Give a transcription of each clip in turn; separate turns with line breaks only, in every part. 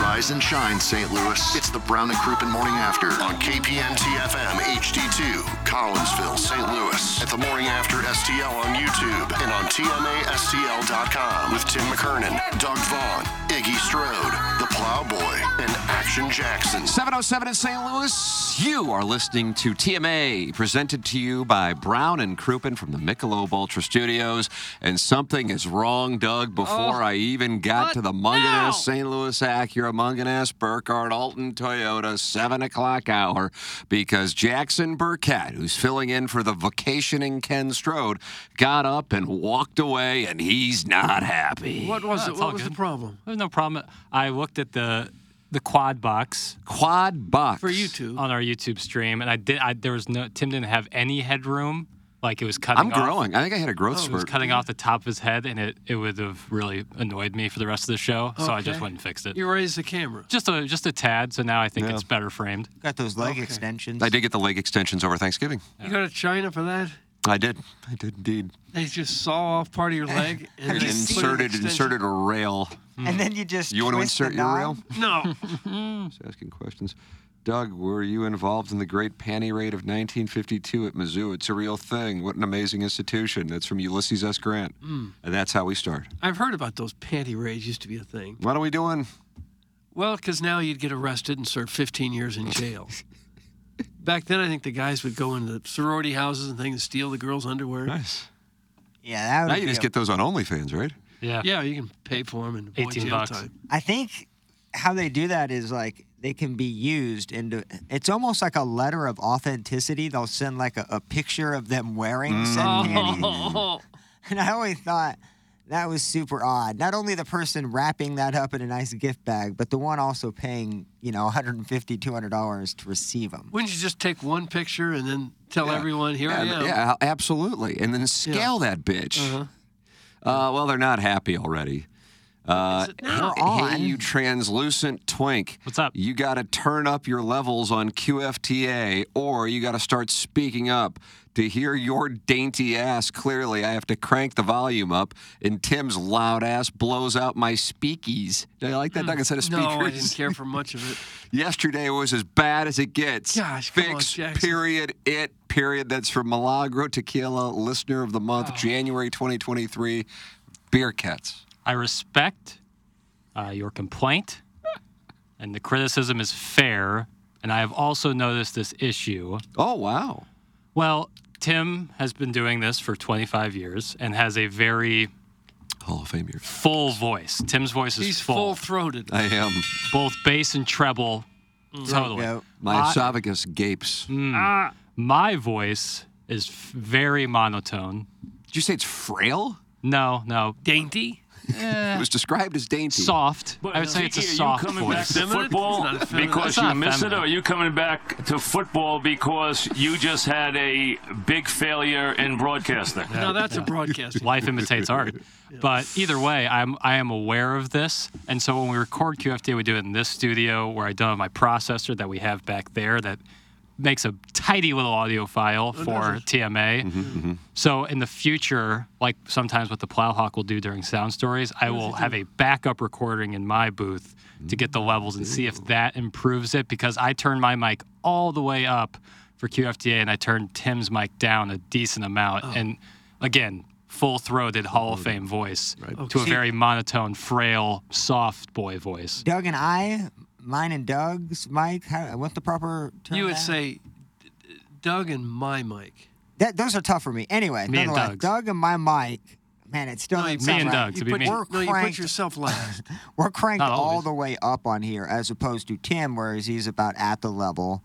Rise and shine, St. Louis. It's the Brown and Crouppen Morning After on KPN-TFM HD2, Collinsville, St. Louis. At the Morning After STL on YouTube and on TMASTL.com with Tim McKernan, Doug Vaughn, Iggy Strode, The Plowboy, and Action Jackson.
707 in St. Louis. You are listening to TMA, presented to you by Brown and Crouppen from the Michelob Ultra Studios. And something is wrong, Doug,
Oh,
before I even got to the Munganess, St. Louis Acura, Munganess, Burkhardt, Alton, Toyota, 7 o'clock hour, because Jackson Burkett, who's filling in for the vacationing Ken Strode, got up and walked away, and he's not happy.
What was it?
it's
What
all
was the
good.
problem?
There's no problem. I looked at the the quad box
Quad box.
For you two.
on our YouTube stream, and I did. I, there was no Tim didn't have any headroom. Like it was cutting.
I'm
off-
growing. I think I had a growth
Oh,
It was
spurt.
cutting off the top of his head, and it, it would have really annoyed me for the rest of the show. So I just went and fixed it.
You raised the camera.
Just a just a tad. So now I think it's better framed.
Got those leg extensions.
I did get the leg extensions over Thanksgiving.
You go to China for that?
I did. I did indeed.
They just saw off part of your leg
I
and then put an
inserted
extension-
inserted a rail.
And then you just
You want to
twist
insert
the
your rail?
knob.
No,
Just asking questions. Doug, were you involved in the Great Panty Raid of 1952 at Mizzou? It's a real thing. What an amazing institution. That's from Ulysses S. Grant. And that's how we start.
I've heard about those panty raids. Used to be a thing.
What are we doing?
Well, because now you'd get arrested and serve 15 years in jail. Back then, I think the guys would go into the sorority houses and things and steal the girls' underwear.
Nice.
Yeah, that would
Now you
be
just
a-
get those on OnlyFans, right?
Yeah.
Yeah, you can pay for them and avoid
18
jail
bucks.
time.
I think how they do that is like they can be used into. It's almost like a letter of authenticity. They'll send like a, a picture of them wearing said panties.
Oh,
And I always thought that was super odd. Not only the person wrapping that up in a nice gift bag, but the one also paying you know 150 dollars to receive them.
wouldn't you just take one picture and then tell everyone, "Here I
yeah,
am"? Uh-huh.
yeah, absolutely. And then scale that bitch. uh well, they're not happy already. Uh,
it now?
hey,
We're on.
you translucent twink.
What's up?
You got to turn up your levels on QFTA or you got to start speaking up. To hear your dainty ass clearly, I have to crank the volume up, and Tim's loud ass blows out my speakies. Do you like that, Doug? Instead of speakers.
Hmm. No, I didn't care for much of it.
Yesterday was as bad as it gets.
Gosh, come on,
fix
Jackson.
period it period. That's from Milagro Tequila, listener of the month, January 2023. Beer cats.
I respect uh, your complaint, and the criticism is fair. And I have also noticed this issue.
Oh wow.
Well, Tim has been doing this for 25 years and has a very
Hall of Fame years.
full voice. Tim's voice is
He's
full,
full throated.
I am.
both bass and treble. Totally.
Go.
My esophagus gapes.
My voice is f- very monotone.
Did you say it's frail?
No, no,
Dainty.
It was described as dainty.
soft. I would say it's a
Ziggy,
soft
Are you coming
voice.
back to
Feminine? It's
football
not feminine.
because
It's
you
not
miss it,
feminine.
or are you coming back to football because you just had a big failure in broadcasting?
No, that's a broadcasting.
Life imitates art. But either way, I'm I am aware of this, and so when we record QFT, we do it in this studio where I don't have my processor that we have back there that makes a tidy little audio file for TMA. So in the future, like sometimes what the Plowhawk will do during Sound Stories, I will have a backup recording in my booth to get the
Mm.
levels and see if that improves it because I turn my mic all the way up for QFTA and I turn Tim's mic down a decent amount.
Oh.
And again, full throated Hall of Fame voice to a very monotone, frail, soft boy voice.
Doug and I, mine and Doug's Mike? How, what's the proper term?
You would
now?
say Doug and my mic.
that, those are tough for me. Anyway,
Me and
nonetheless,
Doug's.
Doug and my Mike. Man, it's still
No, you-
doesn't
Me and
sound right.
Doug, to
You
be
put,
me.
We're
no, you put
cranked.
yourself last.
We're cranked
Not
all
always.
the way up on here, as opposed to Tim, whereas he's about at the level,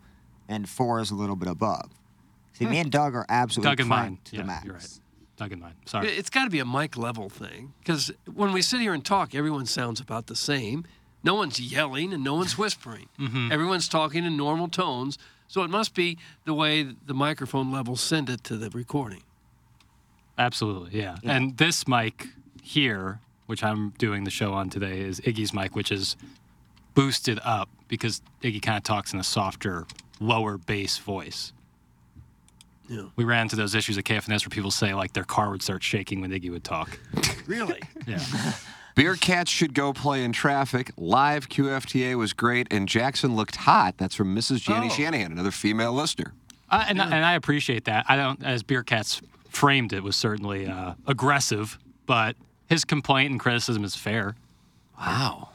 and four is a little bit above. See, me and Doug are absolutely
Hmm. Doug and
cranked
mine.
to the
Yeah,
max.
you're right. Doug and mine. Sorry.
It's got to be a mic level thing because when we sit here and talk, everyone sounds about the same. No one's yelling and no one's whispering. Everyone's talking in normal tones. So it must be the way the microphone levels send it to the recording.
Absolutely, yeah. And this mic here, which I'm doing the show on today, is Iggy's mic, which is boosted up because Iggy kind of talks in a softer, lower bass voice.
Yeah.
We ran into those issues at KFNS where people say like their car would start shaking when Iggy would talk.
Really?
Yeah.
Beer Cats should go play in traffic. Live QFTA was great, and Jackson looked hot. That's from Mrs. Janny
Oh.
Shanahan, another female listener.
Uh, and, and I appreciate that. I don't, as Beer Cats framed it, was certainly uh, aggressive, but his complaint and criticism is fair.
Wow.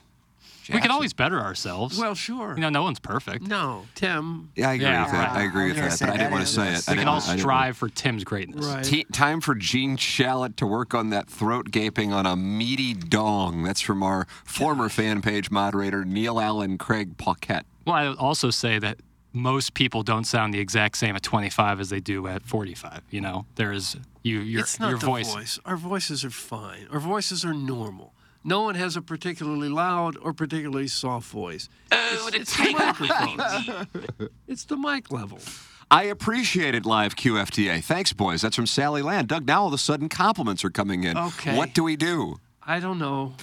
We can always better ourselves.
well, sure.
you know, no one's perfect.
No, Tim.
Yeah, I agree
Yeah,
with that.
right.
I agree with
I was
that, but I didn't
gonna
want to
say,
say
that
it.
is-
I
We
didn't
can all
wanna- I didn't wanna-
strive for Tim's greatness.
Right.
T- time for Gene Shalit to work on that throat gaping on a meaty dong. That's from our former fan page moderator, Neil Allen Craig Paquette.
Well, I would also say that most people don't sound the exact same at 25 as they do at 45. You know, there is you your
it's not
your
the
voice.
Our voices are fine. Our voices are normal. No one has a particularly loud or particularly soft voice. Oh, it's, it's the microphones. it's the mic level.
I appreciated live QFTA. Thanks, boys. That's from Sally Land. Doug, now all of a sudden compliments are coming in.
Okay.
What do we do?
I don't know.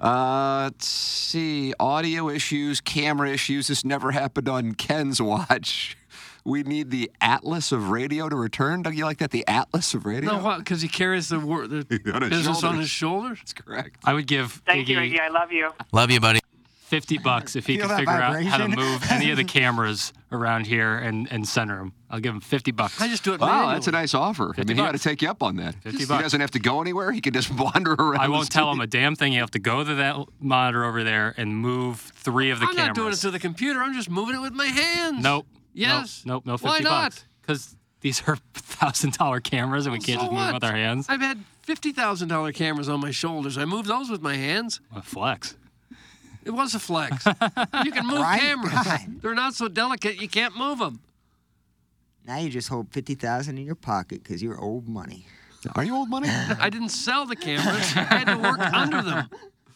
Uh, let's see. Audio issues, camera issues. This never happened on Ken's watch. We need the Atlas of Radio to return. Don't you like that? The Atlas of Radio?
No, what? Because he carries the, wor- the
On his
business on
shoulders.
his shoulders.
That's correct.
I would give
Thank you,
Iggy
Iggy. I love you.
50 bucks if he
Feel
could
that
figure out how to
vibration?
move any of the cameras around here and, and center them. I'll give him 50 bucks.
I just do it
Wow,
manually.
that's a nice offer. I
50
mean, he ought to
bucks.
take you up on that.
50
he
bucks.
doesn't have to go anywhere. He can just wander around.
I
the
won't tell him
studio.
a damn thing. You have to go to that monitor over there and move three of the
I'm
cameras.
not doing it to the computer. I'm just moving it with my hands.
Nope.
Yes.
Nope. Nope. No
Why
50
not?
bucks. Because these are thousand dollar cameras and we can't
So
just move 'em
what?
with our hands.
I've had fifty thousand dollar cameras on my shoulders. I moved those with my hands.
Well, flex.
It was a flex. you can move
Right?
cameras.
God.
They're not so delicate. You can't move them.
Now you just hold fifty thousand in your pocket because you're old money.
Are you old money?
I didn't sell the cameras. I had to work under them.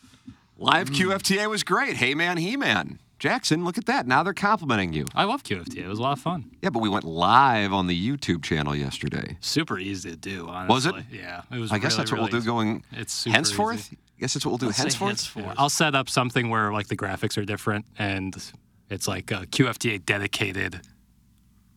Live QFTA was great. Hey man, he man. Jackson, look at that. Now they're complimenting you.
I love QFT. It was a lot of fun.
Yeah, but we went live on the YouTube channel yesterday.
Super easy to do, honestly.
Was it?
Yeah. It was
I guess
really,
that's what
really
we'll do
easy.
going
It's super
henceforth.
easy.
I guess that's what we'll do
Say
henceforth.
henceforth.
I'll set up something where like the graphics are different and it's like a QFTA dedicated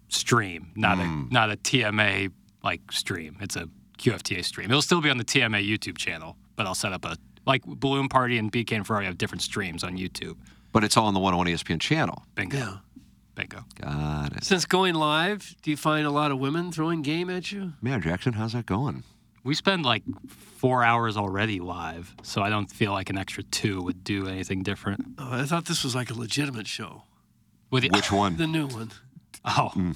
stream, not
Hmm.
a not a TMA like stream. It's a QFTA stream. It'll still be on the TMA YouTube channel, but I'll set up a like Balloon Party and BK and Ferrari have different streams on YouTube.
But it's all on E the 101 ESPN channel.
Bingo.
Yeah.
Bingo.
Got it.
Since going live, do you find a lot of women throwing game at you?
Man, Jackson, how's that going?
We spend like four hours already live, so I don't feel like an extra two would do anything different.
Oh, I thought this was like a legitimate show.
With the,
Which one?
The new one.
oh,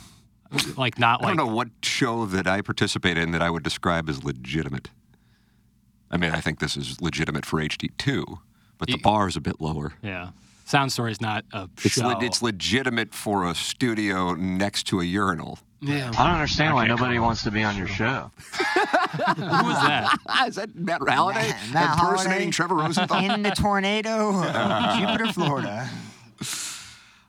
like not
Mm. I
like
don't know what show that I participate in that I would describe as legitimate. I mean, I think this is legitimate for HD2, but the bar is a bit lower.
yeah. Sound Story is not a
It's,
show.
le- it's legitimate for a studio next to a urinal.
Yeah.
I don't understand why nobody wants to be on your show.
Who was that?
Ah, is that Matt Halliday
Matt- Matt
impersonating
Halliday?
Trevor Rosenthal?
In the tornado, of Jupiter, Florida.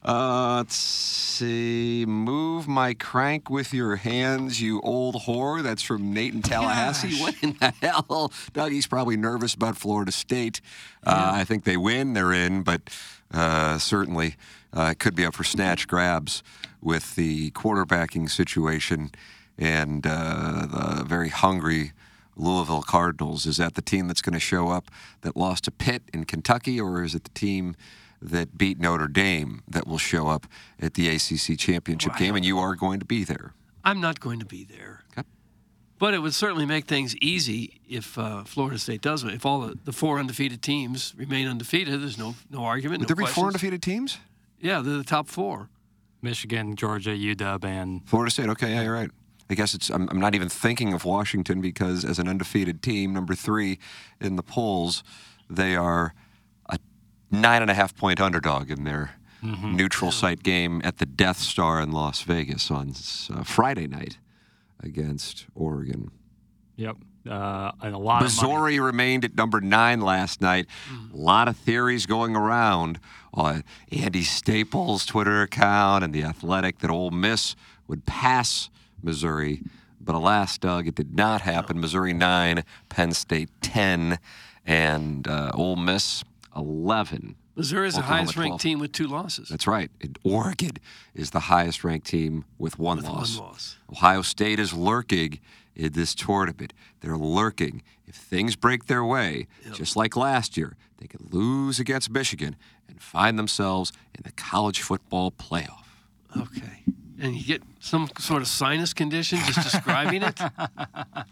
Uh, let's see. Move my crank with your hands, you old whore. That's from Nate in Tallahassee. What in the hell? Doug, he's probably nervous about Florida State. Uh, I think they win, they're in, but uh, certainly uh, it could be up for snatch grabs with the quarterbacking situation and uh, the very hungry. Louisville Cardinals. Is that the team that's going to show up that lost to Pitt in Kentucky, or is it the team that beat Notre Dame that will show up at the ACC championship game? And you are going to be there.
I'm not going to be there.
Okay.
But it would certainly make things easy if uh, Florida State does win. If all the, the four undefeated teams remain undefeated, there's no no argument.
Would
no
there be
questions.
four undefeated teams?
Yeah, they're the top four.
Michigan, Georgia, UW, and
Florida State. Okay, yeah, you're right. I guess it's. I'm, I'm not even thinking of Washington because as an undefeated team, number three in the polls, they are a nine and a half point underdog in their neutral site game at the Death Star in Las Vegas on uh, Friday night against Oregon.
yep, uh, and a lot of money. Hmm.
Missouri remained at number nine last night. A lot of theories going around on Andy Staples' Twitter account and the Athletic that Ole Miss would pass Missouri, but alas, Doug, it did not happen. Missouri nine, Penn State ten, and uh, Ole Miss eleven.
Missouri is the
Oklahoma
highest ranked
12.
team with two losses.
That's right. And Oregon is the highest ranked team with one loss.
one loss.
Ohio State is lurking in this tournament. They're lurking. If things break their way, just like last year, they could lose against Michigan and find themselves in the college football playoff.
Okay. And you get some sort of sinus condition just describing it?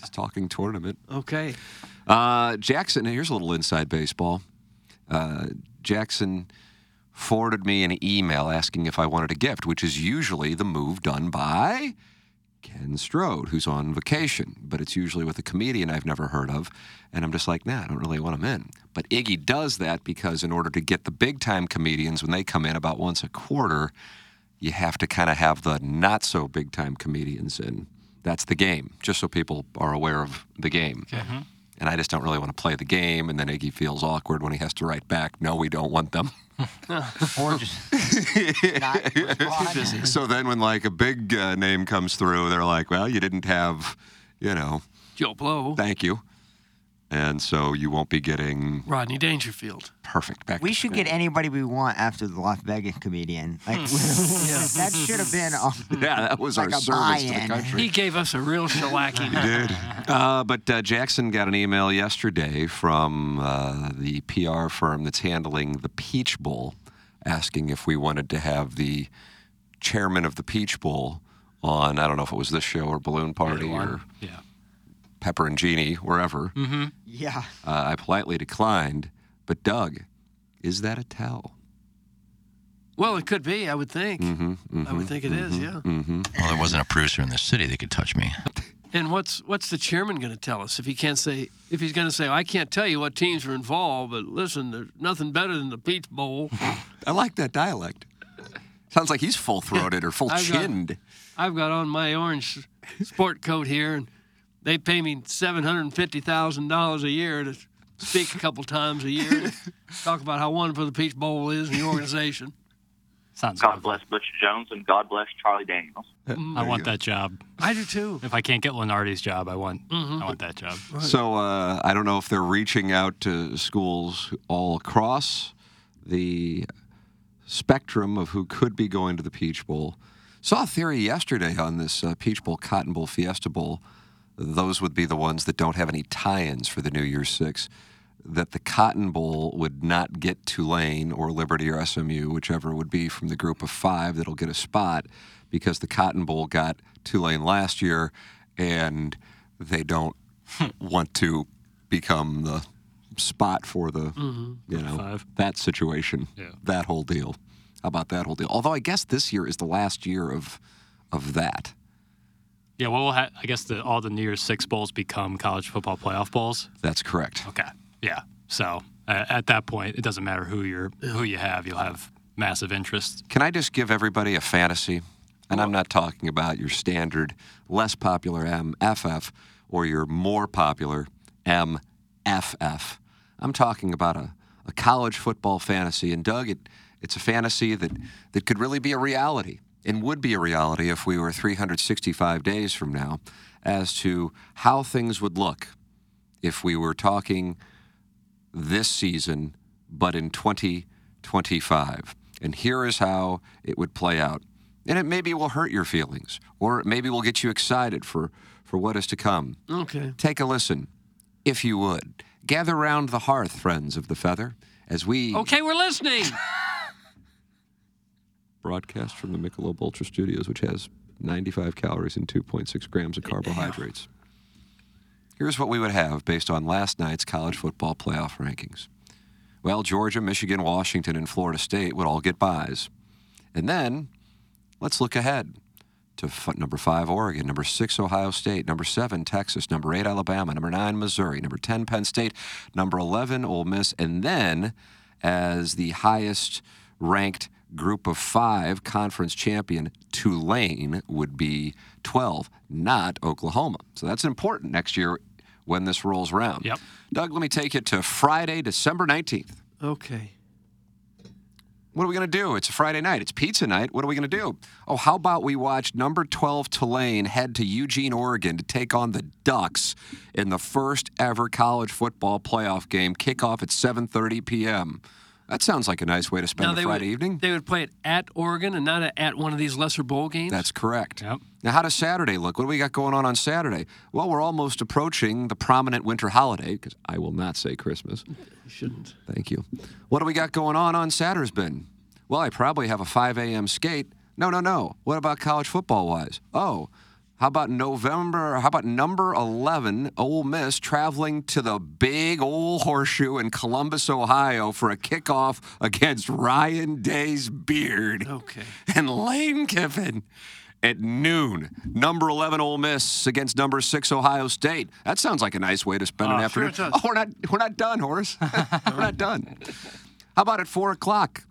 Just talking tournament.
Okay.
Uh, Jackson, here's a little inside baseball. Uh, Jackson forwarded me an email asking if I wanted a gift, which is usually the move done by Ken Strode, who's on vacation, but it's usually with a comedian I've never heard of. And I'm just like, nah, I don't really want him in. But Iggy does that because, in order to get the big time comedians when they come in about once a quarter, you have to kind of have the not so big time comedians in. That's the game, just so people are aware of the game. And I just don't really want to play the game. And then Iggy feels awkward when he has to write back, no, we don't want them.
Or just not respond.
so then when like a big uh, name comes through, they're like, well, you didn't have, you know,
Joe Blow,
thank you. And so you won't be getting
Rodney Dangerfield.
perfect back.
We
to
should
school.
get anybody we want after the Las Vegas comedian. Like that should have been. a-
Yeah, that was
Like
our
a
service to the
buy-in.
country.
He gave us a real shellacking.
did. Uh, but uh, Jackson got an email yesterday from uh, the PR firm that's handling the Peach Bowl asking if we wanted to have the chairman of the Peach Bowl on, I don't know if it was this show or Balloon Party or
Yeah.
Pepper and Genie, wherever.
yeah.
Uh, I politely declined. But, Doug, is that a towel?
well, it could be, I would think.
Mm-hmm.
I would think it is, yeah.
Well, there wasn't a producer in the city that could touch me.
And what's what's the chairman going to tell us if he can't say if he's going to say I can't tell you what teams are involved, but listen, there's nothing better than the Peach Bowl.
I like that dialect. Sounds like he's full throated or full
I've got-
chinned.
I've got on my orange sport coat here, and they pay me seven hundred and fifty thousand dollars a year to speak a couple times a year, to talk about how wonderful the Peach Bowl is and the organization.
Sounds good. Mm.
bless Butch Jones and God bless Charlie Daniels.
I want that job.
I do too.
If I can't get Lenardi's job, I want
Mm-hmm.
I want that job.
So uh, I don't know if they're reaching out to schools all across the spectrum of who could be going to the Peach Bowl. Saw a theory yesterday on this uh, Peach Bowl, Cotton Bowl, Fiesta Bowl. Those would be the ones that don't have any tie-ins for the New Year's Six. That the Cotton Bowl would not get Tulane or Liberty or SMU, whichever would be from the group of five that'll get a spot, because the Cotton Bowl got Tulane last year, and they don't want to become the spot for the you know
Five.
that situation, that whole deal. How about that whole deal? Although I guess this year is the last year of of that.
Yeah, well, we'll ha- I guess the, all the New Year's Six bowls become college football playoff bowls.
That's correct.
Okay. Yeah. So uh, at that point, it doesn't matter who you're who you have. You'll have massive interest.
Can I just give everybody a fantasy? And I'm not talking about your standard less popular MFF or your more popular MFF. I'm talking about a, a college football fantasy. And Doug, it, it's a fantasy that, that could really be a reality and would be a reality if we were 365 days from now as to how things would look if we were talking this season, but in 2025. And here is how it would play out. And it maybe will hurt your feelings, or it maybe will get you excited for, for what is to come.
Okay.
Take a listen, if you would. Gather round the hearth, friends of the feather, as we
Okay, we're listening.
broadcast from the Michelob Ultra Studios, which has 95 calories and 2.6 grams of carbohydrates. Here's what we would have based on last night's college football playoff rankings. Well, Georgia, Michigan, Washington, and Florida State would all get buys. And then let's look ahead to f- number five, Oregon, number six, Ohio State, number seven, Texas, number eight, Alabama, number nine, Missouri, number 10, Penn State, number 11, Ole Miss, and then as the highest ranked group of five conference champion, Tulane would be 12, not Oklahoma. So that's important next year when this rolls around. Yep. Doug, let me take you to Friday, December 19th.
Okay.
What are we going to do? It's a Friday night. It's pizza night. What are we going to do? Oh, how about we watch number 12 Tulane head to Eugene, Oregon to take on the Ducks in the first ever college football playoff game, kickoff at 7:30 p.m. That sounds like a nice way to spend
Now
a
they
Friday
would,
evening.
They would play it at Oregon and not at one of these lesser bowl games.
That's correct. Now, how does Saturday look? What do we got going on on Saturday? Well, we're almost approaching the prominent winter holiday because I will not say Christmas. You
shouldn't.
Thank you. What do we got going on on Saturday's bin? Well, I probably have a 5 a.m. skate. No, no, no. What about college football wise? Oh, how about November? How about number 11, Ole Miss, traveling to the big old horseshoe in Columbus, Ohio for a kickoff against Ryan Day's beard
Okay.
and Lane Kiffin at noon. Number 11 Ole Miss against number 6 Ohio State. That sounds like a nice way to spend an
Oh, sure
afternoon.
it does.
Oh, we're not we're not done, Horace. we're not done. How about at 4 o'clock?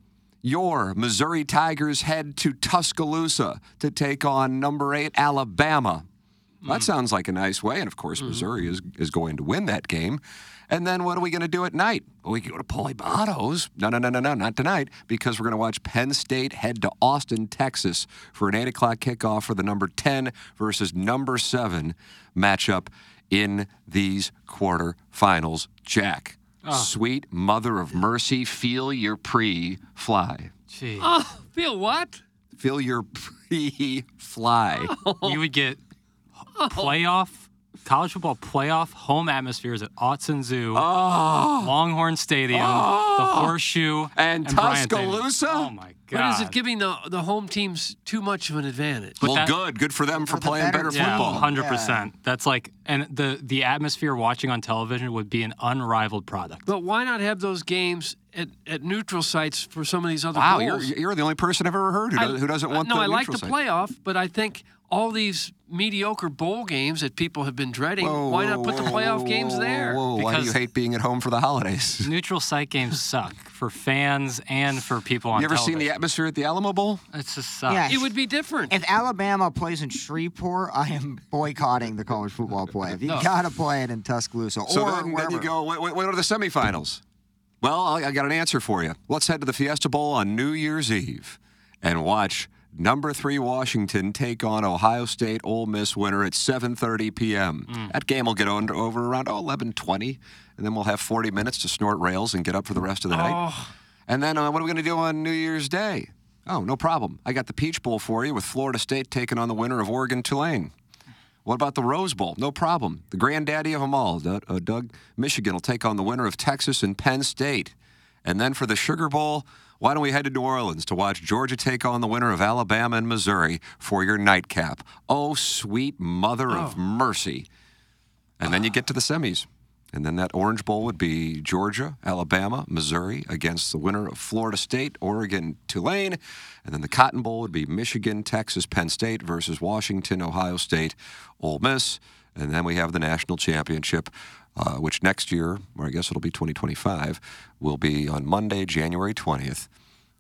Your Missouri Tigers head to Tuscaloosa to take on number 8 Alabama. That sounds like a nice way. And of course, Missouri is, is going to win that game. And then what are we going to do at night? Well, we can go to Polybato's. No, no, no, no, no, not tonight, because we're going to watch Penn State head to Austin, Texas for an 8 o'clock kickoff for the number 10 versus number 7 matchup in these quarterfinals. Jack, sweet mother of mercy, feel your pre fly.
Oh, Bill, what?
Feel your pre fly.
You would get playoff, college football playoff home atmospheres at Autzen Zoo,
Oh. Ah.
Longhorn Stadium, the Horseshoe,
And
Bryant Stadium.
Tuscaloosa?
Oh my God!
But is it giving the, the home teams too much of an advantage?
well,
that-
good. Good for them for playing better,
better team.
football.
Hundred percent. That's like, and the the atmosphere watching on television would be an unrivaled product.
But why not have those games at, at neutral sites for some of these other
Wow, you're,
bowls?
you're the only person I've ever heard who,
I-
does, who doesn't
uh,
want
no,
the
I like the
neutral site.
playoff, but I think all these mediocre bowl games that people have been dreading,
Whoa,
why not
whoa,
put the
whoa,
playoff
whoa,
games
whoa,
there?
Whoa, why do you
Because-
hate being at home for the holidays?
Neutral site games suck for fans and for people on.
You ever seen the
television.
atmosphere at the Alamo Bowl?
It's just sucks.
Yeah.
It would be different.
If Alabama plays in Shreveport, I am boycotting the college football playoff. You gotta play it in Tuscaloosa
So
or
then, then
wherever.
you go, wait, wait, what are the semifinals? Well, I, I got an answer for you. Let's head to the Fiesta Bowl on New Year's Eve and watch number three Washington take on Ohio State Ole Miss winner at 7.30 p.m. That game will get on, over around oh, 11.20, and then we'll have 40 minutes to snort rails and get up for the rest of the night. And then uh, what are we going to do on New Year's Day? Oh, no problem. I got the Peach Bowl for you with Florida State taking on the winner of Oregon Tulane. What about the Rose Bowl? No problem. The granddaddy of them all, Doug, uh, Doug. Michigan will take on the winner of Texas and Penn State. And then for the Sugar Bowl, why don't we head to New Orleans to watch Georgia take on the winner of Alabama and Missouri for your nightcap? Oh, sweet mother of mercy. And then you get to the semis. And then that Orange Bowl would be Georgia, Alabama, Missouri against the winner of Florida State, Oregon, Tulane. And then the Cotton Bowl would be Michigan, Texas, Penn State versus Washington, Ohio State, Ole Miss. And then we have the national championship, uh, which next year, or I guess it'll be 2025, will be on Monday, January 20th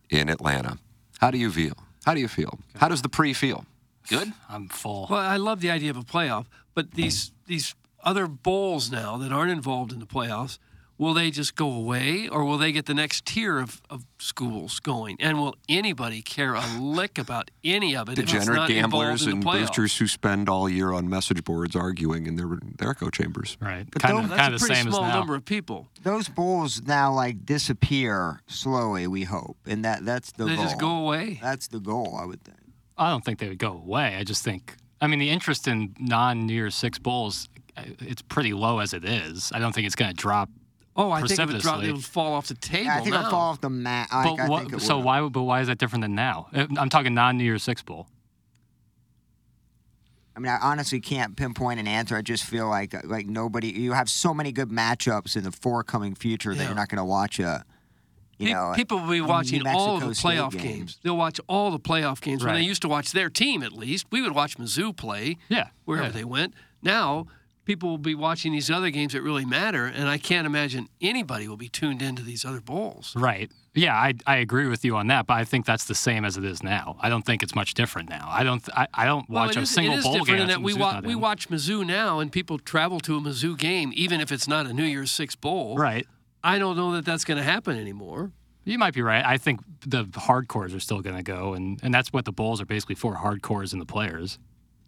in Atlanta. How do you feel? How do you feel? How does the pre feel? Good?
I'm full.
Well, I love the idea of a playoff, but these these other bowls now that aren't involved in the playoffs, will they just go away, or will they get the next tier of, of schools going? And will anybody care a lick about any of it? if it's
degenerate
not involved
gamblers
in
and
the playoff?
boosters who spend all year on message boards arguing in their their echo chambers.
Right.
But
Kind
don't-
of,
That's
kind
a
of the
pretty
same
small
as now.
number of people.
Those bowls now like disappear slowly. We hope, and that that's the
They
goal.
just go away.
That's the goal, I would think.
I don't think they would go away. I just think, I mean, the interest in non New Year's Six bowls, uh, it's pretty low as it is. I don't think it's going to drop.
Oh, I think it would drop.
precipitously.
It would fall off the table.
Yeah, I think
now.
it'll fall off the mat. I,
But
I
what-
think it
so
will.
why? But why is that different than now? Uh, I'm talking non New Year's Six bowl.
I mean, I honestly can't pinpoint an answer. I just feel like like nobody. You have so many good matchups in the forthcoming future that you're not going to watch a you
Pe-
know,
people will be
New
watching all of the
Mexico State
playoff
game.
games. They'll watch all the playoff games when
Right.
they used to watch their team. At least we would watch Mizzou play.
Yeah,
wherever
yeah.
they went. Now people will be watching these other games that really matter, and I can't imagine anybody will be tuned into these other bowls.
Right. Yeah, I, I agree with you on that, but I think that's the same as it is now. I don't think it's much different now. I don't I, I don't
Well,
watch
it
a
is-
single
it is
bowl
different
game.
in
if
that we,
Mizzou's
wa-
not
we
in.
watch Mizzou now, and people travel to a Mizzou game, even if it's not a New Year's Six bowl.
Right.
I don't know that that's going to happen anymore.
You might be right. I think the hardcores are still going to go, and, and that's what the bowls are basically for hardcores and the players,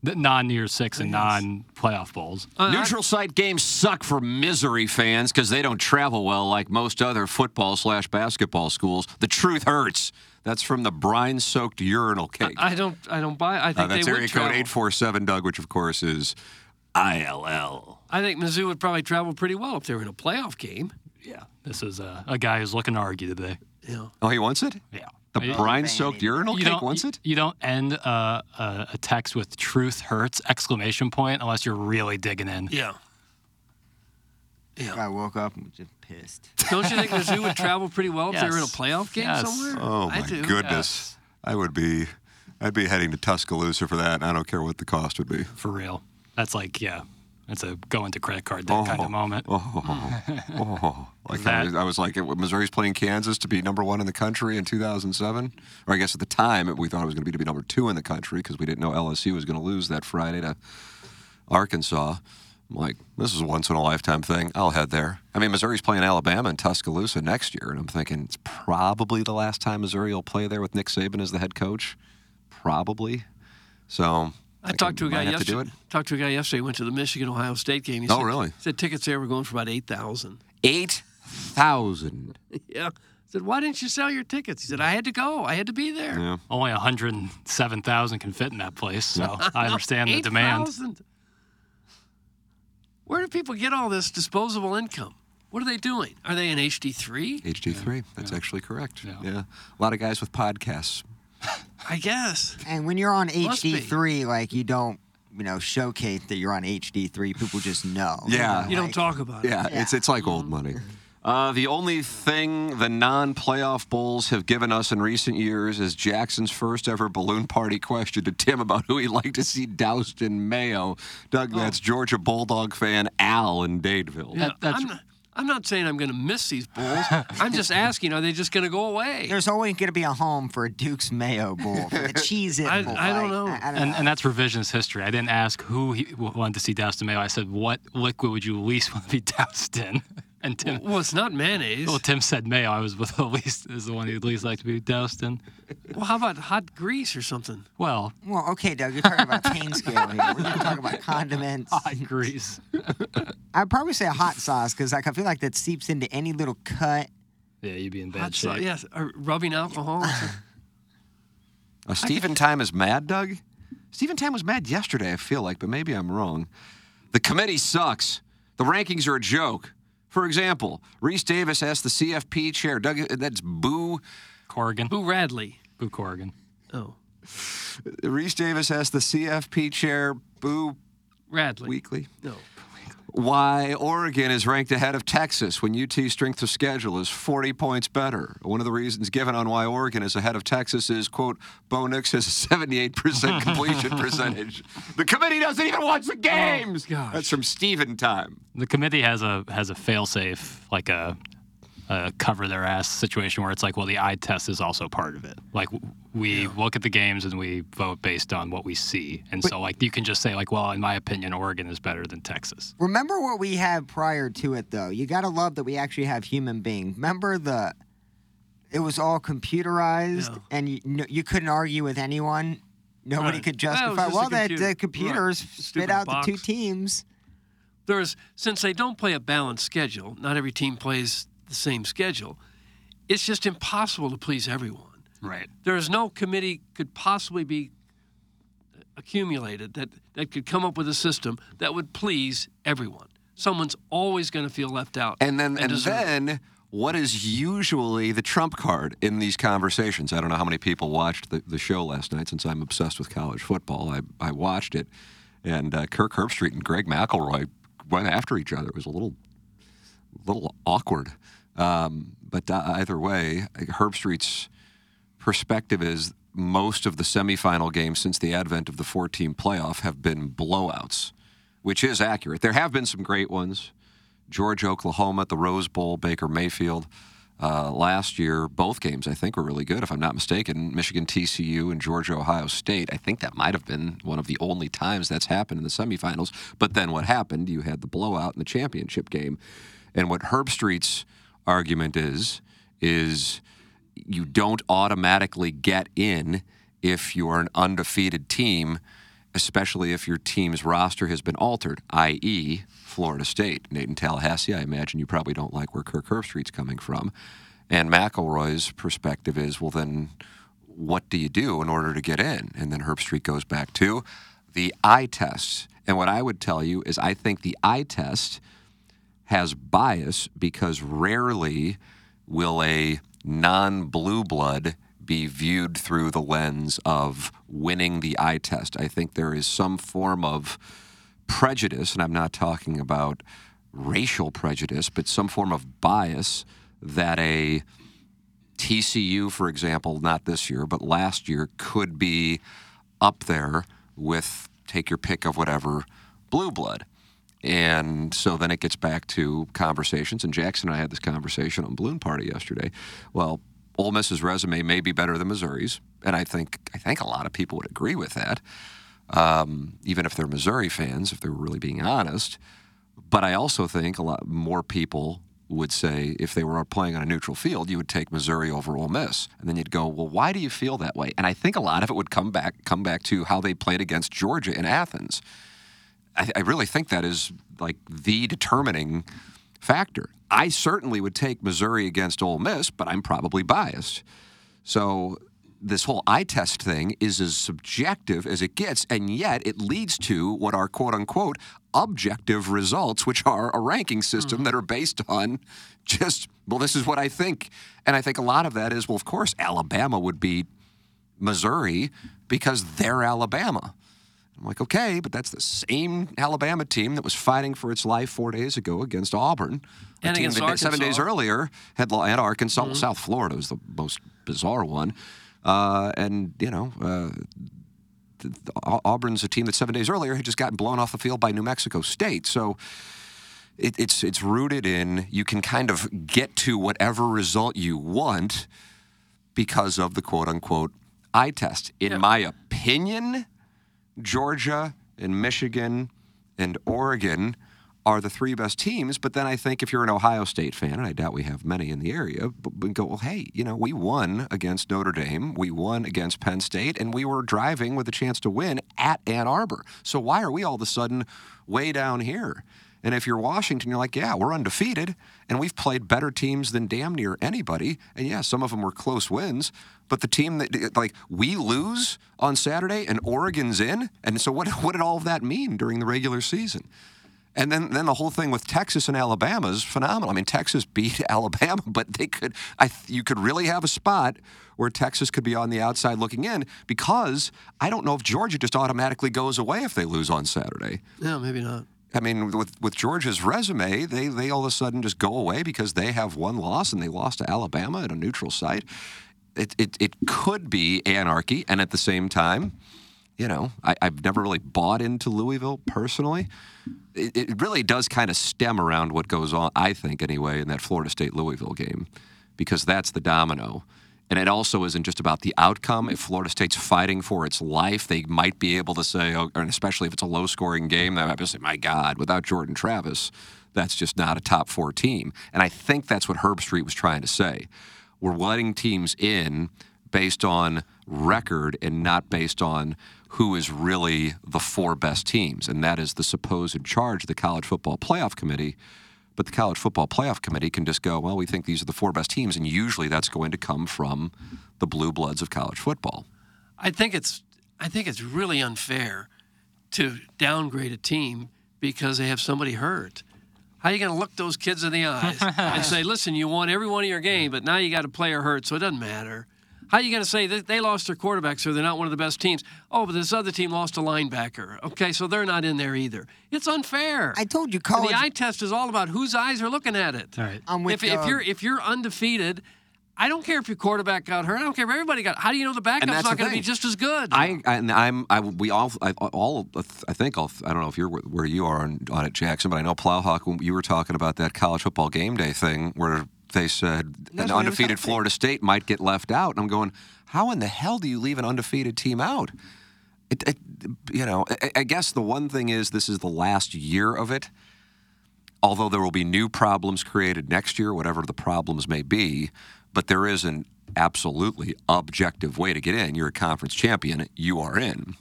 the non New Year's Six and non playoff bowls.
Uh,
Neutral site games suck for misery fans because they don't travel well like most other football slash basketball schools. The truth hurts. That's from the brine soaked urinal cake.
I don't. I don't buy. I
Uh,
think
that's
they would
area code
travel.
847, Doug, which of course is ILL.
I think Mizzou would probably travel pretty well if they were in a playoff game.
Yeah. This is a, a guy who's looking to argue today.
Yeah.
Oh, he wants it?
Yeah.
The
You-
brine soaked urinal
you
cake
don't-
wants
you-
it?
You don't end uh, a, a text with "truth hurts!" exclamation point unless you're really digging in.
Yeah.
I woke up and was just pissed.
Don't you think Mizzou would travel pretty well if they were in a
Yes.
playoff game
Yes.
somewhere?
Oh
I
my
do.
goodness. I would be I'd be heading to Tuscaloosa for that and I don't care what the cost would be.
For real. That's like yeah. That's a go into credit card debt kind of moment.
Oh, oh. like I,
That-
was, I was like, Missouri's playing Kansas to be number one in the country in 2007, or I guess at the time we thought it was going to be to be number two in the country because we didn't know LSU was going to lose that Friday to Arkansas. I'm like, this is a once in a lifetime thing. I'll head there. I mean, Missouri's playing Alabama in Tuscaloosa next year, and I'm thinking it's probably the last time Missouri will play there with Nick Saban as the head coach. Probably. So
I talked to a
might
guy
have to do
yesterday.
it.
talked to a guy yesterday. Went to the Michigan Ohio State game. He
Oh,
said,
really?
He said tickets there were going for about eight thousand.
eight thousand.
yeah. I said, why didn't you sell your tickets? He said, I had to go. I had to be there.
Only 107,000 can fit in that place, so I understand the demand.
8,000. Where do people get all this disposable income? What are they doing? Are they in HD3?
HD3. That's actually correct. Yeah. A lot of guys with podcasts.
I guess.
And when you're on
Must be.
HD3, like you don't, you know, showcase that you're on HD3. People just know.
Yeah.
You know, like,
talk about
Yeah, it's it's like old money. Uh, the only thing the non-playoff bowls have given us in recent years is Jackson's first ever balloon party question to Tim about who he'd like to see doused in mayo. Doug, that's Georgia Bulldog fan Al in Dadeville.
Yeah, I'm, not, I'm not saying I'm going to miss these bowls. I'm just asking, are they just going to go away?
There's always going to be a home for a Duke's Mayo Bowl, for the cheese in
I-
bowl.
I don't
like, I, I don't
And,
know.
and that's revisionist history. I didn't ask who he w- wanted to see doused in mayo. I said, what liquid would you least want to be doused in? And Tim,
Well, it's not mayonnaise.
well, Tim said mayo. I was with the least, is the one he'd least like to be doused in.
Well, how about hot grease or something?
Well,
Well, okay, Doug, you're talking about pain scale here. We're going to talk about condiments.
hot grease.
I'd probably say hot sauce because like, I feel like that seeps into any little cut.
Yeah, you'd be in bad
Hot
shape.
sauce, yes, or rubbing alcohol. or something.
Uh, Stephen Time is mad, Doug? Stephen Time was mad yesterday, I feel like, but maybe I'm wrong. The committee sucks. The rankings are a joke. For example, Reese Davis asked the CFP chair, Doug, uh, that's Boo.
Corrigan.
Boo Radley.
Boo Corrigan.
Oh,
Reese Davis asked the CFP chair, Boo
Radley.
Weekly,
No.
why Oregon is ranked ahead of Texas when UT's strength of schedule is 40 points better. One of the reasons given on why Oregon is ahead of Texas is, quote, Bo Nix has a 78% completion percentage. The committee doesn't even watch the games.
Oh, gosh.
That's from Steven Time.
The committee has a has a failsafe, like a, a cover their ass situation where it's like, well, the eye test is also part of it. Like w- we look at the games and we vote based on what we see, and so like you can just say like, well, in my opinion, Oregon is better than Texas.
Remember what we had prior to it, though. You got to love that we actually have human beings. Remember the. It was all computerized,
Yeah.
and you, no, you couldn't argue with anyone. Nobody
Right.
could
Well, it was
justify.
just a
Well, that
computer.
the computers
Right.
spit
Stupid
out the two
box.
teams.
there's since they don't play a balanced schedule, not every team plays the same schedule. It's just impossible to please everyone.
Right.
There is no committee could possibly be accumulated that, that could come up with a system that would please everyone. Someone's always going to feel left out.
And then, and
deserve it.
then, what is usually the trump card in these conversations? I don't know how many people watched the, the show last night since I'm obsessed with college football. I, I watched it, and uh, Kirk Herbstreit and Greg McElroy went after each other. It was a little, little awkward. Um, but uh, either way, Herb Street's perspective is most of the semifinal games since the advent of the four team playoff have been blowouts, which is accurate. There have been some great ones Georgia, Oklahoma at the Rose Bowl, Baker Mayfield. Uh, last year, both games I think were really good, if I'm not mistaken. Michigan, TCU, and Georgia, Ohio State. I think that might have been one of the only times that's happened in the semifinals. But then what happened? You had the blowout in the championship game. And what Herb Street's argument is, is you don't automatically get in if you're an undefeated team, especially if your team's roster has been altered, i.e., Florida State. Nathan Tallahassee, I imagine you probably don't like where Kirk Herbstreit's coming from. And McElroy's perspective is, well, then what do you do in order to get in? And then Herbstreet goes back to the eye test. And what I would tell you is, I think the eye test has bias because rarely will a non blue blood be viewed through the lens of winning the eye test. I think there is some form of prejudice, and I'm not talking about racial prejudice, but some form of bias that a TCU, for example, not this year, but last year, could be up there with take your pick of whatever blue blood. And so then it gets back to conversations. And Jackson and I had this conversation on Balloon Party yesterday. Well, Ole Miss's resume may be better than Missouri's, and I think I think a lot of people would agree with that, um, even if they're Missouri fans, if they're really being honest. But I also think a lot more people would say if they were playing on a neutral field, you would take Missouri over Ole Miss, and then you'd go, well, why do you feel that way? And I think a lot of it would come back come back to how they played against Georgia in Athens. I, I really think that is like the determining factor. I certainly would take Missouri against Ole Miss, but I'm probably biased. So this whole eye test thing is as subjective as it gets, and yet it leads to what are quote unquote objective results, which are a ranking system that are based on just, well, this is what I think. And I think a lot of that is, well, of course, Alabama would be Missouri because they're Alabama. I'm like, okay, but that's the same Alabama team that was fighting for its life four days ago against Auburn. a
And
team
against
that seven days
Arkansas.
earlier had, lo- had Arkansas.
Mhm.
South Florida was the most bizarre one. Uh, and, you know, uh, th- th- Au- Auburn's a team that seven days earlier had just gotten blown off the field by New Mexico State. So it, it's, it's rooted in you can kind of get to whatever result you want because of the quote unquote eye test. In my opinion, Georgia and Michigan and Oregon are the three best teams. But then I think if you're an Ohio State fan, and I doubt we have many in the area, but we go, well, hey, you know, we won against Notre Dame, we won against Penn State, and we were driving with a chance to win at Ann Arbor. So why are we all of a sudden way down here? And if you're Washington, you're like, yeah, we're undefeated, and we've played better teams than damn near anybody. And yeah, some of them were close wins, but the team that, like, we lose on Saturday and Oregon's in. And so, what, what did all of that mean during the regular season? And then, then the whole thing with Texas and Alabama is phenomenal. I mean, Texas beat Alabama, but they could, I, th- you could really have a spot where Texas could be on the outside looking in because I don't know if Georgia just automatically goes away if they lose on Saturday.
No, maybe not.
I mean, with with Georgia's resume, they they all of a sudden just go away because they have one loss and they lost to Alabama at a neutral site. It it it could be anarchy, and at the same time, you know, I, I've never really bought into Louisville personally. It, it really does kind of stem around what goes on, I think, anyway, in that Florida State Louisville game, because that's the domino. And it also isn't just about the outcome. If Florida State's fighting for its life, they might be able to say, oh, and especially if it's a low scoring game, they might be say, my God, without Jordan Travis, that's just not a top four team. And I think that's what Herb Street was trying to say. We're letting teams in based on record and not based on who is really the four best teams. And that is the supposed charge of the College Football Playoff Committee. But the College Football Playoff Committee can just go, well, we think these are the four best teams. And usually that's going to come from the blue bloods of college football.
I think it's I think it's really unfair to downgrade a team because they have somebody hurt. How you going to look those kids in the eyes and say, "Listen, you won every one of your game, but now you got a player hurt, so it doesn't matter." How are you going to say that they lost their quarterback, so they're not one of the best teams? Oh, but this other team lost a linebacker. Okay, so they're not in there either. It's unfair. I
told you,
college. The eye test is all about whose eyes are looking at it.
All right.
I'm with,
if, if
uh,
you're if you're undefeated, I don't care if your quarterback got hurt. I don't care if everybody got. How do you know the
And
backup's
that's
not
the
going to be
thing.
just as good?
I, I and I'm I we all I, all I think all, I don't know if you're where you are on, on it, Jackson, but I know Plowhawk. When you were talking about that college football game day thing where they said an
That's what I was
undefeated
talking-
Florida State might get left out, and I'm going, how in the hell do you leave an undefeated team out? It, it, you know, I, I guess the one thing is this is the last year of it. Although there will be new problems created next year, whatever the problems may be, but there is an absolutely objective way to get in. You're a conference champion, you are in.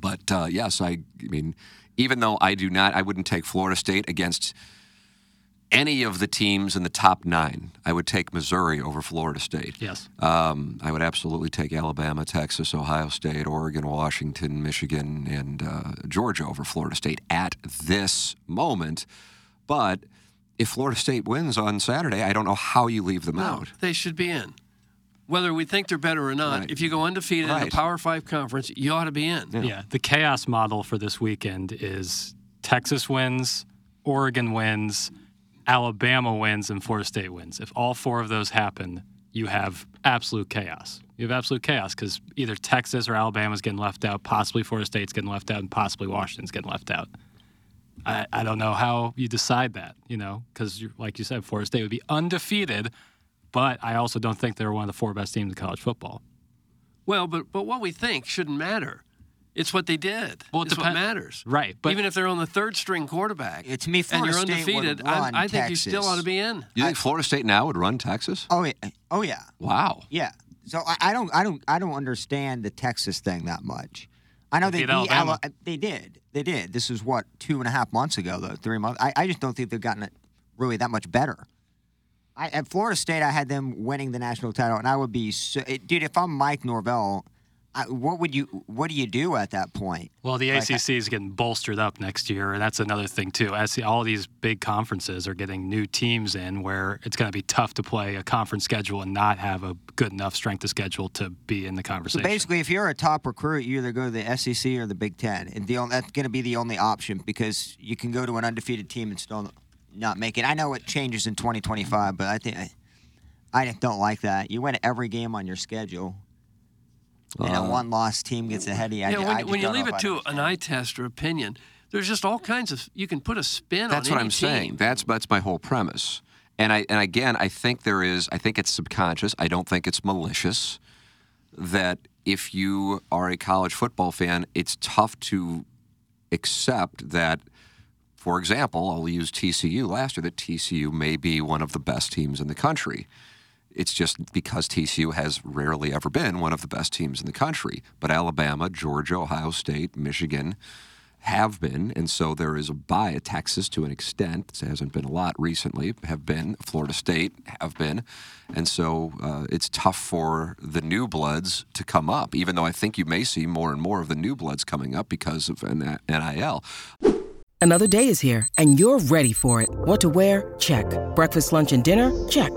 But uh, yes, I, I mean, even though I do not, I wouldn't take Florida State against any of the teams in the top nine. I would take Missouri over Florida State.
Yes.
Um, I would absolutely take Alabama, Texas, Ohio State, Oregon, Washington, Michigan, and uh, Georgia over Florida State at this moment. But if Florida State wins on Saturday, I don't know how you leave them out.
They should be in. Whether we think they're better or not,
Right.
if you go undefeated in
Right.
a Power Five conference, you ought to be in.
Yeah. the chaos model for this weekend is Texas wins, Oregon wins, Alabama wins, and Florida State wins. If all four of those happen, you have absolute chaos. You have absolute chaos because either Texas or Alabama's getting left out, possibly Florida State's getting left out, and possibly Washington's getting left out. I, I don't know how you decide that, you know, because like you said, Florida State would be undefeated, but I also don't think they're one of the four best teams in college football.
Well, but but what we think shouldn't matter. It's what they did.
Well, it
it's what
depen-
matters.
Right, but
Even if they're on the third string quarterback,
Yeah, to me,
and
Florida
you're
State would
undefeated,
run
I, I think you still
Texas.
ought to be in.
You think Florida State now would run Texas?
Oh yeah. Oh yeah.
Wow.
Yeah. So I, I don't I don't I don't understand the Texas thing that much. I know
They
they,
beat
beat
Alabama.
Ala- they did. They did. This is what two and a half months ago though, three months. I, I just don't think they've gotten it really that much better. I, at Florida State, I had them winning the national title, and I would be so, it, dude. If I'm Mike Norvell, I, what would you what do you do at that point?
Well, the
Like,
ACC is getting bolstered up next year, and that's another thing too. As the- all these big conferences are getting new teams in, where it's going to be tough to play a conference schedule and not have a good enough strength of schedule to be in the
So
conversation.
basically, if you're a top recruit, you either go to the SEC or the Big Ten, and the only, that's going to be the only option because you can go to an undefeated team and still not make it. I know it changes in 2025, but I think I, I just don't like that. You win every game on your schedule, and a one-loss team gets ahead of you. I
Uh, Yeah,
ju-
when,
I just
when you
don't know
leave
if
it
I
to
understand.
an eye test or opinion, there's just all kinds of you can put a spin
That's
on
what
any
I'm saying.
team.
That's that's my whole premise. And I and again, I think there is. I think it's subconscious. I don't think it's malicious. That if you are a college football fan, it's tough to accept that. For example, I'll use TCU last year. That TCU may be one of the best teams in the country. It's just because TCU has rarely ever been one of the best teams in the country. But Alabama, Georgia, Ohio State, Michigan have been, and so there is a bias. Texas, to an extent, it hasn't been a lot recently, have been. Florida State have been. And so uh, it's tough for the new bloods to come up, even though I think you may see more and more of the new bloods coming up because of N- NIL.
Another day is here, and you're ready for it. What to wear? Check. Breakfast, lunch, and dinner? Check.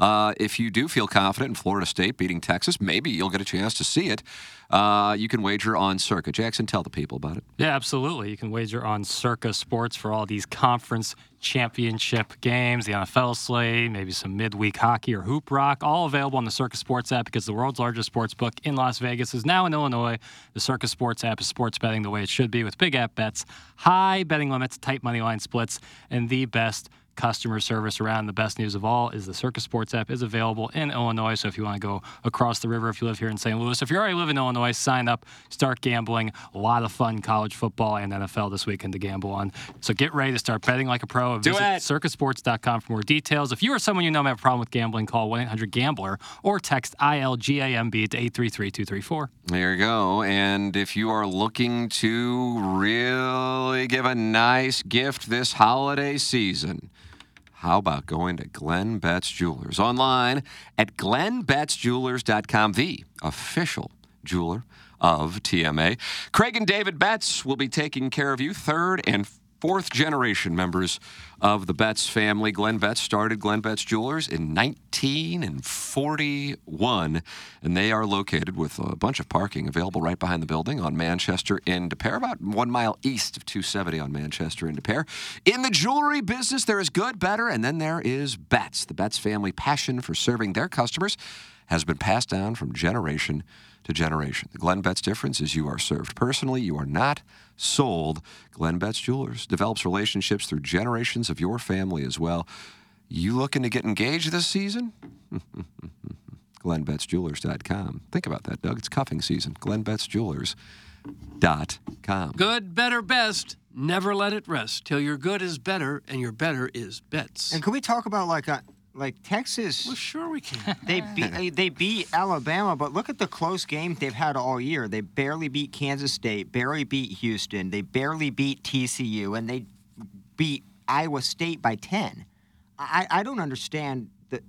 Uh, if you do feel confident in Florida State beating Texas, maybe you'll get a chance to see it. Uh, you can wager on Circa. Jackson, tell the people about it.
Yeah, absolutely. You can wager on Circa Sports for all these conference championship games, the NFL slate, maybe some midweek hockey or hoop rock, all available on the Circa Sports app because the world's largest sports book in Las Vegas is now in Illinois. The Circa Sports app is sports betting the way it should be with big app bets, high betting limits, tight money line splits, and the best customer service around. The best news of all is the Circus Sports app is available in Illinois. So if you want to go across the river, if you live here in St. Louis, if you already live in Illinois, sign up, start gambling. A lot of fun college football and NFL this weekend to gamble on. So get ready to start betting like a pro.
Do
Visit
it.
circusports.com for more details. If you or someone you know may have a problem with gambling, call 1 800 Gambler or text ILGAMB to 833 234.
There you go. And if you are looking to really give a nice gift this holiday season, how about going to Glenn Betts Jewelers online at glennbettsjewelers.com, the official jeweler of TMA. Craig and David Betts will be taking care of you, third and fourth generation members of the Betts family. Glenn Betts started Glenn Betts Jewelers in 1941, and they are located with a bunch of parking available right behind the building on Manchester in De Pere, about one mile east of 270 on Manchester in De Pere. In the jewelry business, there is good, better, and then there is Betts. The Betts family passion for serving their customers has been passed down from generation to generation. The Glenn Betts difference is you are served personally, you are not sold. Glenn Betts Jewelers develops relationships through generations of your family as well. You looking to get engaged this season? GlennBettsJewelers.com. Think about that, Doug. It's cuffing season. GlennBettsJewelers.com.
Good, better, best. Never let it rest till your good is better and your better is bets.
And can we talk about like uh like Texas? Well,
sure we can.
They beat they- they beat Alabama, but look at the close games they've had all year. They barely beat Kansas State, barely beat Houston, they barely beat TCU, and they beat Iowa State by ten. I I don't understand the,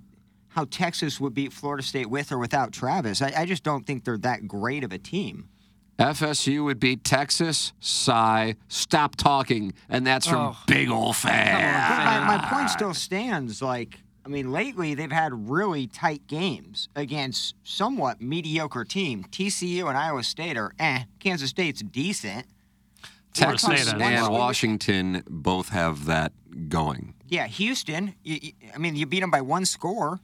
how Texas would beat Florida State with or without Travis. I, I just don't think they're that great of a team.
FSU would beat Texas. Sigh. Stop talking. And that's from
Oh.
big old fan.
But my, my point still stands. Like, I mean, lately they've had really tight games against somewhat mediocre team. TCU and Iowa State are eh. Kansas State's decent.
Texas
Once- once
and
we-
Washington both have that going.
Yeah, Houston. You, you, I mean, you beat them by one score.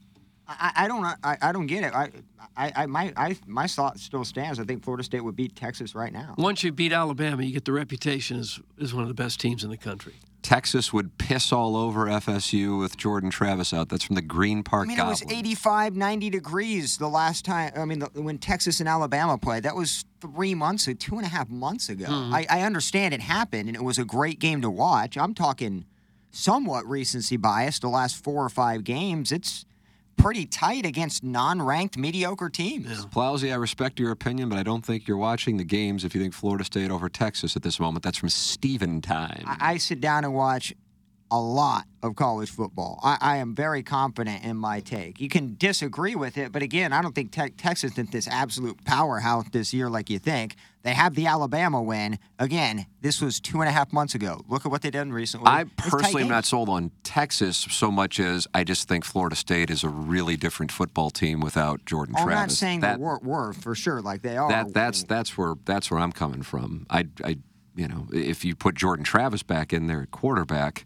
I, I I don't. I, I don't get it. I, I, I, my, I, my thought still stands. I think Florida State would beat Texas right now.
Once you beat Alabama, you get the reputation as, as one of the best teams in the country.
Texas would piss all over FSU with Jordan Travis out. That's from the Green Park
I mean,
Goblin.
it was 85, 90 degrees the last time. I mean, the, when Texas and Alabama played, that was three months, or two and a half months ago.
Mhm.
I, I understand it happened, and it was a great game to watch. I'm talking somewhat recency bias. The last four or five games, it's pretty tight against non-ranked mediocre teams.
Plowsy, I respect your opinion, but I don't think you're watching the games if you think Florida State over Texas at this moment. That's from Steven Time.
I, I sit down and watch a lot of college football. I, I am very confident in my take. You can disagree with it, but again, I don't think Tech Texas is this absolute powerhouse this year like you think. They have the Alabama win. Again, this was two and a half months ago. Look at what they've done recently.
I
It's tight
personally am
games.
not sold on Texas so much as I just think Florida State is a really different football team without Jordan
Oh, I'm
Travis.
not saying
that,
they were, were for sure, like they are.
that that's that's where that's where I'm coming from. I, I you know if you put Jordan Travis back in there at quarterback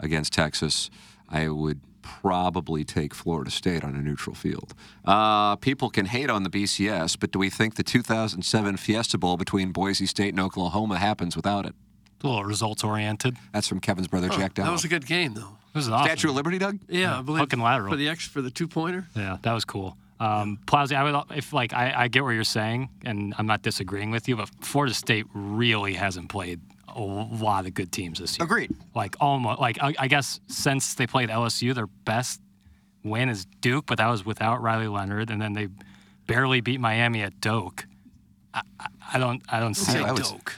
against Texas, I would probably take Florida State on a neutral field. Uh, people can hate on the BCS, but do we think the 2007 Fiesta Bowl between Boise State and Oklahoma happens without it?
A little results oriented.
That's from Kevin's brother
Huh,
Jack Down.
That was a good game, though.
It was an awesome
Statue of Liberty, Doug?
Yeah, I believe.
Hook and lateral.
For the X, for the two pointer.
Yeah, that was cool. Um, Plowsy, I would if like I, I get what you're saying, and I'm not disagreeing with you, but Florida State really hasn't played a lot of good teams this year.
Agreed.
Oh.
Like almost like I, I guess since they played LSU, their best win is Duke, but that was without Riley Leonard, and then they barely beat Miami at Doke. I, I, I don't I don't see
say
it.
I would- Doak.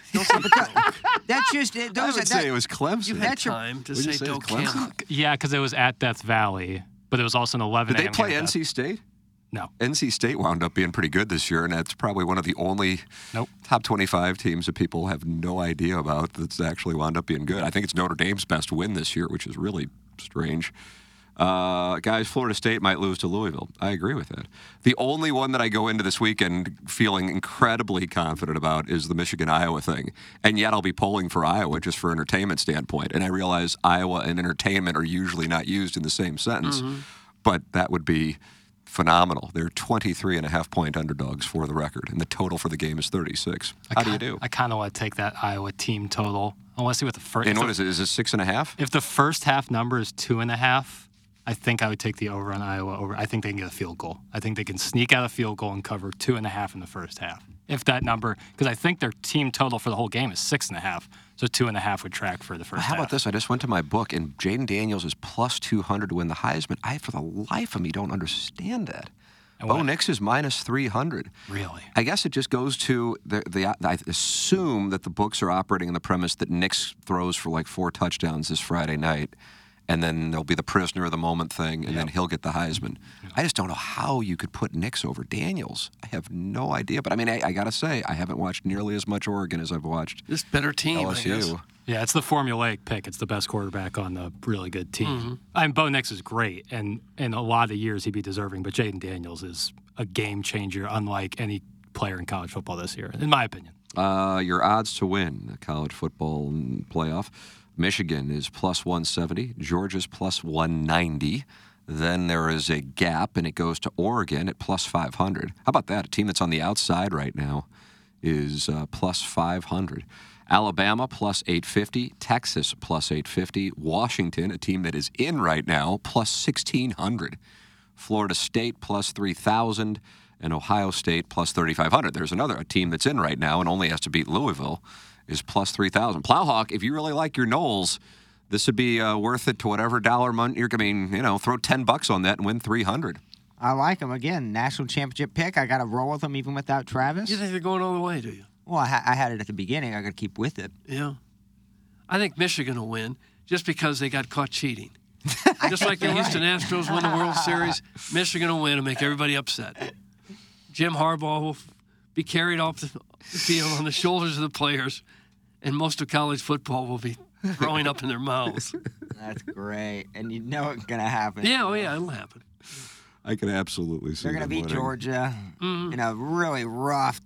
That's just it. Those
I would
that,
say it was Clemson.
You had That's your- time to
Would you
say
it was
Doak
Clemson?
Yeah, because it was at Death Valley, but it was also an 11.
Did they
a.m.
play
game at
NC State?
No.
NC State wound up being pretty good this year, and that's probably one of the only top 25 teams that people have no idea about that's actually wound up being good. I think it's Notre Dame's best win this year, which is really strange. Uh, guys, Florida State might lose to Louisville. I agree with that. The only one that I go into this weekend feeling incredibly confident about is the Michigan Iowa thing. And yet I'll be polling for Iowa just for entertainment standpoint. And I realize Iowa and entertainment are usually not used in the same sentence,
Mm-hmm.
Mhm.
but that would be phenomenal. They're 23 and a half point underdogs for the record, and the total for the game is 36.
I
How do you
kin-
do?
I kind of want to take that Iowa team total. I want to see what the first.
And what is it? Is it six and a half?
If the first half number is two and a half, I think I would take the over on Iowa over. I think they can get a field goal. I think they can sneak out a field goal and cover two and a half in the first half. If that number, because I think their team total for the whole game is six and a half, so two and a half would track for the first
How
half.
about this? I just went to my book, and Jaden Daniels is plus 200 to win the Heisman. I, for the life of me, don't understand that. Bo Nix is minus 300.
Really?
I guess it just goes to the, the. I assume that the books are operating on the premise that Nix throws for like four touchdowns this Friday night, and then there'll be the prisoner of the moment thing, and then he'll get the Heisman. I just don't know how you could put Nix over Daniels. I have no idea. But I mean, I, I got to say, I haven't watched nearly as much Oregon as I've watched
This better team. I
LSU.
guess.
Yeah, it's the formulaic pick. It's the best quarterback on the really good team.
Mm-hmm.
I mean, Bo Nix is great, and in a lot of years he'd be deserving. But Jaden Daniels is a game changer, unlike any player in college football this year, in my opinion.
Uh, your odds to win the college football playoff. Michigan is plus 170, Georgia's plus 190. Then there is a gap, and it goes to Oregon at plus 500. How about that? A team that's on the outside right now is uh, plus 500. Alabama plus 850, Texas plus 850, Washington, a team that is in right now, plus 1600. Florida State plus 3,000, and Ohio State plus 3,500. There's another a team that's in right now and only has to beat Louisville is plus 3,000. Plowhawk, if you really like your Knowles, this would be uh, worth it to whatever dollar money you're. I mean, you know, throw 10 bucks on that and win 300.
I like him again. National championship pick. I got to roll with him even without Travis. You
think they're going all the way? Do you?
Well, I, ha- I had it at the beginning. I got to keep with it.
Yeah. I think Michigan will win just because they got caught cheating. just like the
You're
Houston Astros win the World Series, Michigan will win and make everybody upset. Jim Harbaugh will f- be carried off the field on the shoulders of the players, and most of college football will be growing up in their mouths.
That's great, and you know it's gonna happen.
Yeah, oh yeah, it'll happen.
I can absolutely see
They're gonna beat Georgia
Mm-hmm.
in a really rough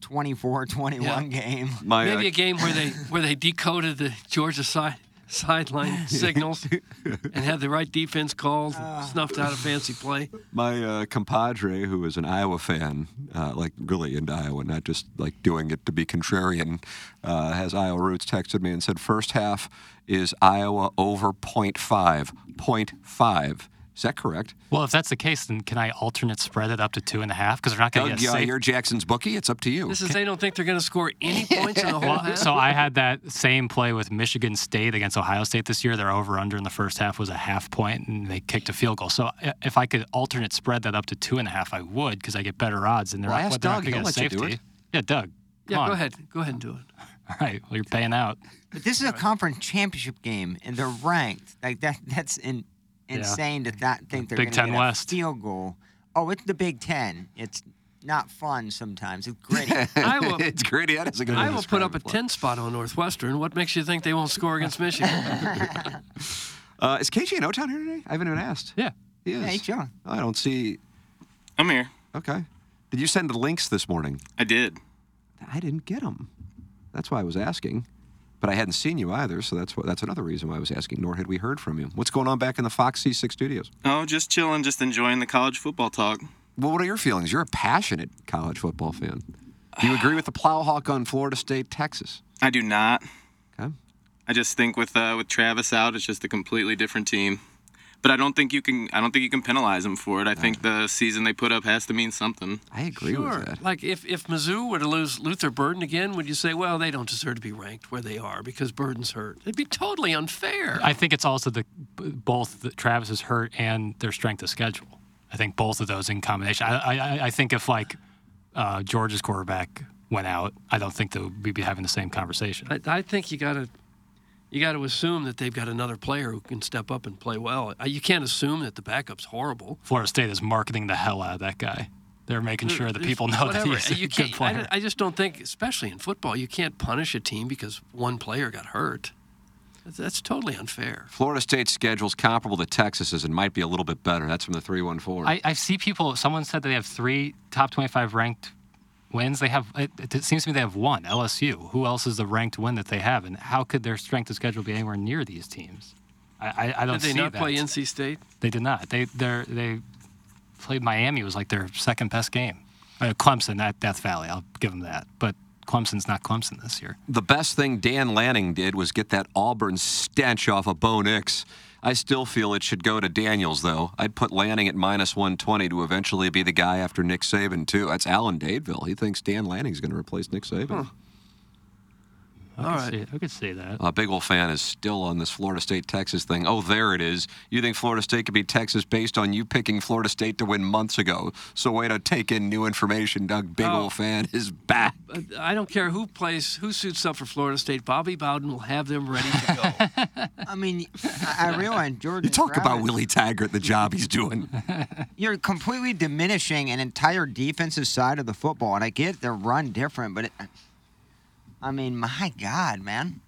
24-21 game.
My,
Maybe
uh,
a game where they where they decoded the Georgia side sideline signals and had the right defense called, and snuffed out a fancy play.
My uh, compadre, who is an Iowa fan, uh, like really into Iowa, not just like doing it to be contrarian, uh, has Iowa roots, texted me and said, first half is Iowa over 0.5. 0.5. Is that correct?
Well, if that's the case, then can I alternate spread it up to two and a half? Because they're not
Oh,
going to
Doug,
get a
yeah,
safe.
you're Jackson's bookie. It's up to you.
This is they don't think they're going to score any points in the whole half.
So I had that same play with Michigan State against Ohio State this year. Their over under in the first half was a half point, and they kicked a field goal. So i- if I could alternate spread that up to two and a half, I would because I get better odds, and they're
Well,
not,
ask
they're not
Doug.
going
He'll
to get a
let you do
safety.
it.
Yeah, Doug.
Yeah,
come on.
go ahead. Go ahead and do it.
All right, well you're paying out.
But this is a conference championship game, and they're ranked. Like that, that's in,
Yeah.
insane to not think they're
Big
gonna
Ten
get a
West.
field goal. Oh, it's the Big Ten. It's not fun sometimes. It's gritty.
Iowa,
I
Iowa put up a 10 spot on Northwestern. What makes you think they won't score against Michigan?
Uh, is KJ in O Town here today? I haven't even asked.
Yeah.
He is.
Yeah, he's
chilling.
I don't see.
I'm here.
Okay. Did you send the links this morning?
I did.
I didn't get them. That's why I was asking. But I hadn't seen you either, so that's what, that's another reason why I was asking. Nor had we heard from you. What's going on back in the Fox C6 studios?
Oh, just chilling, just enjoying the college football talk.
Well, what are your feelings? You're a passionate college football fan. Do you agree with the Plowhawk on Florida State, Texas?
I do not.
Okay.
I just think with uh, with Travis out, it's just a completely different team. But I don't think you can. I don't think you can penalize them for it. I think the season they put up has to mean something.
I agree
Sure. Like if, if Mizzou were to lose Luther Burden again, would you say, well, they don't deserve to be ranked where they are because Burden's hurt? It'd be totally unfair.
I think it's also the b- both the, Travis's hurt and their strength of schedule. I think both of those in combination. I I, I- I think if like uh, Georgia's quarterback went out, I don't think that we'd be having the same conversation.
I, I think you gotta you gotta assume that they've got another player who can step up and play well. Uh, You can't assume that the backup's horrible.
Florida State is marketing the hell out of that guy. They're making sure that people know
Whatever.
that he's a
you
good
can't- I
player.
don't- I, just don't think, especially in football, you can't punish a team because one player got hurt. That's, that's totally unfair.
Florida State's schedule's comparable to Texas's and might be a little bit better. That's from the 314.
I, I see people. Someone said that they have three top 25 ranked wins. They have. It, it seems to me they have one. LSU. Who else is the ranked win that they have? And how could their strength of schedule be anywhere near these teams? I, I, I don't
Did they
see
not
that.
play NC State?
They did not. They they they played Miami. It was like their second best game. Uh, Clemson at Death Valley. I'll give them that. But Clemson's not Clemson this year.
The best thing Dan Lanning did was get that Auburn stench off of Bo Nix. I still feel it should go to Daniels, though. I'd put Lanning at minus 120 to eventually be the guy after Nick Saban, too. That's Alan Dadeville. He thinks Dan Lanning's going to replace Nick Saban.
I All right. See, I could see that.
A big old fan is still on this Florida State Texas thing. Oh, there it is. You think Florida State could be Texas based on you picking Florida State to win months ago? So way to take in new information, Doug. Big
Oh.
old fan is back.
Uh, I don't care who plays, who suits up for Florida State. Bobby Bowden will have them ready to go.
I mean, I, I realize Jordan.
You talk about Willie Taggart, the job he's doing.
You're completely diminishing an entire defensive side of the football, and I get they're run different, but it, I mean, my God, man,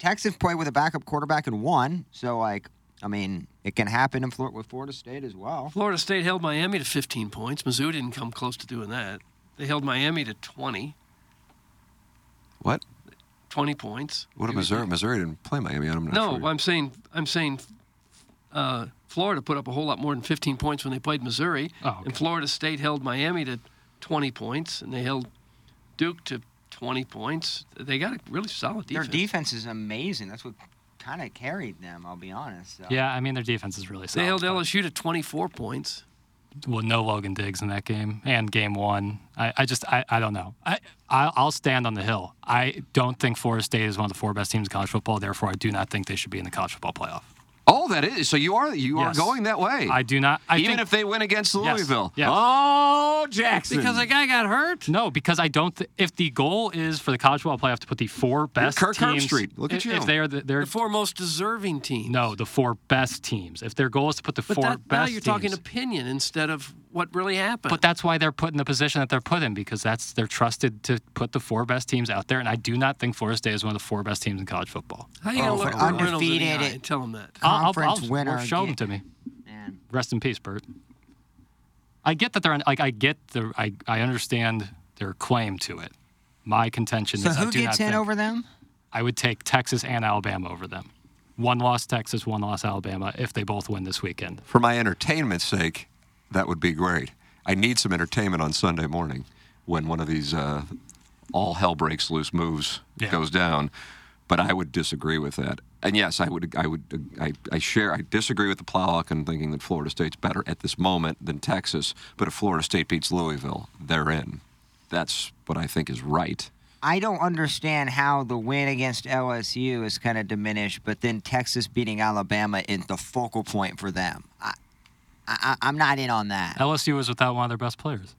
Texas played with a backup quarterback and won, so like, I mean, it can happen in Florida with Florida State as well.
Florida State held Miami to 15 points. Mizzou didn't come close to doing that. They held Miami to 20,
What?
20 points.
What a Missouri? Missouri didn't play Miami. I'm not
no,
sure.
I'm saying I'm saying uh, Florida put up a whole lot more than 15 points when they played Missouri,
Oh,
and Florida State held Miami to 20 points, and they held Duke to 20 points. They got a really solid
Their
defense.
defense is amazing. That's what kind of carried them. I'll be honest. So.
Yeah, I mean their defense is really
they
solid.
held LSU to 24 points.
well, no Logan Diggs in that game and game one. I, I just, I, I don't know. I, I, I'll stand on the hill. I don't think Florida State is one of the four best teams in college football. Therefore, I do not think they should be in the college football playoff.
Oh, that is. So you are you
Yes.
are going that way.
I do not. I
Even
think-
if they win against
Yes,
Louisville.
yes.
Oh, Jackson.
Because
the guy got hurt?
No, because I don't. Th- if the goal is for the college football playoff to put the four best
Kirk
teams,
Herbstreit. Look at
if,
you.
If they are the, they're
The four most deserving teams.
no, the four best teams. If their goal is to put the
But
four
that,
best
now you're
teams,
talking opinion instead of what really happened.
But that's why they're put in the position that they're put in because that's they're trusted to put the four best teams out there. And I do not think Florida State is one of the four best teams in college football.
How you gonna look Burt Reynolds in the eye
undefeated
and tell him that?
I'll- I'll-
conference
I'll,
winner
well, Show them
again.
to me. Rest in peace, Bert. I get that they're on, like I get the I, I understand their claim to it. My contention
So
is I
who
do
gets
not
in
think-
over them?
I would take Texas and Alabama over them. One loss Texas, one loss Alabama if they both win this weekend.
For my entertainment's sake, that would be great. I need some entertainment on Sunday morning when one of these uh, all hell breaks loose moves goes down. But I would disagree with that. And yes, I would. I would. I, I share. I disagree with the Plowhawk in thinking that Florida State's better at this moment than Texas. But if Florida State beats Louisville, they're in. That's what I think is right.
I don't understand how the win against LSU is kind of diminished, but then Texas beating Alabama is the focal point for them. I, I, I'm not in on that.
LSU was without one of their best players,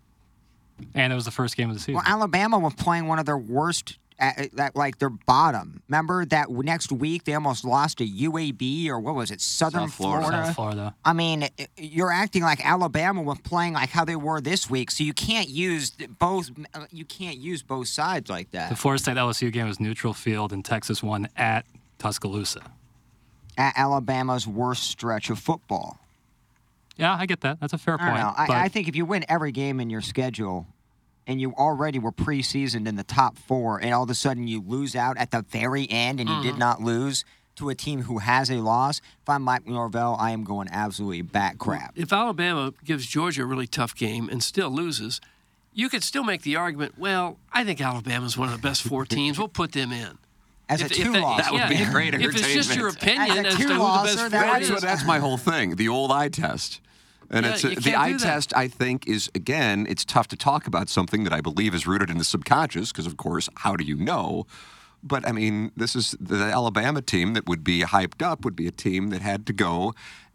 and it was the first game of the season.
Well, Alabama was playing one of their worst, uh, uh, like their bottom. Remember that w- next week they almost lost to UAB or what was it, Southern
South Florida. South Florida.
I mean, i- you're acting like Alabama was playing like how they were this week, so you can't use th- both. uh, You can't use both sides like that.
The Florida State LSU game was neutral field, and Texas won at Tuscaloosa.
At Alabama's worst stretch of football.
Yeah, I get that. That's a fair
I
point.
don't know.
but
I, I think if you win every game in your schedule and you already were preseasoned in the top four, and all of a sudden you lose out at the very end and you
Mm-hmm.
did not lose to a team who has a loss, if I'm Mike Norvell, I am going absolutely bat crap.
if Alabama gives Georgia a really tough game and still loses, you could still make the argument, well, I think Alabama's one of the best four teams. We'll put them in.
As a two-loss. That would
yeah,
be
if-
great
If it's just your
entertainment.
opinion as,
As a
to who the
two-losser,
best four
that
That's,
is,
what, that's my whole thing. The old eye test. And
Yeah,
it's
you
the
can't
eye
do that.
test. I think is again, it's tough to talk about something that I believe is rooted in the subconscious because, of course, how do you know? But I mean, this is the Alabama team that would be hyped up would be a team that had to go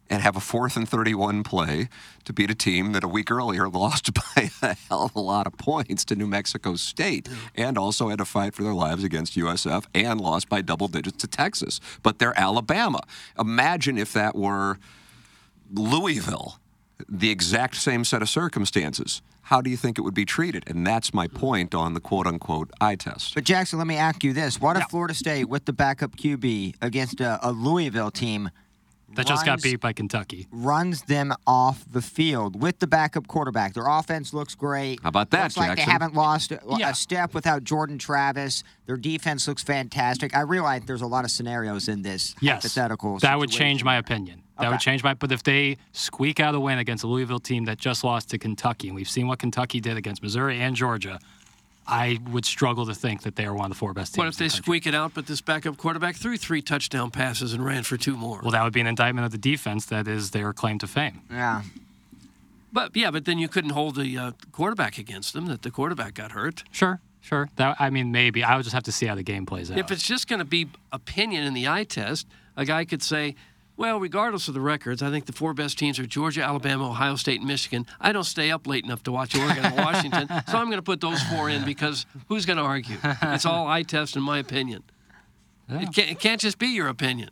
and have a fourth and thirty-one play to beat a team that a week earlier lost by a hell of a lot of points to New Mexico State,
Mm.
and also had to fight for their lives against USF and lost by double digits to Texas. But they're Alabama. Imagine if that were. Louisville the exact same set of circumstances, how do you think it would be treated? And that's my point on the quote unquote eye test.
But Jackson, let me ask you this: What if Florida State, with the backup QB against a, a Louisville team,
That just got
runs-
beat by Kentucky.
runs them off the field with the backup quarterback? Their offense looks great.
How about that,
Looks like
Jackson?
they haven't lost a, a step without Jordan Travis. Their defense looks fantastic. I realize there's a lot of scenarios in this
Yes,
hypothetical.
That would
situation.
change my opinion. That would
Okay.
change my. But if they squeak out a win against a Louisville team that just lost to Kentucky, and we've seen what Kentucky did against Missouri and Georgia, I would struggle to think that they are one of the four best teams.
What if they squeak it out, but this backup quarterback threw three touchdown passes and ran for two more?
Well, that would be an indictment of the defense that is their claim to fame.
Yeah.
But yeah, but then you couldn't hold the uh, quarterback against them that the quarterback got hurt.
Sure, sure. That I mean, maybe I would just have to see how the game plays out.
If it's just going to be opinion in the eye test, a guy could say, well, regardless of the records, I think the four best teams are Georgia, Alabama, Ohio State, and Michigan. I don't stay up late enough to watch Oregon and Washington, so I'm going to put those four in because who's going to argue? It's all eye test, in my opinion. It, can't, it can't just be your opinion.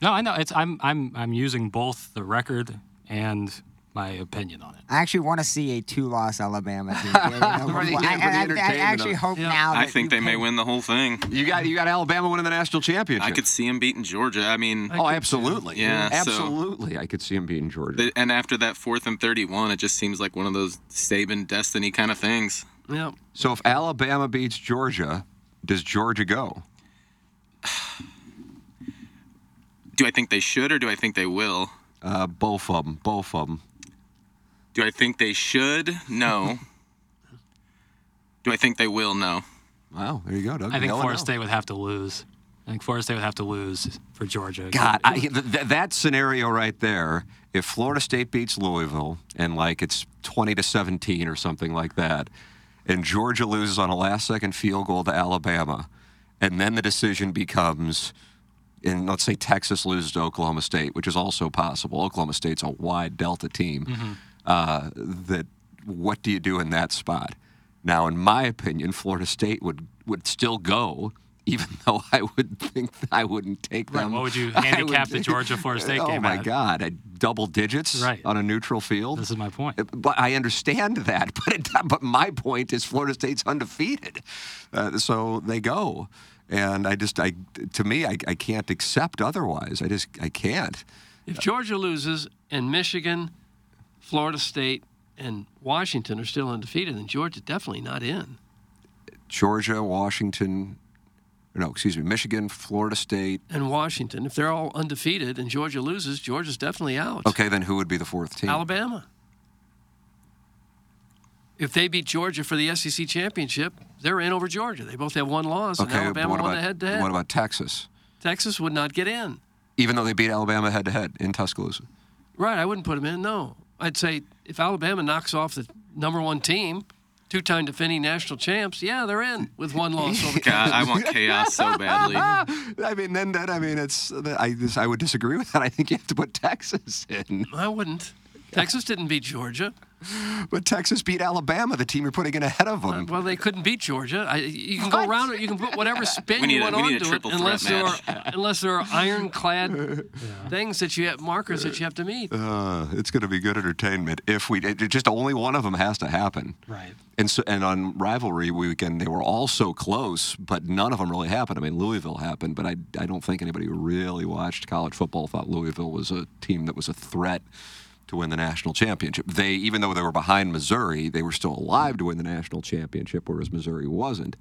no, I know. It's I'm I'm I'm using both the record and my opinion on it.
I actually want to see a two-loss Alabama team. I, I- I- I actually hope now.
I
that
think
you
they may win the whole thing.
You got you got Alabama winning the national championship.
I could see them beating Georgia. I mean,
oh, absolutely.
Yeah, so-
absolutely. I could see him beating Georgia.
The- and after that fourth and 31, it just seems like one of those Saban destiny kind of things.
Yeah.
So if Alabama beats Georgia, does Georgia go?
Do I think they should or do I think they will?
Uh, both of them. Both of them.
Do I think they should? No. do I think they will? No.
Wow, there you go, Doug.
I think
No one
Florida
knows.
State would have to lose. I think Florida State would have to lose for Georgia.
God, I, th- th- that scenario right there. If Florida State beats Louisville and like it's twenty to seventeen or something like that, and Georgia loses on a last-second field goal to Alabama, and then the decision becomes, and let's say Texas loses to Oklahoma State, which is also possible. Oklahoma State's a wide delta team.
Mm-hmm.
Uh, that what do you do in that spot? Now, in my opinion, Florida State would would still go. Even though I would think I wouldn't take
Right,
them.
what would you
I
handicap the Georgia Florida State
oh
game
my
at?
God, at double digits on a neutral field. This
is my point.
Uh, But I understand that. But it, but my point is Florida State's undefeated, uh, so they go. And I just I to me I, I can't accept otherwise. I just I can't.
If Georgia loses and Michigan, Florida State, and Washington are still undefeated, then Georgia definitely not in.
Georgia, Washington, no, excuse me, Michigan, Florida State.
And Washington, if they're all undefeated and Georgia loses, Georgia's definitely out.
Okay, then who would be the fourth team?
Alabama. If they beat Georgia for the SEC championship, they're in over Georgia. They both have one loss, and
okay, but
Alabama
what
won
about
the head-to-head.
what about Texas?
Texas would not get in.
Even though they beat Alabama head-to-head in Tuscaloosa.
Right, I wouldn't put them in. No, I'd say if Alabama knocks off the number one team, two-time defending national champs, yeah, they're in with one loss. over
God, I want chaos so badly.
Ah, I mean, then that I mean, it's I this, I would disagree with that. I think you have to put Texas in.
I wouldn't. Texas didn't beat Georgia.
But Texas beat Alabama, the team you're putting in ahead of them.
Uh, Well, they couldn't beat Georgia. I, you can go around it. You can put whatever spin
We need
you
a-
want
we need a
onto it,
triple threat
unless there, are,
match.
unless there are ironclad things that you have markers that you have to meet.
Uh, it's going to be good entertainment if we it, it just only one of them has to happen.
Right.
And so and on rivalry weekend they were all so close, but none of them really happened. I mean, Louisville happened, but I I don't think anybody who really watched college football thought Louisville was a team that was a threat to win the national championship. They even though they were behind Missouri, they were still alive to win the national championship whereas Missouri wasn't.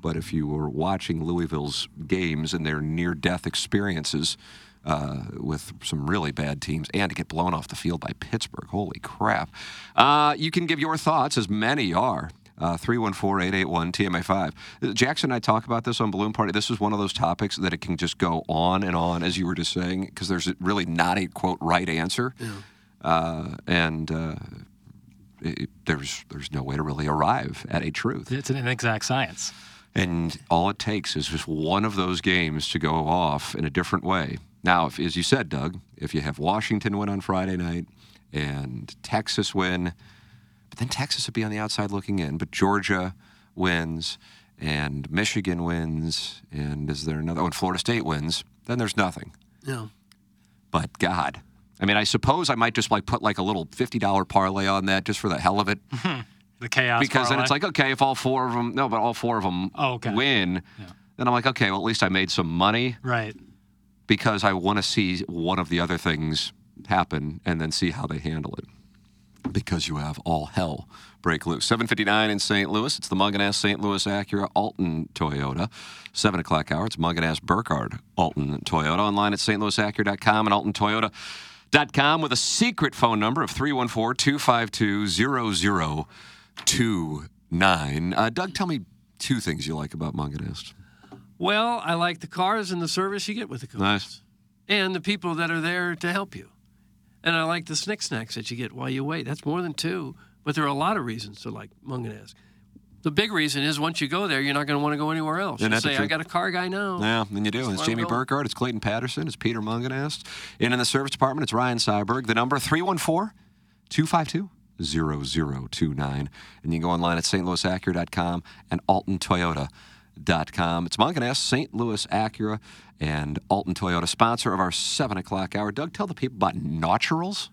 But if you were watching Louisville's games and their near death experiences uh, with some really bad teams and to get blown off the field by Pittsburgh, holy crap. Uh, you can give your thoughts, as many are. Uh, 314 881 TMA5. Jackson and I talk about this on Balloon Party. This is one of those topics that it can just go on and on, as you were just saying, because there's really not a quote right answer. Uh, and uh, it, there's, there's no way to really arrive at a truth.
It's an inexact science.
And all it takes is just one of those games to go off in a different way. Now, if, as you said, Doug, if you have Washington win on Friday night and Texas win, but then Texas would be on the outside looking in, but Georgia wins and Michigan wins, and is there another? Oh, and Florida State wins, then there's nothing.
No.
But God, I mean, I suppose I might just like put like a little fifty dollar parlay on that just for the hell of it.
the chaos.
because then
parlay.
it's like okay if all four of them no but all four of them
Oh, okay.
win then i'm like okay well at least i made some money
right.
because i want to see one of the other things happen and then see how they handle it because you have all hell break loose 759 in st louis it's the munganass st louis acura alton toyota 7 o'clock hour it's munganass burkhardt alton toyota online at stlouisacura.com and alton toyota Dot com with a secret phone number of 314 252 0029. Uh, Doug, tell me two things you like about Munganest.
Well, I like the cars and the service you get with the cars.
Nice.
and the people that are there to help you. And I like the snick snacks that you get while you wait. That's more than two, but there are a lot of reasons to like Munganask. The big reason is once you go there, you're not going to want to go anywhere else.
Isn't
You
that the
say, I
truth?
got a car guy now.
Yeah, then you do.
That's
It's
why I'm
Jamie
going.
Burkhardt, it's Clayton Patterson, it's Peter Munganest. And in the service department, it's Ryan Seiberg. The number 314 252 0029. And you can go online at stlouisacura.com and altontoyota.com. It's Munganest, St. Louis Acura, and Alton Toyota, sponsor of our 7 o'clock hour. Doug, tell the people about Naturals.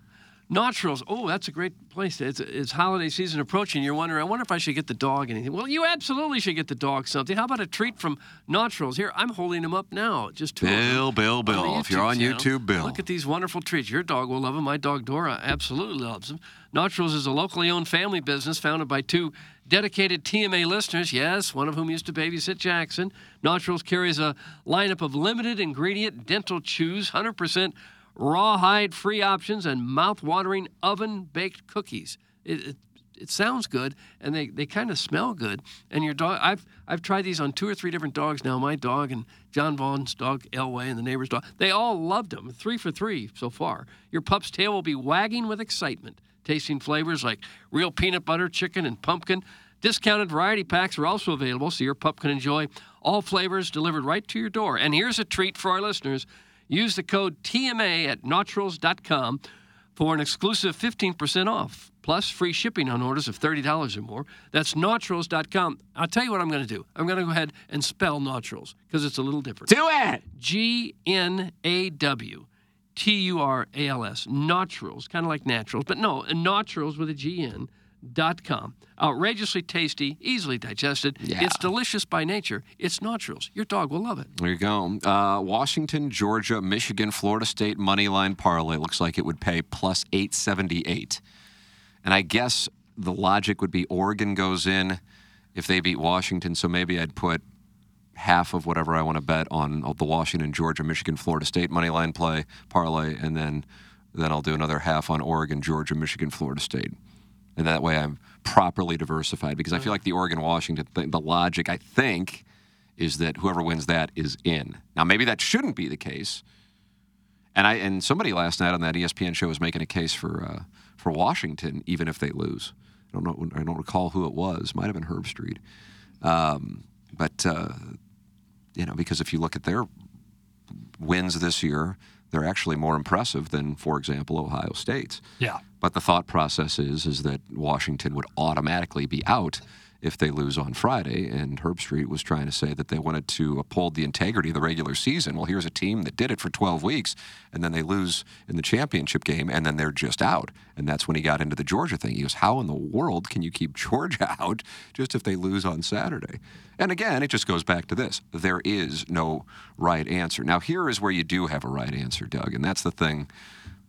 Naturals. Oh, that's a great place. It's, it's holiday season approaching. You're wondering, I wonder if I should get the dog anything. Well, you absolutely should get the dog something. How about a treat from Naturals? Here, I'm holding them up now. Just two of them.
Bill, Bill,
the
Bill. If you're on
channel.
YouTube, Bill.
Look at these wonderful treats. Your dog will love them. My dog Dora absolutely loves them. Naturals is a locally owned family business founded by two dedicated TMA listeners. Yes, one of whom used to babysit Jackson. Naturals carries a lineup of limited ingredient dental chews, 100% rawhide free options, and mouth-watering oven baked cookies. It, it, it sounds good and they, they kind of smell good. And your dog, I've I've tried these on two or three different dogs now. My dog and John Vaughn's dog Elway and the neighbor's dog, they all loved them. Three for three so far. Your pup's tail will be wagging with excitement, tasting flavors like real peanut butter, chicken, and pumpkin. Discounted variety packs are also available, so your pup can enjoy all flavors delivered right to your door. And here's a treat for our listeners. Use the code TMA at naturals.com for an exclusive 15% off, plus free shipping on orders of $30 or more. That's naturals.com. I'll tell you what I'm going to do. I'm going to go ahead and spell naturals because it's a little different.
Do it!
G N A W T U R A L S. Naturals, kind of like naturals, but no, naturals with a G N. Dot com. Outrageously tasty, easily digested.
Yeah.
It's delicious by nature. It's naturals. Your dog will love it.
There you go. Uh, Washington, Georgia, Michigan, Florida State money line parlay looks like it would pay plus 878. And I guess the logic would be Oregon goes in if they beat Washington, so maybe I'd put half of whatever I want to bet on the Washington, Georgia, Michigan, Florida State money line play parlay, and then then I'll do another half on Oregon, Georgia, Michigan, Florida State, and that way I'm properly diversified because I feel like the Oregon, Washington thing, the logic I think is that whoever wins that is in. Now maybe that shouldn't be the case, and I and somebody last night on that E ESPN show was making a case for uh, for Washington even if they lose. I don't know. I don't recall who it was. Might have been Herb Street, um, but uh, you know because if you look at their wins this year, they're actually more impressive than, for example, Ohio State's.
Yeah.
But the thought process is is that Washington would automatically be out if they lose on Friday. And Herb Street was trying to say that they wanted to uphold the integrity of the regular season. Well, here's a team that did it for 12 weeks, and then they lose in the championship game, and then they're just out. And that's when he got into the Georgia thing. He goes, "How in the world can you keep Georgia out just if they lose on Saturday?" And again, it just goes back to this: there is no right answer. Now, here is where you do have a right answer, Doug, and that's the thing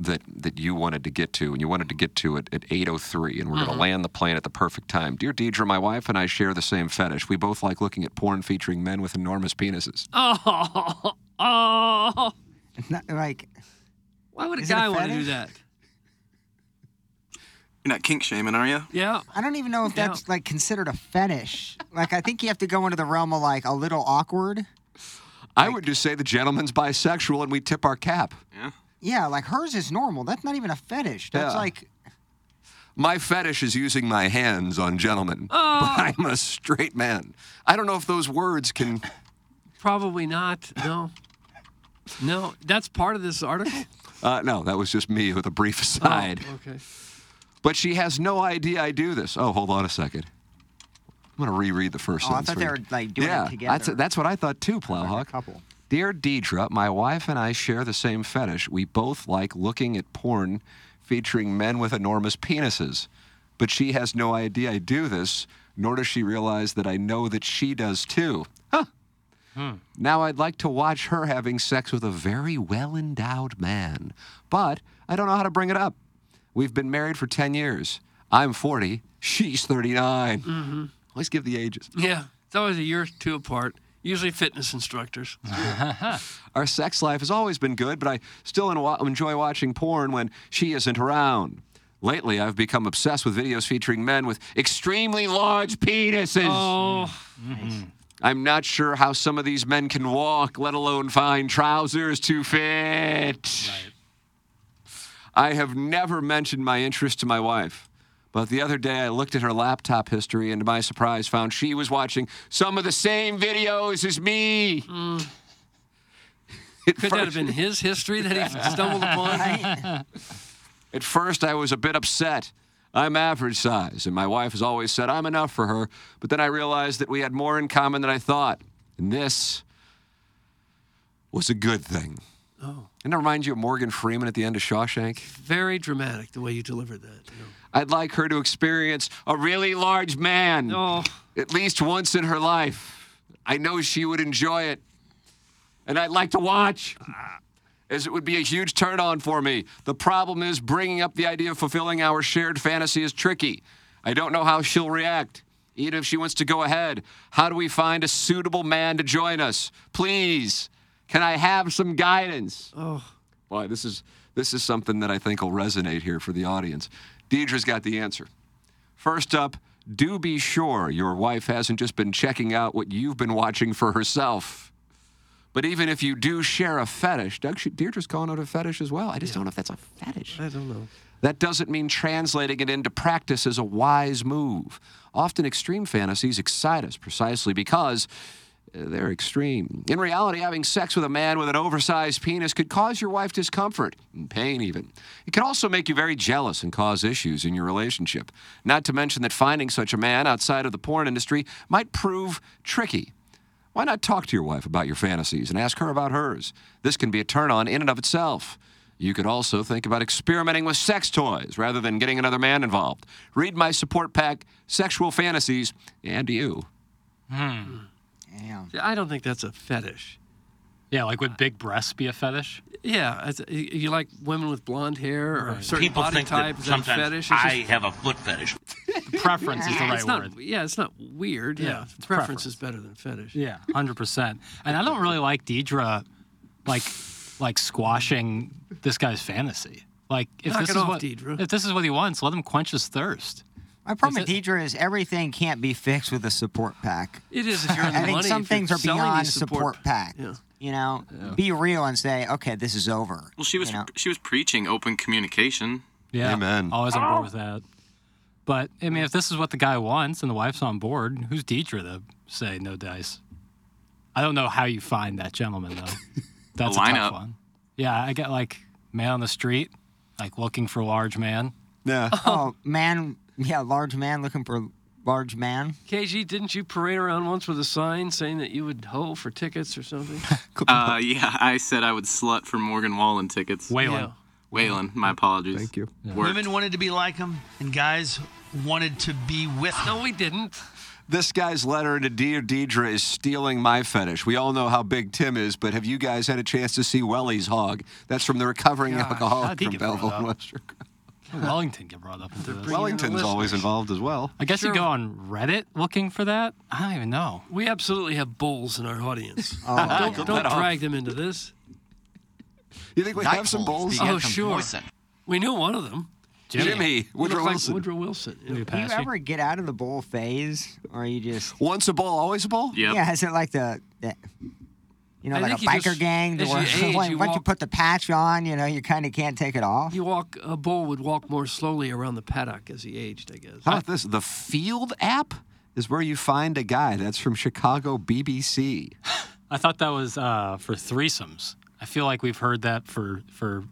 that that you wanted to get to, and you wanted to get to it at 8:03, and we're going to land the plane at the perfect time. Dear Deidre, my wife and I share the same fetish. We both like looking at porn featuring men with enormous penises.
Oh, oh.
Not, like,
why would a
Is it a
guy want to do
fetish?
that?
You're not kink shaming, are you?
Yeah.
I don't even know if that's like considered a fetish. Like, I think you have to go into the realm of like a little awkward.
I would just say the gentleman's bisexual, and we tip our cap.
Yeah, like hers is normal. That's not even a fetish. That's
Yeah.
like oh,
My fetish is using my hands on gentlemen,
Oh.
but I'm a straight man. I don't know if those words can.
Probably not. No. No, that's part of this article.
Uh, no, that was just me with a
Oh.
brief aside.
Okay.
But she has no idea I do this. Oh, hold on a second. I'm going to reread the first
Oh, I
sentence.
thought they
for you.
were, like, doing it
yeah, That's,
together.
that's what I thought too, Plowhawk.
couple.
Dear Deidre, my wife and I share the same fetish. We both like looking at porn featuring men with enormous penises. But she has no idea I do this, nor does she realize that I know that she does too. Huh.
Hmm.
Now I'd like to watch her having sex with a very well endowed man, but I don't know how to bring it up. We've been married for 10 years. I'm 40, she's 39.
Mm-hmm.
Always give the ages.
Yeah, it's always a year or two apart. Usually fitness instructors.
Our sex life has always been good, but I still en- enjoy watching porn when she isn't around. Lately, I've become obsessed with videos featuring men with extremely large penises.
Oh.
I'm not sure how some of these men can walk, let alone find trousers to fit. I have never mentioned my interest to my wife, but the other day I looked at her laptop history and to my surprise found she was watching some of the same videos as me. At
Hmm. Could that have been his history that he stumbled upon?
At first, I was a bit upset. I'm average size, and my wife has always said I'm enough for her, but then I realized that we had more in common than I thought. And this was a good thing.
Oh.
And that reminds you of Morgan Freeman at the end of Shawshank?
Very dramatic the way you delivered that.
I'd like her to experience a really large man at least once in her life. I know she would enjoy it. And I'd like to watch, as it would be a huge turn on for me. The problem is bringing up the idea of fulfilling our shared fantasy is tricky. I don't know how she'll react. Even if she wants to go ahead, how do we find a suitable man to join us? Please, can I have some guidance?
Oh.
Why, this is this is something that I think will resonate here for the audience. Deidre's got the answer. First up, do be sure your wife hasn't just been checking out what you've been watching for herself. But even if you do share a fetish, Doug, she- Deirdre's calling out a fetish as well. I just don't know if that's a fetish.
I don't know.
That doesn't mean translating it into practice is a wise move. Often extreme fantasies excite us precisely because uh, they're extreme. In reality, having sex with a man with an oversized penis could cause your wife discomfort and pain, even. It could also make you very jealous and cause issues in your relationship. Not to mention that finding such a man outside of the porn industry might prove tricky. Why not talk to your wife about your fantasies and ask her about hers? This can be a turn on in and of itself. You could also think about experimenting with sex toys rather than getting another man involved. Read my support pack, Sexual Fantasies, and you.
Hmm.
See, I don't think that's a fetish.
Yeah, like would big breasts be a fetish?
Yeah, it's- you you like women with blonde hair or a certain
People
body
think that
type. is that a
sometimes
fetish?
I
have
a foot fetish.
Preference is the right
it's not,
word.
Yeah, it's not weird. Yeah,
Yeah,
preference,
it's
is better than fetish.
Yeah, hundred percent. And I don't really like Deidre, like, like squashing this guy's fantasy. Like, if
Knock
this
it
is
off,
what
Deidre.
if this is what he wants, let him quench his thirst.
My problem with Deidre is everything can't be fixed with a support pack.
It is if you're in the
I think
money,
some
if
things
you're
are
selling
beyond
these
support,
support-
pack. You know, be real and say, okay, this is over.
Well, she was she was preaching open communication.
Yeah,
Amen.
Always on board with that. But I mean, if this is what the guy wants and the wife's on board, who's Deidre to say no dice? I don't know how you find that gentleman though. That's a,
lineup.
tough one. Yeah, I get like man on the street, like looking for large man.
Yeah.
Oh, man. Yeah, large man looking for large man.
KG, didn't you parade around once with a sign saying that you would hoe for tickets or something?
Uh, yeah, I said I would slut for Morgan Wallen tickets.
Waylon.
Waylon, my apologies. Thank you.
Women wanted to be like him, and guys wanted to be with him.
No, we didn't.
This guy's letter to Dear Deidre is stealing my fetish. We all know how big Tim is, but have you guys had a chance to see Welly's hog? That's from the recovering alcoholic
how'd he
from
get brought
Belleville
up?
and Webster.
Wellington get brought up into this.
Wellington's always involved as well.
I guess you go on Reddit looking for that. I don't even know.
We absolutely have bulls in our audience.
Oh,
Ah,
don't
yeah.
don't
Let off.
drag them into this.
You think we have some bulls?
Oh, sure. We knew one of them.
Jimmy. Jimmy,
He looked
Woodrow
like
Wilson.
Woodrow Wilson. yeah.
Do you ever get out of the bowl phase, or are you just
once a bowl, always a bowl?
Yeah, is it like the, the you know,
I
like
think
a
you
biker
just-
gang? to
as
where-
you age,
once
you
you,
walk-
put the patch on, you know, you kind of can't take it off.
You walk a bull would walk more slowly around the paddock as he aged, I guess.
How about this? The Field app is where you find a guy. That's from Chicago BBC.
I thought that was uh, for threesomes. I feel like we've heard that for for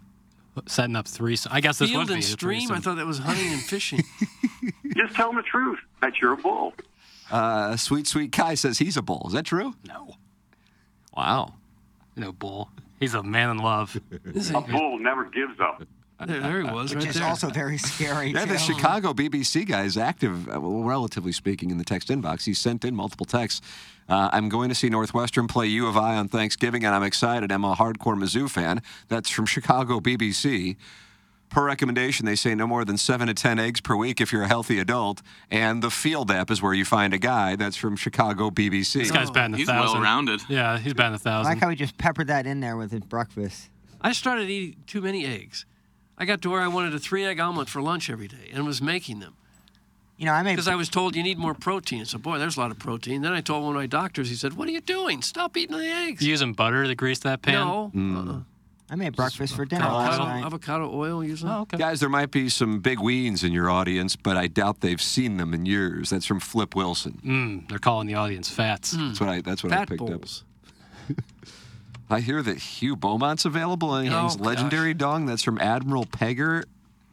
setting up threesomes. I guess this
Field
would be
and
a
stream. I
threesome.
thought that was hunting and fishing.
Just tell them the truth. That's your bull.
Uh, sweet, sweet Kai says he's a bull. Is that true? No. Wow.
You know, bull. He's a man in love.
A bull never gives up.
There- there he was, Which right is there. also
very scary.
Yeah, the
too.
Chicago BBC guy is active, uh, well, relatively speaking, in the text inbox. He sent in multiple texts. Uh, I'm going to see Northwestern play U of I on Thanksgiving, and I'm excited. I'm a hardcore Mizzou fan. That's from Chicago BBC. Per recommendation, they say no more than seven to 10 eggs per week if you're a healthy adult. And the field app is where you find a guy. That's from Chicago BBC.
This guy's batting a thousand. Yeah, he's batting a
I like
thousand.
how he just peppered that in there with his breakfast.
I started eating too many eggs. I got to where I wanted a three egg omelet for lunch every day and was making them.
You know, I made
Because I was told you need more protein. So, boy, there's a lot of protein. Then I told one of my doctors, he said, What are you doing? Stop eating the eggs.
You using butter to grease that pan?
No.
I made breakfast for dinner last
Avocado,
night.
avocado oil usually. Oh, okay.
Guys, there might be some big weens in your audience, but I doubt they've seen them in years. That's from Flip Wilson.
Mm, they're calling the audience fats.
That's what I. That's what I
Fat
picked up. I hear that Hugh Beaumont's available and he
Oh,
hangs
gosh.
legendary dong. That's from Admiral Pegger,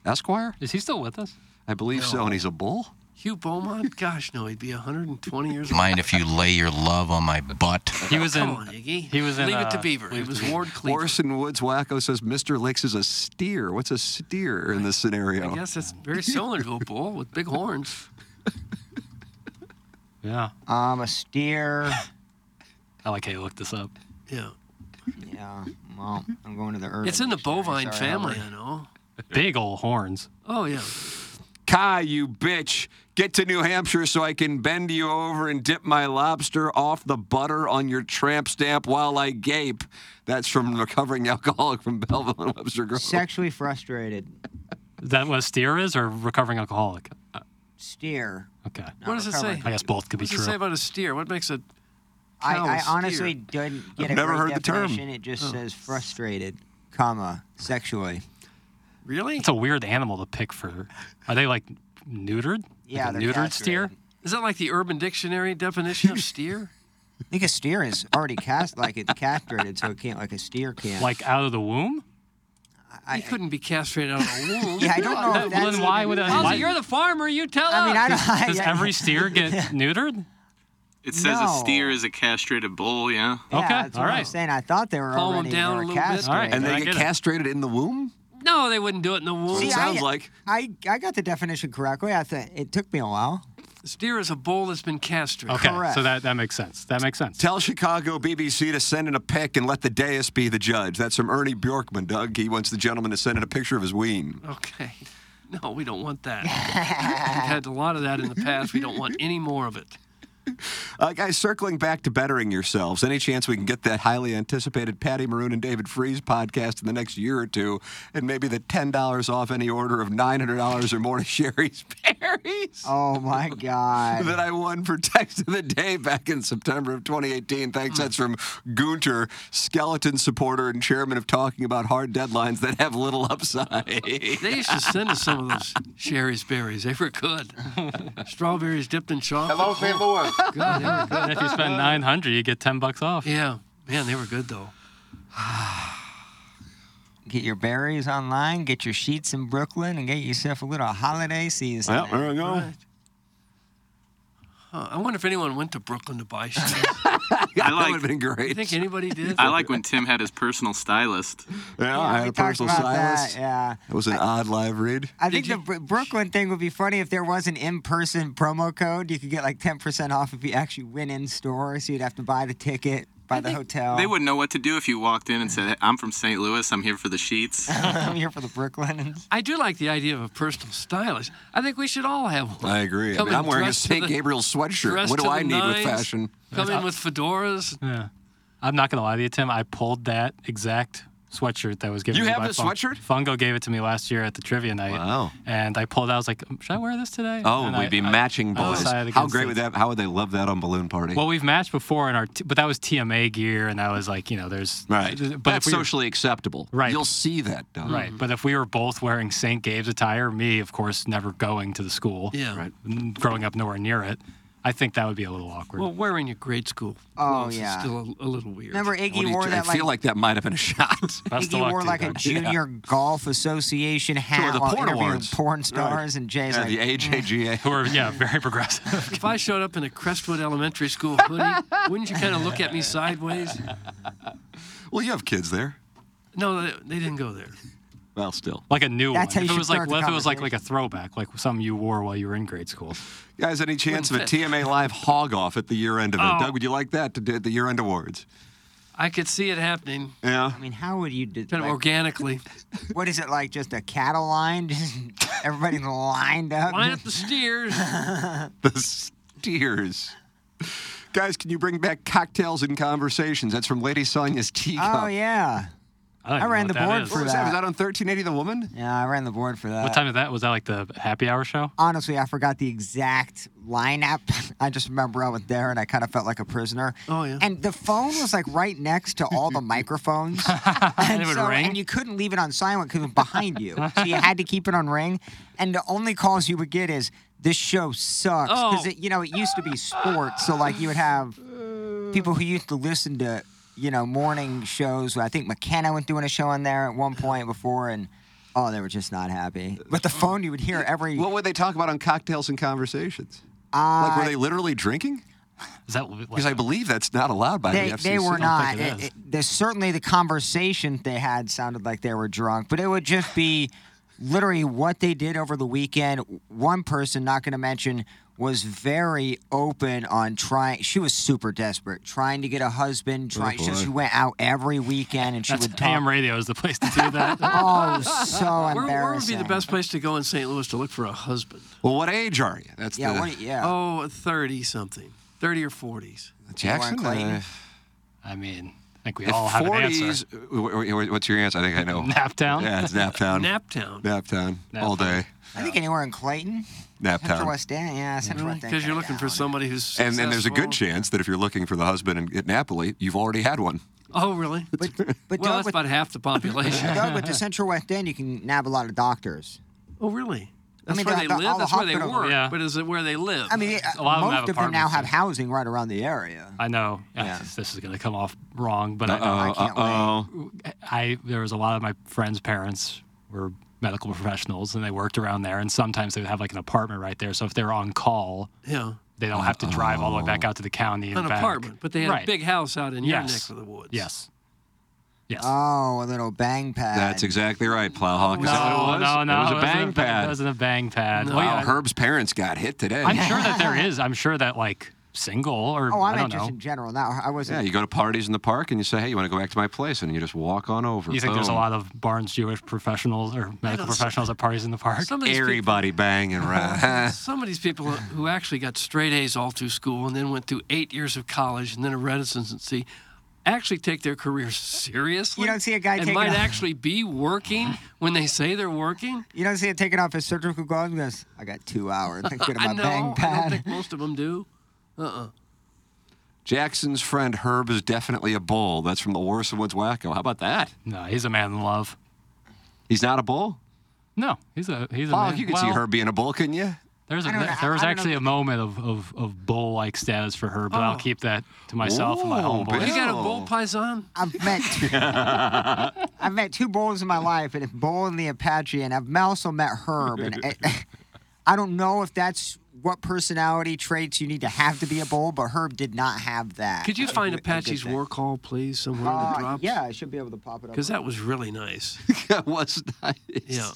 Esquire.
Is he still with us?
I believe so, and he's a bull.
Hugh Beaumont? Gosh, no, he'd be 120 years old.
Mind if you lay your love on my butt?
He was
Come on, Iggy. Leave it to Beaver. It was Ward Cleaver.
Orson Woods Wacko says Mr. Licks is a steer. What's a steer in this scenario?
I guess that's very similar to a bull with big horns.
Yeah.
I'm a steer.
I like how you looked this up.
Yeah.
Yeah. Well, I'm going to the urban.
It's in the bovine
sorry,
family,
Albert.
I know.
Big old horns.
Oh, yeah.
Kai, you bitch, get to New Hampshire so I can bend you over and dip my lobster off the butter on your tramp stamp while I gape. That's from recovering alcoholic from Belleville and Webster Grove.
Sexually frustrated
Is that what a steer is or recovering alcoholic?
steer.
Okay.
What does it say?
I guess both could
What
be
does it
true.
say about a steer? What makes a
I,
cow a
I
steer?
honestly didn't get
I've
a
never
great
heard the term.
definition. It just
Oh.
says frustrated, comma, sexually.
Really?
It's a weird animal to pick for. Are they like neutered?
Yeah,
like a
they're
neutered steer.
Is that like the Urban Dictionary definition of steer?
I think a steer is already cast like it's castrated, so it can't like a steer can.
Like out of the womb?
I,
he couldn't be castrated out of a womb.
Yeah, I don't
Oh,
know if
Well, that's then why even would I- legal. why-
Ozzy, you're the farmer. You tell
I mean, I
us.
don't- I-
Does
yeah.
every steer get neutered?
It says a
No.
steer is a castrated bull, yeah.
Yeah, that's what I'm saying. I thought they were
Calm 'em
already
down a
they were
little bit.
castrated.
All right, and
I
they
get
get
it.
castrated in the womb?
No, they wouldn't do it in the womb.
See,
sounds
I,
like.
I I got the definition correctly. I thought it took me a while.
A steer is a bull that's been castrated.
Okay, so that, that makes sense. That makes sense.
Tell Chicago BBC to send in a pic and let the dais be the judge. That's from Ernie Bjorkman, Doug. He wants the gentleman to send in a picture of his ween.
Okay. No, we don't want that. We've had a lot of that in the past. We don't want any more of it.
Uh, guys, circling back to bettering yourselves, any chance we can get that highly anticipated Patty Maroon and David Freeze podcast in the next year or two, and maybe the ten dollars off any order of nine hundred dollars or more to Sherry's berries
Oh my god.
that I won for text of the day back in September of 2018. Thanks. That's from Gunter, skeleton supporter and chairman of talking about hard deadlines that have little upside.
They used to send us some of those Sherry's berries. They were good. Strawberries dipped in chocolate.
Hello, St. Louis.
God, they were
And
good.
if you spend 900, you get 10 bucks off.
Yeah. Man, they were good, though.
Get your berries online, get your sheets in Brooklyn, and get yourself a little holiday season.
Well, there we go.
Huh, I wonder if anyone went to Brooklyn to buy Sherry's.
I
that would
like
have been
Do you
great.
think anybody did?
I like when Tim had his personal stylist.
Yeah, I had a
talked
personal
about
stylist.
that, yeah.
That was an odd live read.
I think the Br- Brooklyn thing would be funny if there was an in-person promo code. You could get like 10% off if you actually went in store, so you'd have to buy the ticket, buy the hotel.
They wouldn't know what to do if you walked in and said, "Hey, I'm from St. Louis. I'm here for the sheets.
I'm here for the Brooklynans.
I do like the idea of a personal stylist. I think we should all have one.
I agree. I
Come
mean,
in
I'm wearing a
dressed to
St.
the-
Gabriel sweatshirt.
dressed
What do
to
I
the
need with
nines,
fashion?
Come in with fedoras.
Yeah. I'm not going to lie to you, Tim. I pulled that exact sweatshirt that was given
You
to me
have
by
this
Fun-
sweatshirt?
Fungo gave it to me last year at the trivia night.
Wow.
And I pulled it. I was like, should I wear this today?
Oh,
And
we'd
I-
be
I-
matching
I
boys.
decided
How
against
great
it.
would that? How would they love that on Balloon Party?
Well, we've matched before in our, t- but that was TMA gear, and that was like, you know, there's
right.
But
That's
if we were-
socially acceptable.
Right.
You'll see that. Doug.
Right, but if we were both wearing St. Gabe's attire, me, of course, never going to the school,
Yeah.
n- growing up nowhere near it, I think that would be a little awkward.
Well, wearing your grade school
Oh,
clothes
yeah.
is still a, a little weird.
Remember Iggy What do you wore do? I that, like- feel
like that might have been a shot.
Iggy wore like a junior golf association hat
the
while
porn
interviewing
awards.
porn stars, and Jay's like,
AJGA.
Who are, yeah, very progressive.
If I showed up in a Crestwood Elementary School hoodie, wouldn't you kind of look at me sideways?
Well, you have kids there.
No, they, they didn't go there.
Well, still.
Like a new
That's how
one.
you
if
should
it was like
start the
if it was like like a throwback, like something you wore while you were in grade school.
Guys, any chance of a
Wouldn't
TMA Live hog off at the year end event?
Oh.
Doug, would you like that to do at the year end awards?
I could see it happening.
Yeah.
I mean, how would you do
Kind of organically.
What is it like? Just a cattle line? Just everybody lined up.
Line up the steers.
The steers. Guys, can you bring back cocktails and conversations? That's from Lady Sonia's teacup.
Oh yeah. I, ran the board for
What was
that.
Was that on 1380 The Woman?
Yeah, I ran the board for that.
what time did that? Was that like the happy hour show?
Honestly, I forgot the exact lineup. I just remember I was there and I kind of felt like a prisoner. Oh yeah. And the phone was like right next to all the microphones. and,
it would
so,
ring?
and you couldn't leave it on silent because it was behind you. so you had to keep it on ring. And the only calls you would get is this show sucks because
Oh.
it you know it used to be sports. So like you would have people who used to listen to you know morning shows. I think McKenna was doing a show on there at one point before and. Oh, they were just not happy. With the phone, you would hear every.
What would they talk about on Cocktails and Conversations?
Uh,
like, were they literally drinking?
Is that
Because I believe that's not allowed by
they,
the FCC.
they were not. It- it- there's certainly the conversation they had sounded like they were drunk, but it would just be literally what they did over the weekend. One person, not going to mention, was very open on trying. She was super desperate, trying to get a husband. Trying, so
Oh, boy.
she went out every weekend and she
That's
would talk.
AM radio is the place to do that.
Oh, so
Where, where would be the
embarrassing.
best place to go in St. Louis to look for a husband?
Well, what age are you? That's the
Uh.
Oh, 30 something. 30 or 40s.
Jackson. uh,
I mean, I think we
if
all have an answer.
40s w- w- what's your answer? I think I know.
Naptown?
Yeah, it's Naptown.
Naptown.
Naptown. All day.
I think anywhere in Clayton, Central
Naptown.
West End, yeah, Central West End.
Because you're looking for somebody who's.
And then there's a good
successful.
chance that if you're looking for the husband in, at Napoli, you've already had one.
Oh, really? But,
but
well,
Doug,
that's
with-
about half the population.
Doug, with the Central West End, you can nab a lot of doctors.
Oh, really?
I
That's
mean,
where
the-
they
the- all
live.
the
That's where they
hospital-
work.
Yeah.
But is it where they live?
I mean, uh,
A lot of them
most
have
of them now
apartments,
have housing right around the area.
I know yeah. this is going to come off wrong, but I, know,
Uh, uh-oh.
I there was a lot of my friends' parents were medical professionals, and they worked around there. And sometimes they would have like an apartment right there. So if they were on call,
Yeah.
they don't have to drive all the way back out to the county and
An
back.
apartment. But they had a
Right.
big house out in
Yes.
your neck of the woods.
Yes. Yes.
Uh,
Oh, a little bang pad.
That's exactly right, Plowhawk. Is
no,
that what it was?
no, no,
It was a
wasn't
bang
It
pad.
wasn't a bang pad.
Wow,
Well, yeah,
Herb's parents got hit today.
I'm sure that there is. I'm sure that like single or
Oh,
I
I'm
don't
interested
know.
in general. Now I was.
Yeah, you go to parties in the park and you say, hey, you want to go back to my place? And you just walk on over.
You think there's a
Boom.
lot of Barnes Jewish professionals or medical professionals at parties in the park?
Some of these people-
Everybody banging around.
Some of these people who actually got straight A's all through school and then went through eight years of college and then a residency actually take their careers seriously.
You don't see a guy
and
taking
might
a-
actually be working when they say they're working.
You don't see it taking off his surgical gloves and goes, I got two hours. I get my
I know.
bang
I don't
pad.
think most of them do. Uh-uh.
Jackson's friend Herb is definitely a bull. That's from the Warsaw Woods Wacko. How about that?
No, he's a man in love.
He's not a bull?
No, he's a he's a.
Oh,
man.
you could see
well,
Herb being a bull, couldn't you?
There's a,
I don't know.
there was
I don't
actually
know.
a moment of of, of bull like status for her, but
Oh.
I'll keep that to myself and my
Whoa,
homeboys.
You got a
Bill.
bull paisan?
I've met I've met two bulls in my life, and it's Bull and the Apache, and I've also met Herb. And I, I don't know if that's what personality traits you need to have to be a bull, but Herb did not have that.
Could you find
A good- a good
Apache's
thing.
war call, please, somewhere in the
Uh,
drops?
yeah, I should be able to pop it up.
Because that was really nice.
that was nice.
Yeah.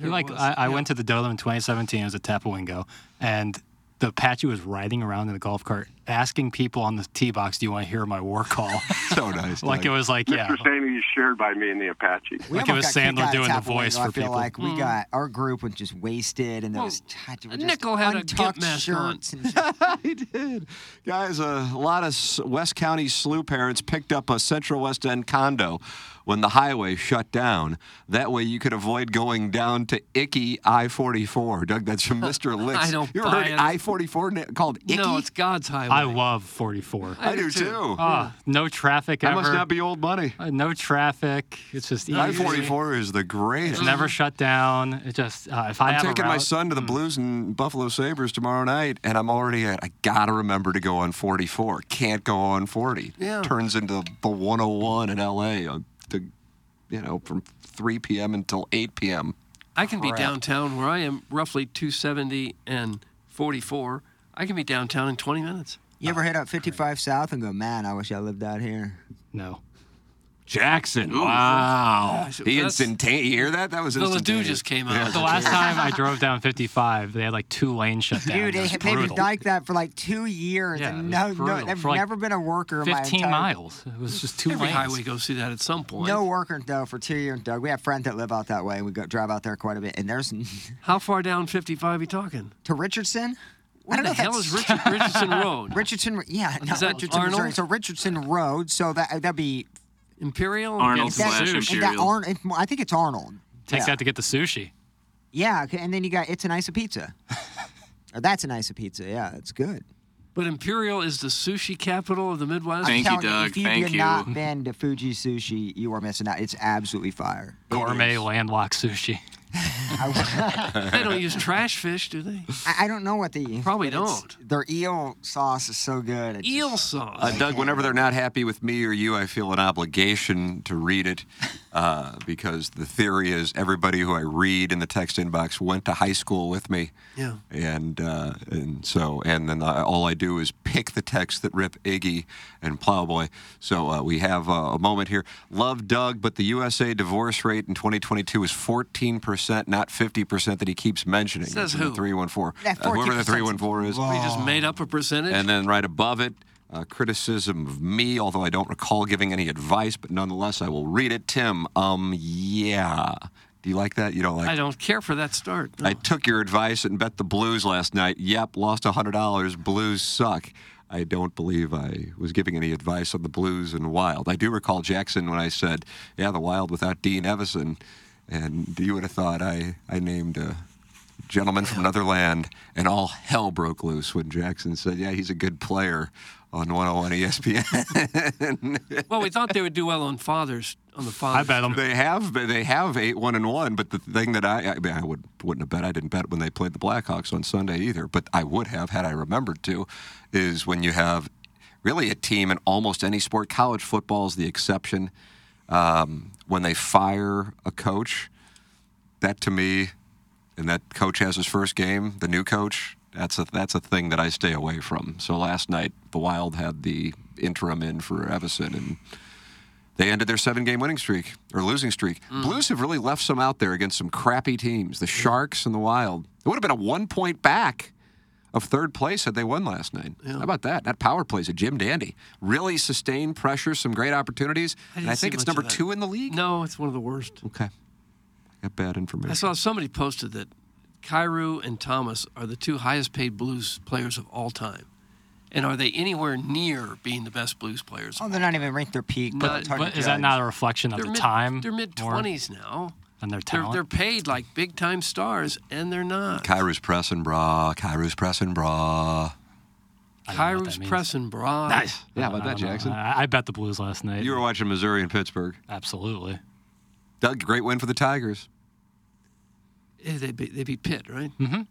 You like I, I went to the Dodom in 2017. It was at Tapawingo, and the Apache was riding around in the golf cart, asking people on the tee box, "Do you want to hear my war call?"
So nice.
like it was like yeah,
Mr. Sandy is shared by me and the Apache.
We
Like it
almost
was
got kicked
Sandler
out of
doing the
Tapawinga.
voice
I
for
feel
people.
like we
Mm.
got our group was just wasted, and there
Well,
was God, there were just
Nickel had a gimp
untucked
mask on.
shirts and
he did. Guys, a lot of S- West County SLU parents picked up a Central West End condo when the highway shut down. That way you could avoid going down to icky I 44. Doug, that's from Mr. Licks.
I don't
you ever
buy
heard
it.
I 44 na- called Icky?
No, it's God's highway.
I love 44.
I do too.
Ah, no traffic
I
ever.
must not be old money.
Uh, no traffic. It's just easy.
I 44 is the greatest.
It's never shut down. It just uh, if I
I'm Hmm.
have a
taking my
route-
son to the Blues and Buffalo Sabres tomorrow night, and I'm already at, I gotta remember to go on 44. Can't go on 40.
Yeah.
Turns into the 101 in LA, on the, you know, from 3 p.m. until 8 p.m.
I can be
Crap.
downtown where I am, roughly 270 and 44. I can be downtown in 20 minutes.
You ever hit up 55 South and go, man, I wish I lived out here?
No.
Jackson.
Ooh.
wow.
Gosh,
he
that's-
instantaneous. You hear that? That was
The Ledoux
instantaneous.
just came
Yeah.
The last time I drove down 55, they had like two lanes shut down.
Dude,
It was
it, they've
brutal.
been like that for like two years,
Yeah,
and
it
no,
was
no,
brutal.
there's
For, like,
never been a worker in my
15
entire-
miles. It was just two
Every
lanes.
highway goes through that at some point.
No worker though for two years, Doug. We have friends that live out that way. We go drive out there quite a bit, and there's
how far down 55 are you talking?
to Richardson.
Where the hell is Richard, Richardson Road?
Richardson, yeah, no,
Is that
Richardson,
Arnold?
Missouri. So Richardson Road, so that that'd be
Imperial.
Arnold slash
That
Imperial.
Arn, I think it's Arnold.
Takes
yeah.
that to get the sushi.
Yeah, c- and then you got it's an ice of pizza. or that's an ice of pizza. Yeah, it's good.
But Imperial is the sushi capital of the Midwest.
I'm telling If you have not been to Fuji Sushi, you are missing out. It's absolutely fire.
Gourmet landlocked sushi.
they don't use trash fish, do they?
I, I don't know what they eat.
Probably
but it's- Their eel sauce is so good. It's
Eel sauce.
Uh, Doug, whenever they're not happy with me or you, I feel an obligation to read it uh, because the theory is everybody who I read in the text inbox went to high school with me.
Yeah.
And uh, and so and then I, all I do is pick the texts that rip Iggy and Plowboy. So uh, we have uh, a moment here. Love Doug, but the USA divorce rate in 2022 is 14 percent, not 50 percent that he keeps mentioning.
Says
It's in the
who?
314.
That
Uh, whoever the
14% 's
314 is.
We just made up a percentage.
And then right above it, uh, criticism of me, although I don't recall giving any advice, but nonetheless, I will read it. Tim, um, yeah. Do you like that? You don't like
I don't care for that start.
I took your advice and bet the Blues last night. Yep, lost $100. Blues suck. I don't believe I was giving any advice on the Blues and Wild. I do recall Jackson when I said, yeah, the Wild without Dean Evison. And you would have thought I, I named a gentleman from another land, and all hell broke loose when Jackson said, yeah, he's a good player on 101 ESPN.
Well, we thought they would do well on Father's on the Father's.
They have they have eight one and one, but the thing that I I, mean, I would wouldn't have bet I didn't bet when they played the Blackhawks on Sunday either, but I would have had I remembered to, is when you have really a team in almost any sport. College football is the exception. Um, when they fire a coach, that to me, and that coach has his first game, the new coach. That's a that's a thing that I stay away from. So last night, the Wild had the interim in for Evison and they ended their seven game winning streak or losing streak.
Mm.
Blues have really left some out there against some crappy teams, the Sharks and the Wild. It would have been a one point back of third place had they won last night. How about that? That power play's a Jim Dandy. Really sustained pressure, some great opportunities. and I think it's number two in the league.
No, it's one of the worst.
Okay. I got bad information.
I saw somebody posted that Cairo and Thomas are the two highest paid blues players of all time. And are they anywhere near being the best blues players?
Oh, they're not even ranked their peak.
No,
But, it's hard to
But is that
judge.
not a reflection of
They're
the
mid-
time?
They're mid 20s now.
And their
They're,
talent.
they're paid like big time stars, and they're not.
Kairos press and bra. Kairos press and bra.
Cairo's pressing bra.
Yeah, about that,
don't know.
Jackson.
I, I bet the Blues last night.
You were watching Missouri and Pittsburgh.
Absolutely.
Doug, great win for the Tigers.
Yeah, they beat, they beat Pitt, right?
Mm-hmm.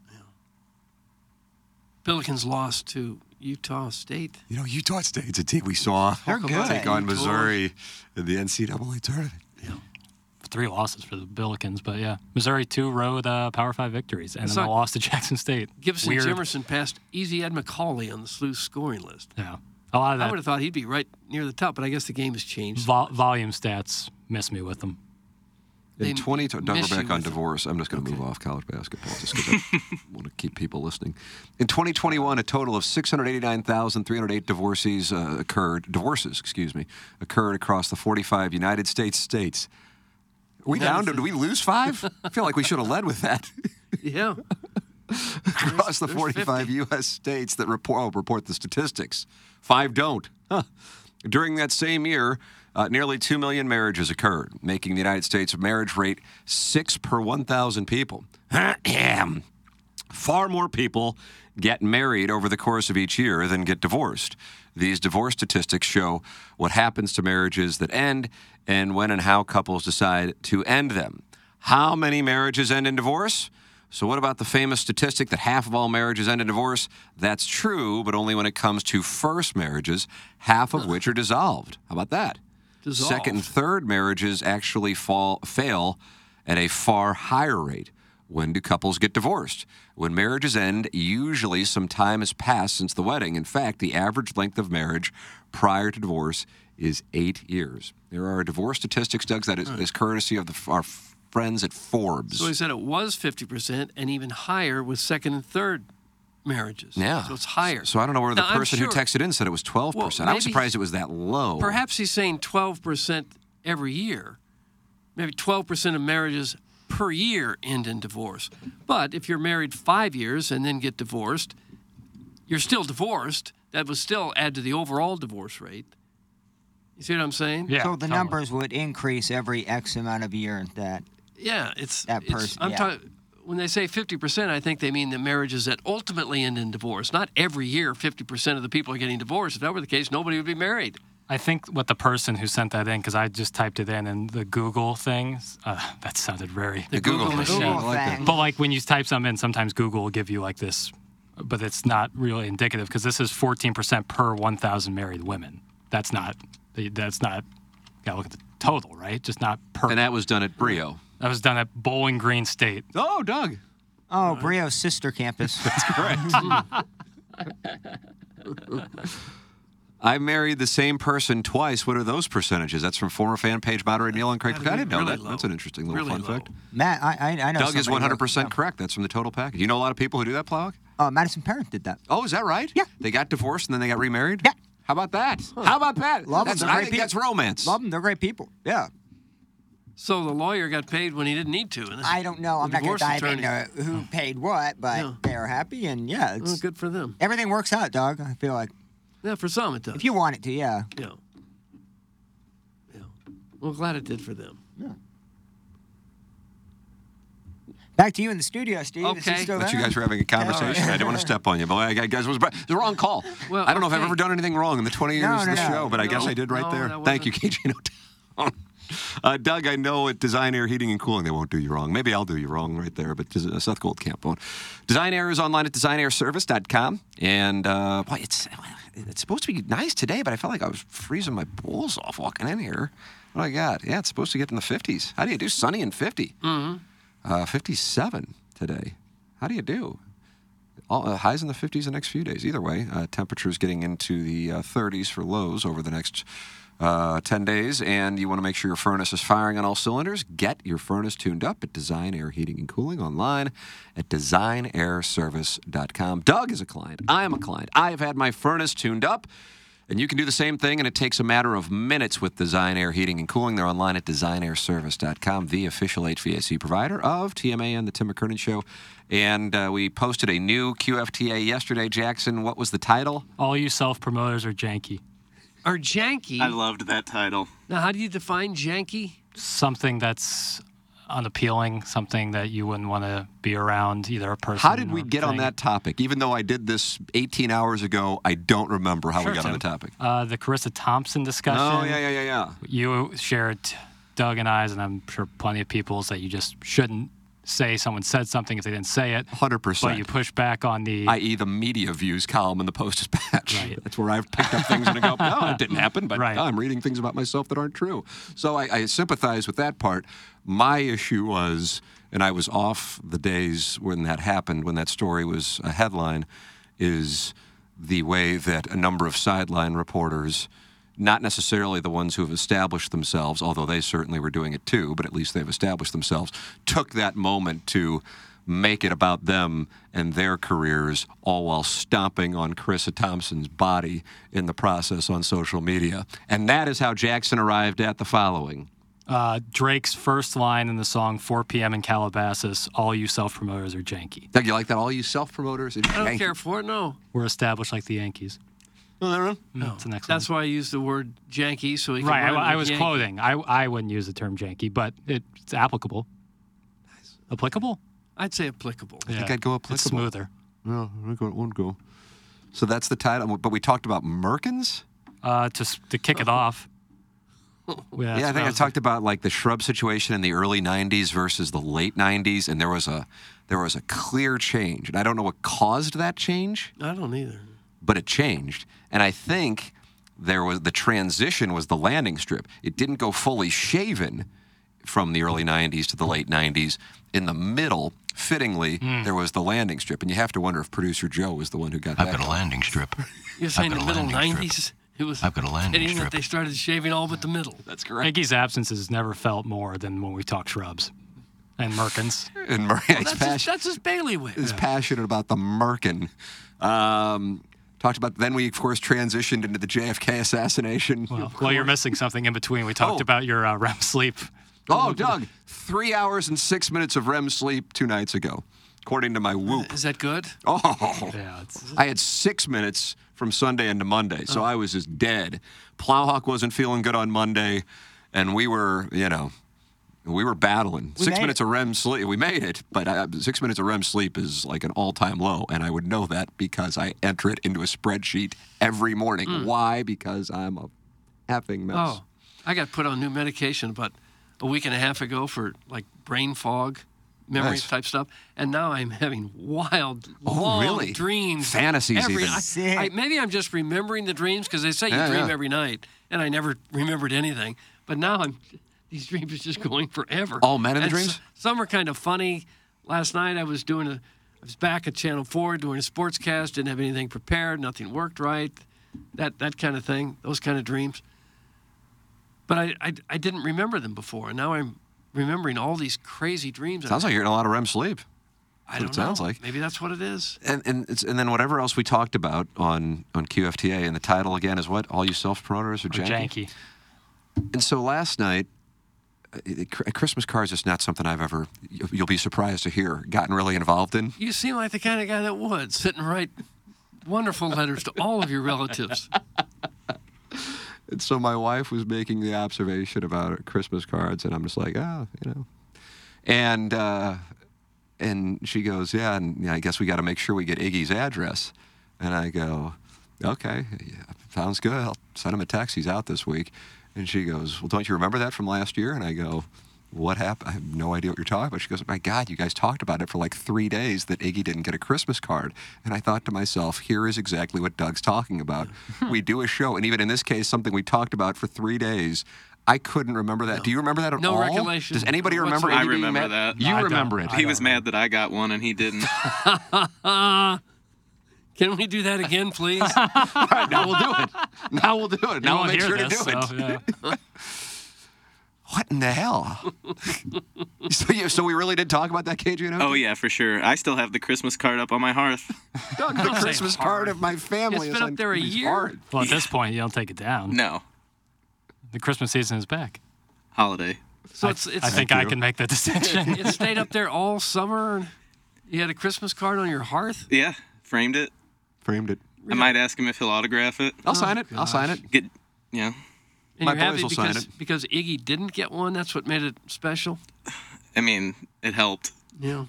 Billikens lost to Utah State.
You know, Utah State's a team we saw
They're good.
take on
Utah.
Missouri in the NCAA tournament.
Three losses for the Billikens, but yeah. Missouri, two road uh, Power 5 victories, and
It's
then a
like
loss to Jackson State.
Gibson
Weird.
Jimerson passed Easy Ed McCauley on the Sleuth scoring list.
Yeah. A lot of
I
that
would have thought he'd be right near the top, but I guess the game has changed.
vol- volume stats miss me with them.
In
They
20, Doug, we're
miss you
back on
with-
divorce. I'm just going to move off college basketball just because I want to keep people listening. In 2021, a total of 689,308 divorces uh, occurred, divorces, excuse me, occurred across the 45 United States states. Are we
That
down
is
to,
a-
did we lose five? I feel like we should have led with that.
Yeah.
across the 45 U.S. states that report oh, report the statistics. Five don't. Huh. During that same year, uh, nearly 2 million marriages occurred, making the United States marriage rate six per 1,000 people. Ahem. Far more people get married over the course of each year than get divorced. These divorce statistics show what happens to marriages that end and when and how couples decide to end them. How many marriages end in divorce? So, what about the famous statistic that half of all marriages end in divorce? That's true, but only when it comes to first marriages, half of which are dissolved. How about that?
Dissolved.
Second and third marriages actually fall fail at a far higher rate. When do couples get divorced? When marriages end, usually some time has passed since the wedding. In fact, the average length of marriage prior to divorce is eight years. There are divorce statistics, Doug, that is, is courtesy of the, our friends at Forbes.
Hmm. So he said it was 50% and even higher with second and third marriages.
Yeah.
So it's higher.
So I don't know where the
Now, I'm
person who
sure-
texted in said it was 12%. I
Well,
was
maybe-
surprised it was that low.
Perhaps he's saying 12% every year. Maybe 12% of marriages per year end in divorce. But if you're married five years and then get divorced, you're still divorced. That would still add to the overall divorce rate. You see what I'm saying?
so the numbers would increase every X amount of year that
Yeah, it's
that
it's-
person.
I'm
yeah.
talking. When they say 50%, I think they mean the marriages that ultimately end in divorce. Not every year 50% of the people are getting divorced. If that were the case, nobody would be married.
I think what the person who sent that in, because I just typed it in, and the Google thing, uh, that sounded very.
The Google Google machine. machine. I like that.
But like when you type something in, sometimes Google will give you like this, but it's not really indicative because this is 14% per 1,000 married women. That's not, that's not, gotta look at the total, right? Just not per. And
that was done at Brio.
That was done at Bowling Green State.
Oh, Doug.
Oh, Brio's sister campus. That's
correct. I married the same person twice. What are those percentages? That's from former fan page moderator Neil and Craig. I didn't know
really
that. That's an interesting little
Really
fun fact.
Matt, I, I, I know.
Doug is
somebody who-
100% correct. That's from the total package. You know a lot of people who do that, Plowick?
Uh, Madison Parent did that.
Oh, is that right? Yeah. They got divorced and then they got remarried? Yeah. How about that? How about that?
Love
That's-
them.
I
They're great
think
people.
that's romance.
Love them. They're great people. Yeah.
So the lawyer got paid when he didn't need to. And
I don't know. I'm
the
not going
divorce
to dive
attorney-
into
Oh.
who paid what, but they are happy and yeah, it's
good for them.
Everything works out, Doug. I feel like.
Yeah, for some it does.
If you want it to, yeah.
Yeah. Well, glad it did for them.
Back to you in the studio, Steve. Is he
Okay.
still
But you
there?
guys were having a conversation. I didn't want to step on you, but I, I guess it was the wrong call.
Well,
I don't know if I've
okay.
ever done anything wrong in the 20 years
No,
of
no,
the
no.
show, but I guess
No,
I did right
no,
there.
that
Thank you, KJ Nottown. Uh, Doug, I know at Design Air Heating and Cooling they won't do you wrong. Maybe I'll do you wrong right there, but uh, Seth Goldcamp won't. Design Air is online at designairservice.com. And uh, boy, it's, it's supposed to be nice today, but I felt like I was freezing my balls off walking in here. What do I got? Yeah, it's supposed to get in the 50s. How do you do sunny and 50?
Mm-hmm.
Uh, 57 today. How do you do? All, uh, highs in the 50s the next few days. Either way, uh, temperatures getting into the uh, 30s for lows over the next uh, 10 days. And you want to make sure your furnace is firing on all cylinders. Get your furnace tuned up at Design Air Heating and Cooling online at designairservice.com. Doug is a client. I am a client. I have had my furnace tuned up. And you can do the same thing, and it takes a matter of minutes with Design Air Heating and Cooling. They're online at designairservice.com, the official HVAC provider of TMA and The Tim McKernan Show. And uh, we posted a new QFTA yesterday. Jackson, what was the title?
All you self promoters are janky.
Or janky.
I loved that title.
Now, how do you define janky?
Something that's unappealing, something that you wouldn't want to be around, either a person.
How did we
or
get on
thing.
that topic? Even though I did this 18 hours ago, I don't remember how
Sure,
we got on the
Tim.
topic.
Uh, the Carissa Thompson discussion.
Oh, yeah, yeah, yeah, yeah.
You shared Doug and I's, and I'm sure plenty of people's that you just shouldn't say someone said something if they didn't say it.
100%.
But you push back on the.
i.e., E the media views column in the Post Dispatch. That's where I've picked up things and I go, no, it didn't happen, but no, I'm reading things about myself that aren't true. So I, I sympathize with that part. My issue was, and I was off the days when that happened, when that story was a headline, is the way that a number of sideline reporters. Not necessarily the ones who have established themselves, although they certainly were doing it too, but at least they've established themselves, took that moment to make it about them and their careers, all while stomping on Carissa Thompson's body in the process on social media. And that is how Jackson arrived at the following.
Uh, Drake's first line in the song 4 p.m. in Calabasas, all you self promoters are janky.
Doug, you like that? All you self promoters are
I don't care for it, no.
We're established like the Yankees.
Uh-huh.
No.
That's the next
That's why I used the word janky so he can
Right.
rhyme
I, I
with
was
Yankee.
quoting. I, I wouldn't use the term janky, but it's applicable. Applicable?
I'd say applicable.
I think I'd go applicable.
smoother.
No, I'd go one go. So that's the title. But we talked about Merkins?
Uh, to, s- to kick it
Oh.
off.
Yeah, I
that's
think
what
I
was-
talked about like the shrub situation in the early '90s versus the late '90s, and there was a there was a clear change, and I don't know what caused that change,
I don't either.
but it changed, and I think there was the transition was the landing strip. It didn't go fully shaven from the early '90s to the late '90s. In the middle, fittingly,
Mm.
there was the landing strip, and you have to wonder if producer Joe was the one who got that. I've got a landing strip.
You're saying the middle 90s? It was
I've got a landing
hitting that
strip.
they started shaving all but the middle.
That's
Iggy's absence has never felt more than when we talk shrubs and Merkins.
and Murray
Well, that's, his, that's his bailiwick.
is passionate about the Merkin. Um, talked about then we of course transitioned into the JFK assassination.
Well, well, you're missing something in between. We talked about your uh, REM sleep.
oh, Doug, three hours and six minutes of REM sleep two nights ago, according to my Whoop.
Is that good?
Oh,
yeah,
I had six minutes from Sunday into Monday, so I was just dead. Plowhawk wasn't feeling good on Monday, and we were, you know. We were battling.
We
six
made
minutes of REM sleep. We made it, but uh, six minutes of REM sleep is like an all time low. And I would know that because I enter it into a spreadsheet every morning.
Mm.
Why? Because I'm a effing mess.
Oh, I got put on new medication about a week and a half ago for like brain fog, memory
Nice. Oh,
type stuff, and now I'm having wild, long
really?
dreams,
Fantasies
every,
even.
I-
Sick.
I- maybe I'm just remembering the dreams because they say you
Yeah,
dream
yeah.
every night, and I never remembered anything. But now I'm these dreams are just going forever.
All men in the
And
dreams?
s- some are kind of funny. Last night I was doing a, I was back at Channel Four doing a sports cast. Didn't have anything prepared. Nothing worked right. That that kind of thing. Those kind of dreams but I, I, I didn't remember them before, and now I'm remembering all these crazy dreams.
Sounds like you're getting a lot of REM sleep. That's
I
what
don't
it sounds
know.
like.
Maybe that's what it is.
And and it's, and then whatever else we talked about on on QFTA and the title again is what all you self promoters are
Or
janky.
janky.
And so last night, uh, it- cr- Christmas cards is not something I've ever you- you'll be surprised to hear gotten really involved in.
You seem like the kind of guy that would sit and write wonderful letters to all of your relatives.
And so my wife was making the observation about Christmas cards, and I'm just like, ah, you know. And uh, and she goes, yeah, and yeah, I guess we got to make sure we get Iggy's address. And I go, okay, yeah, sounds good. I'll send him a text. He's out this week. And she goes, well, don't you remember that from last year? And I go, what happened? I have no idea what you're talking about. She goes, my God, you guys talked about it for like three days that Iggy didn't get a Christmas card. And I thought to myself, here is exactly what Doug's talking about. we do a show, and even in this case, something we talked about for three days. I couldn't remember that. Do you remember that at
No
all?
recollection
Does anybody remember?
I
Iggy being mad?
remember that.
You remember it.
He was mad that I got one and he didn't.
Can we do that again, please?
All right, now we'll do it. Now we'll do it.
You
Now we'll
won't
make
hear
sure to do
this,
it.
so, yeah.
what in the hell? so, you, so we really did talk about that, KJ?
Oh yeah, for sure. I still have the Christmas card up on my hearth.
Doug,
Don't
the
say
Christmas card of my family. is
It's been
on
up there a
Kirby's
year.
heart.
Well, at this point, you don't take it down.
No.
The Christmas season is back.
Holiday.
So it's, it's
I think I can make that distinction.
It stayed up there all summer. And you had a Christmas card on your hearth.
Yeah, framed it.
Framed it.
I might ask him if he'll autograph it.
I'll sign it. I'll sign it.
Get, yeah.
And you're happy because, because Iggy didn't get one. That's what made it special.
I mean, it helped.
Yeah.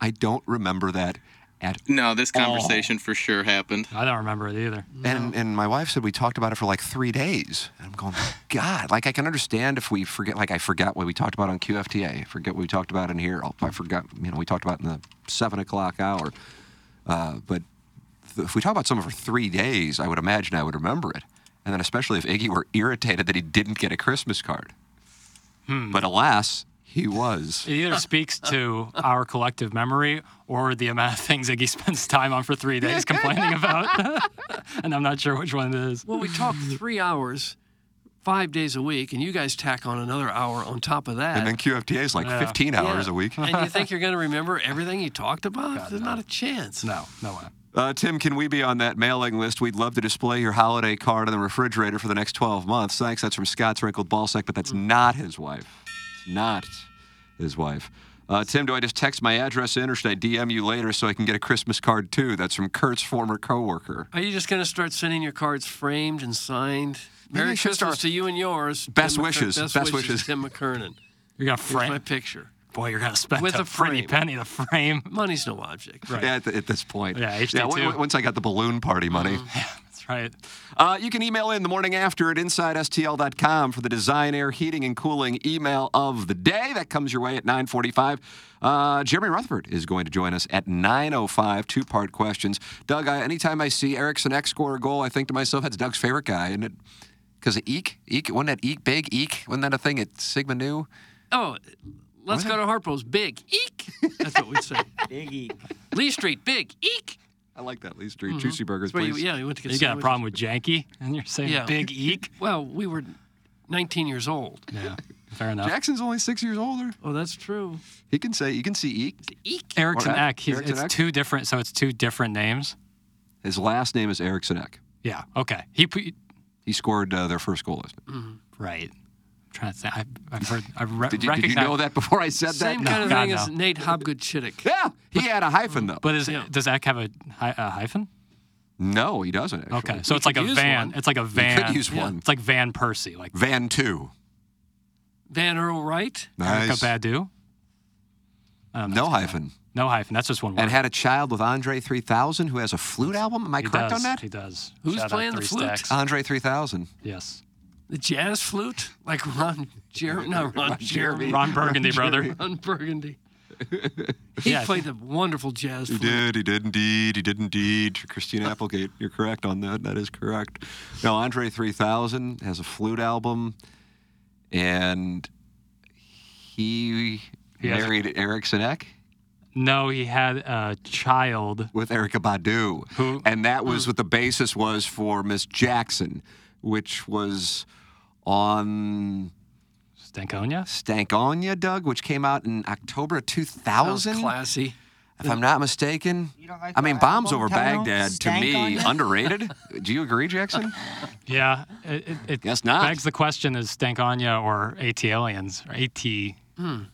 I don't remember that at
No, this
Oh.
conversation for sure happened.
I don't remember it either.
And and my wife said we talked about it for like three days. And I'm going, God, like I can understand if we forget. Like I forgot what we talked about on QFTA. I forget what we talked about in here. Oh, I forgot. You know, we talked about in the seven o'clock hour. Uh, but th- if we talk about something for three days, I would imagine I would remember it. And then especially if Iggy were irritated that he didn't get a Christmas card.
Hmm.
But alas, he was.
It either speaks to our collective memory or the amount of things Iggy spends time on for three days complaining about. and I'm not sure which one it is.
Well, we talk three hours, five days a week, and you guys tack on another hour on top of that.
And then QFTA is like 15 hours
Yeah.
a week.
and you think you're going to remember everything you talked about? There's not a chance.
No, no way.
Uh, Tim, can we be on that mailing list? We'd love to display your holiday card in the refrigerator for the next 12 months. Thanks. That's from Scott's wrinkled ballsack, but that's
Hmm.
not his wife. It's not his wife. Uh, Tim, do I just text my address in, or should I DM you later so I can get a Christmas card too? That's from Kurt's former coworker.
Are you just going to start sending your cards framed and signed?
Maybe I
Merry
should
Christmas
start-
to you and yours.
Best
Tim McKer-
wishes,
Best,
best
wishes,
wishes.
Tim McKernan.
You got
Here's
frame-
my picture.
boy, you're gonna spend
With
a
a
pretty
frame.
penny. The frame,
money's no object.
Right.
Yeah, at, at this point.
Yeah, HD
w-
too.
w- once I got the balloon party money.
Mm-hmm. That's right.
Uh, you can email in the morning after at InsideSTL.com for the Design Air Heating and Cooling email of the day. That comes your way at 945. Uh, Jeremy Rutherford is going to join us at 905, two-part questions. Doug, I, anytime I see Erickson X score a goal, I think to myself, that's Doug's favorite guy, isn't it? Because Eek, Eek, wasn't that Eek big? Eek, wasn't that a thing at Sigma Nu?
Oh, let's go to Harpo's. Big eek. That's what we'd say. big eek. Lee Street. Big eek.
I like that, Lee Street. Juicy burgers,
That's where Mm-hmm. you-
please.
yeah, you went to get
You got a
sandwiches.
problem with janky, and you're saying big eek.
Well, we were 19 years old.
Yeah. Fair enough.
Jackson's only six years older.
Oh, that's true.
He can say, you can see Eek.
Eek.
Erickson
Or
Eck. He's,
Erickson
it's
Eck?
two different, so it's two different names.
His last name is Erickson Eck.
Yeah. Okay. He put,
He scored uh, their first goal. Isn't
right. I'm trying to think. I've, I've heard. I've re-
Did you- did you
recognize-
know that before I said
Same
No,
kind of
God,
thing
no.
as Nate Hobgood Chittick.
Yeah, he had a hyphen though.
But is, does Eck have a, hy- a hyphen?
No, he doesn't. Actually.
Okay, so
He
it's like a
could use
van.
one.
It's like a
He could
van.
use one.
It's like Van Persie, like
Van Two.
Van Earl Wright.
Nice.
Erica Badu. Um,
No hyphen.
no hyphen. That's just one word.
And had a child with Andre 3000, who has a flute album. Am I
He
correct
does,
on that?
He does.
Who's
Shout out
playing the
Three
flute?
Stacks.
Andre 3000.
Yes.
The jazz flute? Like Ron Jeremy? Not Ron,
Ron
Jeremy.
Jeremy. Ron Burgundy, Ron brother. Jeremy.
Ron Burgundy. He
Yeah, I
played the wonderful jazz
He
flute.
did. He did indeed. He did indeed. Christina Applegate. You're correct on that. That is correct. Now, Andre 3000 has a flute album, and he,
He has a-
married Erickson Eck.
No, he had a child.
with Erica Badu. And that
Mm.
was what the basis was for Miss Jackson, which was on
Stankonia?
Stankonia, Doug, which came out in October of 2000.
Sounds classy.
If I'm not mistaken. I mean, Bombs Over Baghdad, to me,
Stankonia?
underrated. Do you agree, Jackson?
Yeah. It, it, it
Guess not.
begs the question: Is Stankonia or AT Aliens or AT
Hmm.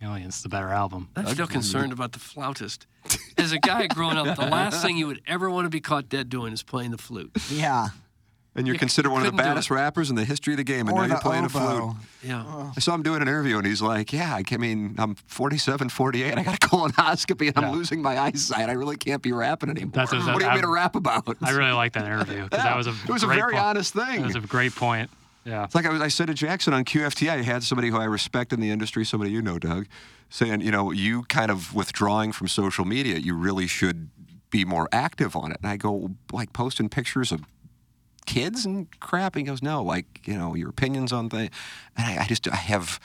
Aliens the better album?
I'm still concerned about the flautist. As a guy growing up, the last thing you would ever want to be caught dead doing is playing the flute.
Yeah.
And you're considered one of the
couldn't do
baddest
it.
rappers in the history of the game, and
Or
now you're
the
playing a flute.
oboe. Yeah.
I saw him doing an interview, and he's like, "Yeah, I ca- I mean, I'm 47, 48. I got a colonoscopy, and
Yeah.
I'm losing my eyesight. I really can't be rapping anymore.
That's
what do you
I-
mean to rap about?"
I really like that interview because that was a
it was a
great
very
point.
honest thing.
That was a great point. Yeah.
It's like I, was, I said to Jackson on QFT, I had somebody who I respect in the industry, somebody you know, Doug, saying, you know, you kind of withdrawing from social media, you really should be more active on it. And I go, like, posting pictures of kids and crap. And he goes, no, like, you know, your opinions on things. And I, I just, I have,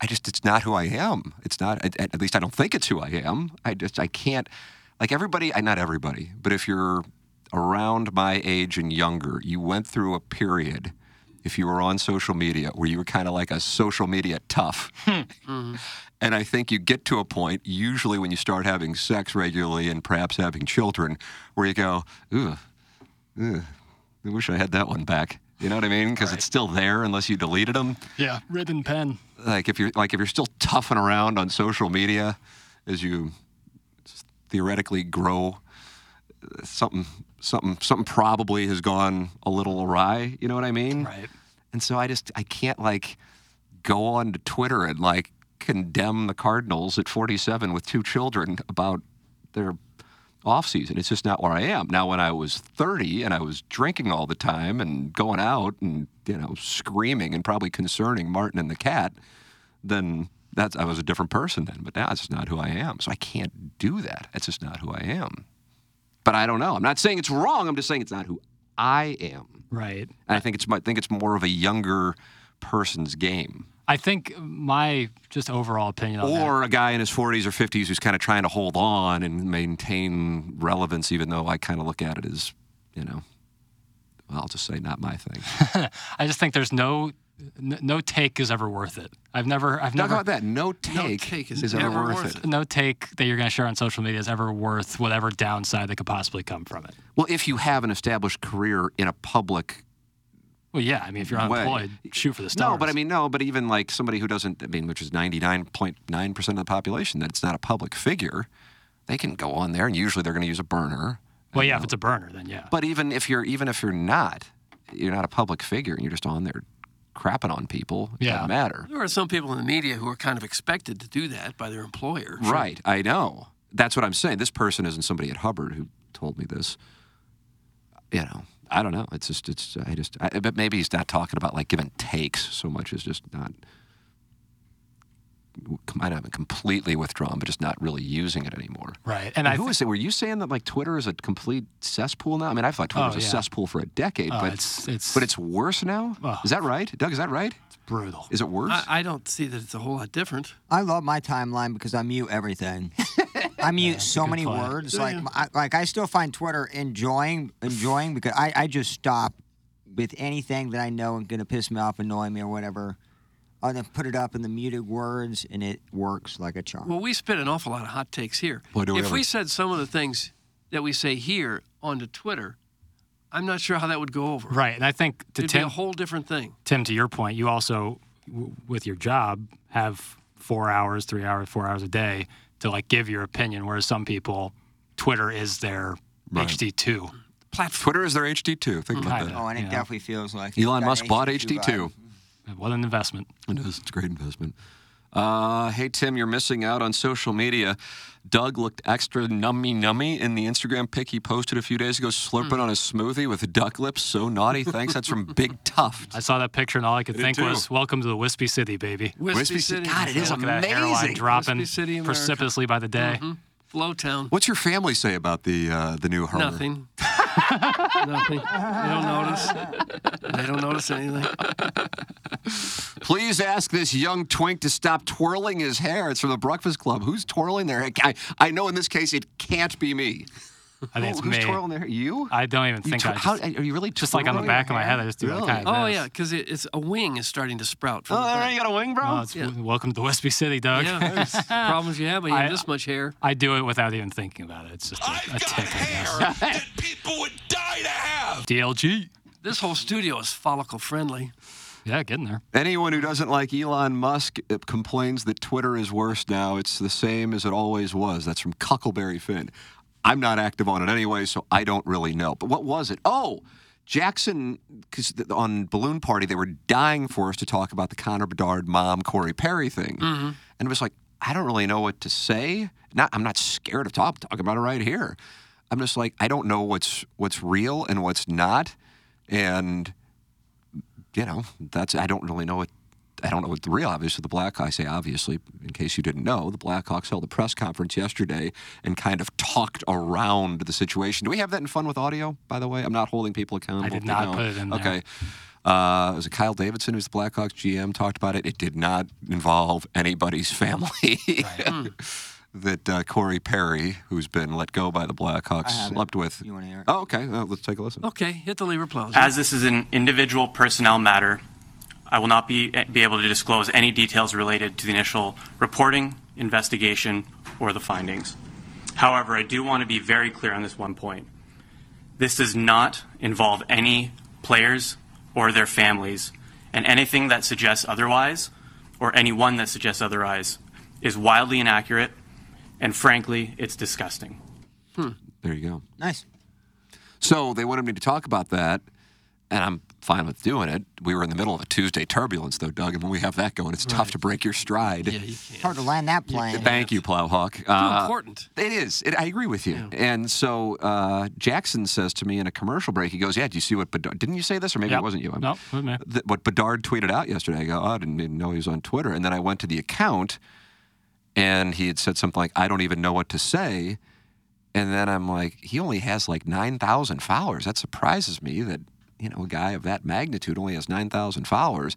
I just, it's not who I am. It's not, at, at least I don't think it's who I am. I just, I can't, like, everybody, I not everybody, but if you're around my age and younger, you went through a period if you were on social media where you were kind of like a social media tough. And I think you get to a point, usually when you start having sex regularly and perhaps having children, where you go, ooh, ugh, I wish I had that one back. You know what I mean? Because it's still there unless you deleted them.
Yeah. Red and pen.
Like if you're like if you're still toughing around on social media as you theoretically grow, uh, something something something probably has gone a little awry. You know what I mean?
Right.
And so I just I can't like go on to Twitter and like condemn the Cardinals at 47 with two children about their off season. It's just not where I am. Now when I was 30 and I was drinking all the time and going out and you know screaming and probably concerning Martin and the cat, then that's I was a different person then. But now it's just not who I am. So I can't do that. That's just not who I am. But I don't know. I'm not saying it's wrong. I'm just saying it's not who I am.
Right.
And I think it's I think it's more of a younger person's game,
I think my just overall opinion on that.
or a guy in his 40s or 50s who's kind of trying to hold on and maintain relevance, even though I kind of look at it as, you know, well, I'll just say not my thing.
I just think there's no n- no take is ever worth it. I've never I've
Talk
never
about that. No take, is, ever worth it.
No take that you're going to share on social media is ever worth whatever downside that could possibly come from it.
Well, if you have an established career in a public
Well, yeah. I mean, if you're
Way.
unemployed, shoot for the stars.
No, but I mean, no, but even like somebody who doesn't, I mean, which is 99.9% of the population, that it's not a public figure, they can go on there and usually they're going to use a burner.
well, yeah. If it's a burner, then yeah.
But even if you're even if you're not, you're not a public figure and you're just on there crapping on people, it doesn't matter.
There are some people in the media who are kind of expected to do that by their employer.
Right, I know. That's what I'm saying. This person isn't somebody at Hubbard who told me this. You know, I don't know. It's just, it's, I just, I, but maybe he's not talking about like giving takes so much as just not, I not have completely withdrawn, but just not really using it anymore.
Right.
And,
And I
who was it? Were you saying that like Twitter is a complete cesspool now? I mean, I thought Twitter
Oh,
was a
yeah.
cesspool for a decade,
Oh,
but
it's- it's-
but it's worse now.
Oh.
Is that right, Doug? Is that right? It's
brutal.
Is it worse?
I, I don't see that it's a whole lot different.
I love my timeline because I mute everything. I mute so
good
many
point.
words.
Yeah,
Like,
yeah.
I, like I still find Twitter enjoying, enjoying because I, I just stop with anything that I know is going to piss me off, annoy me, or whatever. I then put it up in the muted words, and it works like a charm.
Well, we spit an awful lot of hot takes here.
Boy, do we
if
ever.
we said some of the things that we say here onto Twitter, I'm not sure how that would go over.
Right. And I think to
It'd be
Tim,
a whole different thing.
Tim, to your point, you also, w- with your job, have four hours, three hours, four hours a day to like give your opinion, whereas some people, Twitter is their
Right.
HD2.
Twitter is their HD2. Think about that.
Oh, and it definitely feels like
Elon
got
Musk
an
bought
HD2
HD2.
What an investment.
It is. It's a great investment. Uh, hey, Tim, you're missing out on social media. Doug looked extra nummy nummy in the Instagram pic he posted a few days ago, slurping
Hmm.
on a smoothie with duck lips. So naughty. Thanks. That's from Big Tough.
I saw that picture and all I could
I did
think
too.
was, "Welcome to the Wispy City, baby."
Wispy Wispy City. City. God, it is
Look at that hairline
amazing.
dropping
Wispy City, America. Mm-hmm.
precipitously by the day.
Flow town.
What's your family say about the uh, the new Hummer?
Nothing. Nothing. They don't notice. They don't notice anything.
Please ask this young twink to stop twirling his hair. It's from the Breakfast Club. Who's twirling their hair? I, I know in this case it can't be me.
I think it's
Who- who's
me.
twirling their hair? You?
I don't even
You
think
twi-
I. Just,
how- are you really
just like on the
twirling
back of
your
my head? I
hair?
just do
Really?
like kind of
Oh
this.
yeah, because it, it's a wing is starting to sprout. From
Oh,
the
all right,
back.
you got a wing, bro.
Well, it's w- welcome to the Wispy City, Doug.
Yeah, there's problems you have when you have
I-
this much hair.
I do it without even thinking about it. It's just a, a tick, I guess. DLG.
This whole studio is follicle friendly.
Yeah, getting there.
Anyone who doesn't like Elon Musk uh, complains that Twitter is worse now. It's the same as it always was. That's from Cuckleberry Finn. I'm not active on it anyway, so I don't really know. But what was it? Oh, Jackson, because on Balloon Party, they were dying for us to talk about the Connor Bedard mom, Corey Perry thing. And it was like, I don't really know what to say. Not, I'm not scared of talk, talking about it right here. I'm just like, I don't know what's what's real and what's not. And you know, that's I don't really know what I don't know what the real obviously the Blackhawks I say obviously in case you didn't know the Blackhawks held a press conference yesterday and kind of talked around the situation. Do we have that in fun with audio? By the way, I'm not holding people accountable.
I did
if they
not
don't.
put it in there.
Okay. Uh, it was Kyle Davidson, who's the Blackhawks GM, talked about it. It did not involve anybody's family. that uh, Corey Perry, who's been let go by the Blackhawks, slept with. You want to hear? Oh, okay. Uh, let's take a listen.
Oh.
Okay, hit the lever applause.
As this is an individual personnel matter, I will not be, be able to disclose any details related to the initial reporting, investigation, or the findings. However, I do want to be very clear on this one point. This does not involve any players or their families, and anything that suggests otherwise, or anyone that suggests otherwise, is wildly inaccurate, and frankly, it's disgusting.
There you go.
Nice.
So they wanted me to talk about that, and I'm fine with doing it. We were in the middle of a Tuesday turbulence, though, Doug, and when we have that going, it's tough to break your stride. Yeah, you
Hard to land that plane.
Thank you, Plowhawk. Uh,
important.
It is. It, I agree with you. And so uh, Jackson says to me in a commercial break, he goes, "Yeah, do you see what Bedard? Didn't you say this, or maybe
Yep.
it wasn't you? I'm-
No, wasn't me.
th- what Bedard tweeted out yesterday. I go, oh, I didn't even know he was on Twitter. And then I went to the account, and he had said something like, I don't even know what to say. And then I'm like, he only has like 9,000 followers. That surprises me that, you know, a guy of that magnitude only has 9,000 followers.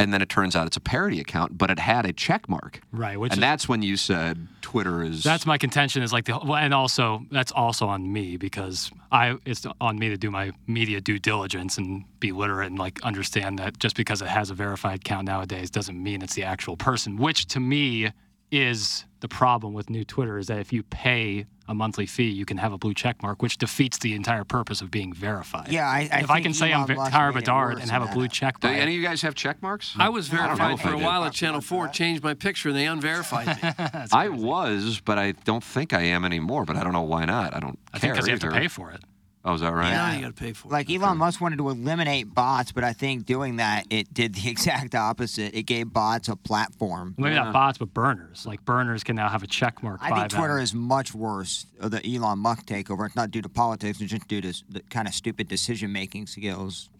And then it turns out it's a parody account, but it had a check mark.
Right, which
and
is-
that's when you said Twitter is.
That's my contention. Is like the well, and also that's also on me because I it's on me to do my media due diligence and be literate and like understand that just because it has a verified account nowadays doesn't mean it's the actual person. Which to me is the problem with new Twitter is that if you pay a monthly fee, you can have a blue check mark, which defeats the entire purpose of being verified.
Yeah, I- I
if I
think
can say I'm
Elon Musk
Tara
made it
Bedard
worse
and have a
than
blue
that.
check
Do
mark,
any of you guys have check marks?
I was
don't know
verified
if
for
I
a
did.
while at Channel 4, changed my picture, and they unverified me.
I was, but I don't think I am anymore. But I don't know why not. I don't
I
care
think because you have to
either.
pay for it.
Oh, is that right?
pay for
like Elon Musk wanted to eliminate bots, but I think doing that it did the exact opposite. It gave bots a platform.
Maybe not bots, but burners. Like burners can now have a check mark.
I think Twitter is much worse. uh, The Elon Musk takeover. It's not due to politics. It's just due to s- the kind of stupid decision making skills,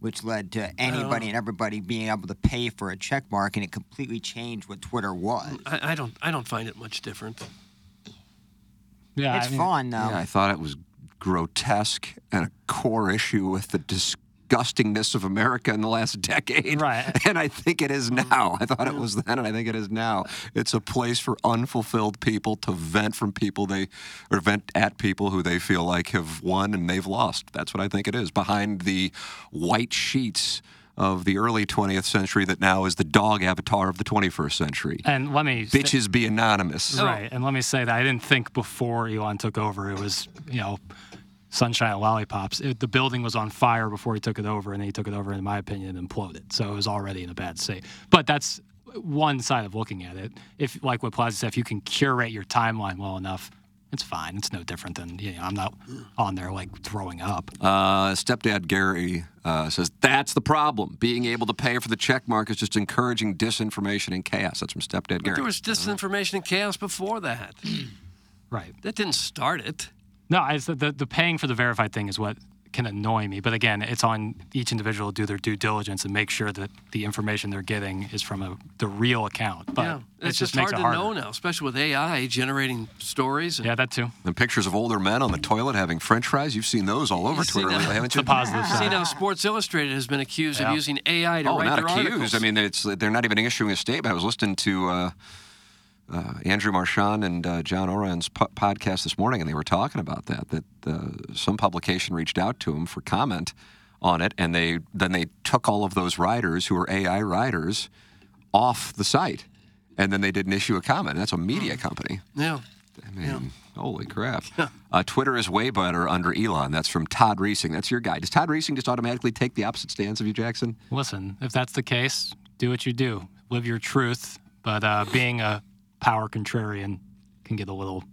which led to anybody and everybody being able to pay for a check mark, and it completely changed what Twitter was.
I, I don't. I don't find it much different.
Yeah,
it's fun though.
Yeah, I thought it was grotesque and a core issue with the disgustingness of America in the last decade. Right. And I think it
Mm-hmm.
is now. I thought it was then, and I think it is now. It's a place for unfulfilled people to vent from people they, or vent at people who they feel like have won and they've lost. That's what I think it is. Behind the white sheets of the early 20th century that now is the dog avatar of the 21st century.
And let me say-
Bitches be anonymous.
Right. And let me say that I didn't think before Elon took over it was, you know, sunshine and lollipops. It, the building was on fire before he took it over, and then he took it over, in my opinion, and imploded. So it was already in a bad state. But that's one side of looking at it. If, like what Plaza said, if you can curate your timeline well enough, it's fine. It's no different than, you know, I'm not on there like throwing up.
Uh, stepdad Gary uh, says that's the problem. Being able to pay for the check mark is just encouraging disinformation and chaos. That's from stepdad
But
Gary.
there was disinformation and chaos before that.
right.
That didn't start it.
No, I, the, the the paying for the verified thing is what can annoy me. But again, it's on each individual to do their due diligence and make sure that the information they're getting is from a, the real account. But
yeah,
it
it's
just,
just,
makes
hard
it
to
harder.
know now, especially with AI generating stories. And
yeah, that too.
and pictures of older men on the toilet having French fries. You've seen those all over Twitter lately, haven't you?
See now, Sports Illustrated has been accused
Uh-huh. Yeah.
of using AI to
oh,
write
not
their
accused.
articles.
I mean, it's they're not even issuing a statement. I was listening to uh, uh, Andrew Marchand and uh, John Oren's po- podcast this morning, and they were talking about that. That uh, some publication reached out to him for comment on it, and they then they took all of those writers who were AI writers off the site, and then they didn't issue a comment. That's a media company.
Hmm. yeah.
I mean, holy crap. uh, Twitter is way better under Elon. That's from Todd Reesing. That's your guy. Does Todd Reesing just automatically take the opposite stance of you, Jackson?
Listen, if that's the case, do what you do, live your truth. But uh, being a power contrarian can get a little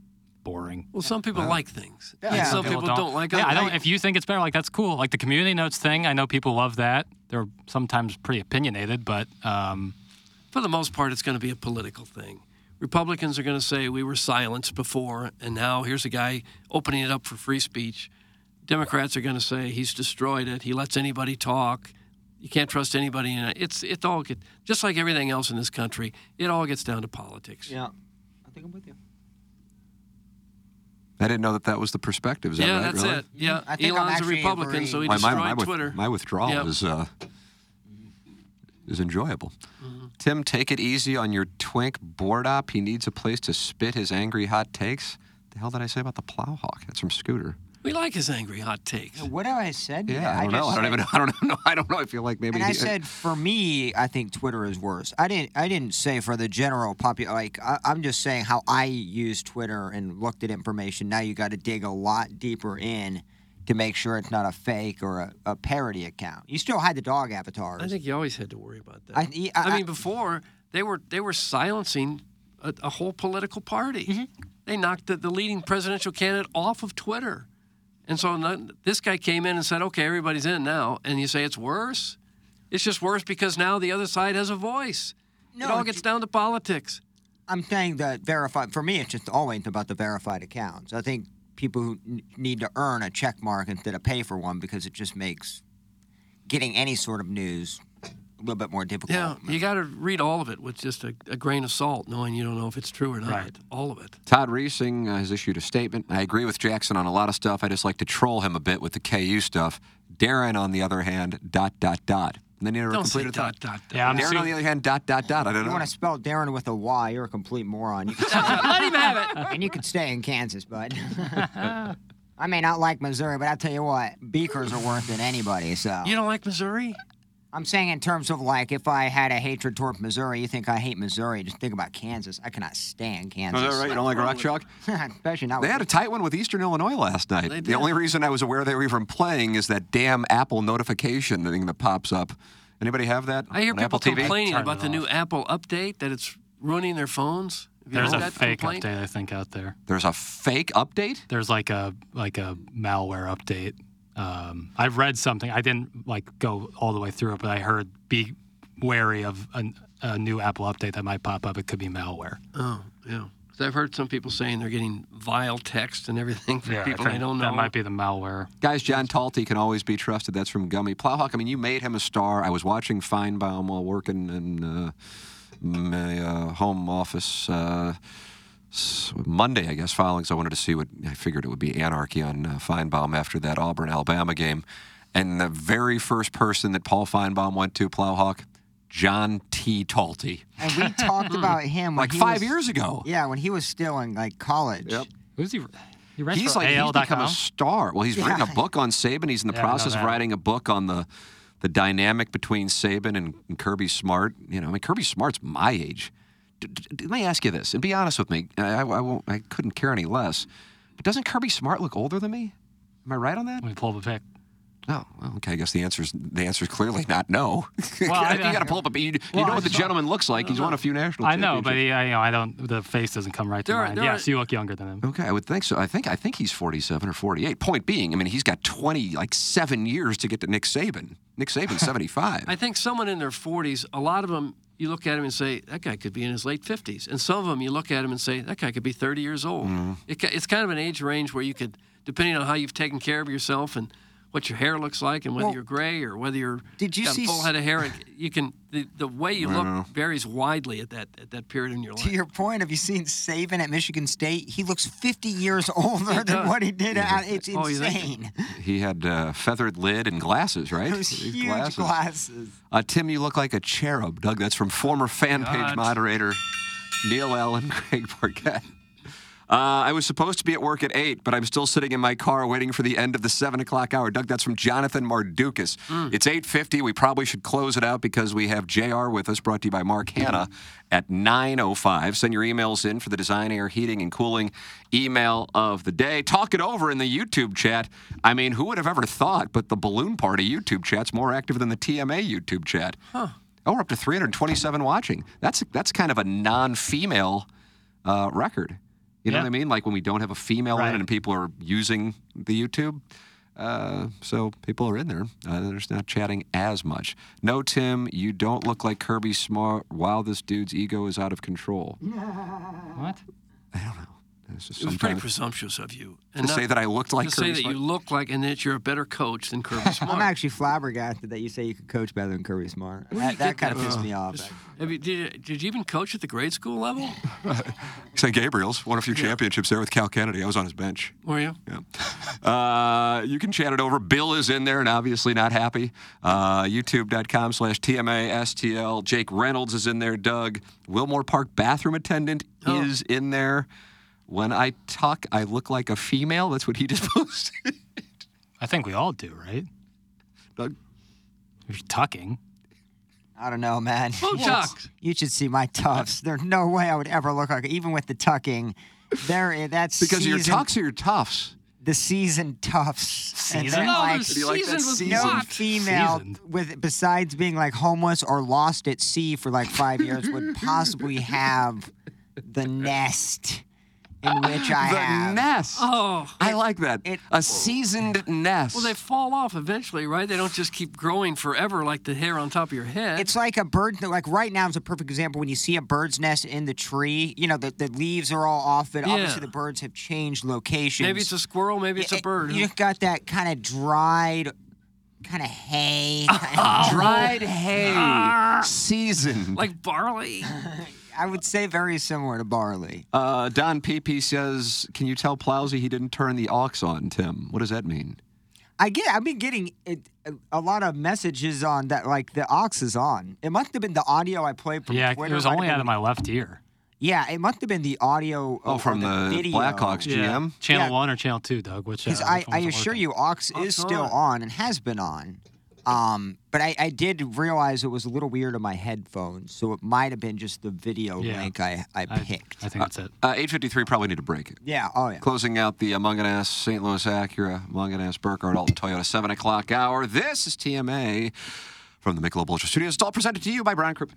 boring.
Well, some people like things.
Yeah,
and some people don't, like
Yeah, I
other-
don't. If you think it's better, like that's cool. Like the community notes thing, I know people love that. They're sometimes pretty opinionated, but um,
for the most part, it's going to be a political thing. Republicans are going to say we were silenced before, and now here's a guy opening it up for free speech. Democrats are going to say he's destroyed it. He lets anybody talk. You can't trust anybody. In it. It's it all get just like everything else in this country. It all gets down to politics.
Yeah, I think I'm with you.
I didn't know that that was the perspective. Is that
yeah,
right,
that's
really?
it. Yeah,
I think I'm
Elon's a
actually
Republican, so he
Why,
destroyed
with-
Twitter.
my withdrawal
Yeah.
is uh, is enjoyable.
Mm-hmm.
Tim, take it easy on your twink board op. He needs a place to spit his angry hot takes. The hell did I say about the plowhawk? That's from Scooter.
We like his angry hot takes.
What have I said?
Yeah, I don't know.
just
I don't
said-
even. I don't know. I don't know. I feel like maybe.
And I
he- uh,
said, for me, I think Twitter is worse. I didn't. I didn't say for the general popul. Like I, I'm just saying how I use Twitter and looked at information. Now you got to dig a lot deeper in to make sure it's not a fake or a, a parody account. You still hide the dog avatars.
I think you always had to worry about that.
I-
I,
yeah, I-
mean, before they were they were silencing a, a whole political party.
Mm-hmm.
They knocked the, the leading presidential candidate off of Twitter, and so none- this guy came in and said, "Okay, everybody's in now." And you say it's worse. It's just worse because now the other side has a voice. it all gets down to politics.
I'm saying that verified. For me, it's just always about the verified accounts. I think people who n- need to earn a check mark instead of pay for one because it just makes getting any sort of news a little bit more difficult.
Yeah, you got to read all of it with just a, a grain of salt, knowing you don't know if it's true or not. All of it.
Todd Reesing uh, has issued a statement. I agree with Jackson on a lot of stuff. I just like to troll him a bit with the KU stuff. Darren, on the other hand, dot dot dot. And then you never
Don't say
completed a thought.
dot, dot,
Yeah, I'm
Darren,
assuming-
on the other hand, dot dot dot. I don't
You
know.
want to spell Darren with a Y? You're a complete moron. You can
Let him have it.
And you could stay in Kansas, bud. I may not like Missouri, but I tell you what, beakers are worse than anybody. So
You don't like Missouri?
I'm saying in terms of like, if I had a hatred toward Missouri, you think I hate Missouri? Just think about Kansas. I cannot stand Kansas.
Is that right? You don't like rock chalk?
Especially not.
They
with-
had a tight one with Eastern Illinois last night.
They
The only reason I was aware they were even playing is that damn Apple notification thing that pops up. Anybody have that?
I hear
on
people
Apple TV?
complaining about the new Apple update that it's ruining their phones. Have you
There's
heard
a
that
fake
complaint?
update I think out there.
There's a fake update.
There's like a like a malware update. Um, I've read something. I didn't like go all the way through it, but I heard be wary of an, a new Apple update that might pop up. It could be malware.
Oh, yeah. 'Cause I've heard some people saying they're getting vile text and everything from
Yeah, I
people they
think
don't know.
that might be the malware.
Guys, John Talty can always be trusted. That's from Gummy Plowhawk. I mean, you made him a star. I was watching Feinbaum while working in uh, my uh, home office uh, s- Monday, I guess, following. So I wanted to see what I figured it would be anarchy on uh, Feinbaum after that Auburn Alabama game. And the very first person that Paul Feinbaum went to, Plowhawk, John T. Talty.
And we talked about him when
Like
he
five
was-
years ago.
Yeah, when he was still in like college. Yep.
Who's he? He
he's like he's become a star. Well, he's written a
Yeah.
book on Saban. He's in the
Yeah, I know
process of
that.
writing a book on the the dynamic between Saban and, and Kirby Smart. You know, I mean, Kirby Smart's my age. D- d- d- let me ask you this, and be honest with me. I, I, I won't. I couldn't care any less. But doesn't Kirby Smart look older than me? Am I right on that?
Let me pull up a pic.
No. Well, okay. I guess the answer's the answer's clearly not no.
I-
you got to pull up a. You, you
Well,
know
I
what the
just-
gentleman looks like. He's won a few national.
I know, but
championships.
he, I, you know, I don't. The face doesn't come right to
There are-
mind.
there
Yes,
are-
you look younger than him.
Okay, I would think so. I think I think he's 47 or 48. Point being, I mean, he's got 20 like 7 years to get to Nick Saban. Nick Saban's 75.
I think someone in their 40s, a lot of them, you look at him and say, that guy could be in his late 50s. And some of them, you look at him and say, that guy could be 30 years old.
Mm-hmm.
It, ki- it's kind of an age range where you could, depending on how you've taken care of yourself and what your hair looks like and whether
Well,
you're gray or whether you're
did you
got
see
a full
s-
head of hair, it- you can the, the way you
I know.
look varies widely at that at that period in your
To
life.
your point, have you seen Saban at Michigan State? He looks 50 years older
He
than
does.
what he did.
Yeah.
At, it's
Oh, you think?
insane.
He had uh, feathered lid and glasses, right?
Those
These
huge glasses.
Uh, Tim, you look like a cherub, Doug. That's from former fan page
God.
moderator Neil Allen, Craig Barquette. Uh, I was supposed to be at work at 8, but I'm still sitting in my car waiting for the end of the 7 o'clock hour. Doug, that's from Jonathan Mardukas. It's 8.50. We probably should close it out because we have JR with us, brought to you by Mark Hanna, at 9.05. Send your emails in for the Design Air Heating and Cooling email of the day. Talk it over in the YouTube chat. I mean, who would have ever thought, but the Balloon Party YouTube chat's more active than the TMA YouTube chat.
Huh.
Oh, we're up to 327 watching. That's that's kind of a non-female uh, record. You know
Yeah.
what I mean? Like when we don't have a female in and people are using the YouTube. Uh, so people are in there. Uh, they're just not chatting as much. No, Tim, you don't look like Kirby Smart. Wow, this dude's ego is out of control.
What?
It's just
It was pretty
sometimes-
presumptuous of you.
To say that I looked like
to
Kirby
say that
Smart?
you look like and that you're a better coach than Kirby Smart.
I'm actually flabbergasted that you say you could coach better than Kirby Smart.
Where do you get
That, kind of pissed
from?
me off.
Just- have you- did, you- did you even coach at the grade school level?
St. Gabriel's won a few championships there with Cal Kennedy. I was on his bench.
Were you?
Uh, you can chat it over. Bill is in there and obviously not happy. Uh, YouTube.com slash TMA STL. Jake Reynolds is in there. Doug Wilmore Park bathroom attendant
Oh.
is in there. When I talk, I look like a female. That's what he just posted.
I think we all do, right?
Doug,
you're tucking.
I don't know, man.
Botox.
You should- You should see my tufts. There's no way I would ever look like even with the tucking. There, i- that's
Because your tux
are
your tufs.
The seasoned tufs. And
Seasoned?
then,
No,
like,
the Do you like that seasoned was
no
not
female
seasoned.
with besides being like homeless or lost at sea for like five years would possibly have the nest in which I
the
have.
nest.
Oh,
I like that. a seasoned nest.
Well, they fall off eventually, right? They don't just keep growing forever like the hair on top of your head.
It's like a bird. Like right now is a perfect example. When you see a bird's nest in the tree, you know the, the leaves are all off it.
Yeah.
Obviously, the birds have changed locations.
Maybe it's a squirrel, maybe it's a bird.
You've got that kind of dried, kind of hay, kinda-
Dried
Oh.
hay, seasoned.
Ah. like barley.
I would say very similar to barley.
Uh, Don PP says, "Can you tell Plowsy he didn't turn the aux on, Tim? What does that mean?"
I get. I've been getting it, a lot of messages on that. Like the ox is on. It must have been the audio I played from
Yeah,
Twitter.
it was
might have
only out
been-
of my left ear.
Yeah, it must have been the audio.
Oh,
or
from the
video.
Blackhawks GM?
Channel
Yeah.
one or channel two, Doug? Which?
Because
uh,
I,
which one
I
was it
assure
working?
you, Ox
Ox
is still
on.
on and has been on. Um, but I, I did realize it was a little weird on my headphones, so it might have been just the video
Yeah.
link I, I picked.
I think that's it.
Uh, 853 probably need a break.
Yeah, oh yeah.
Closing out the Among Us St. Louis Acura, Among Us Burkhardt Alton Toyota 7 o'clock hour. This is TMA from the Michelob Ultra Studios. It's all presented to you by Brian Crouppen.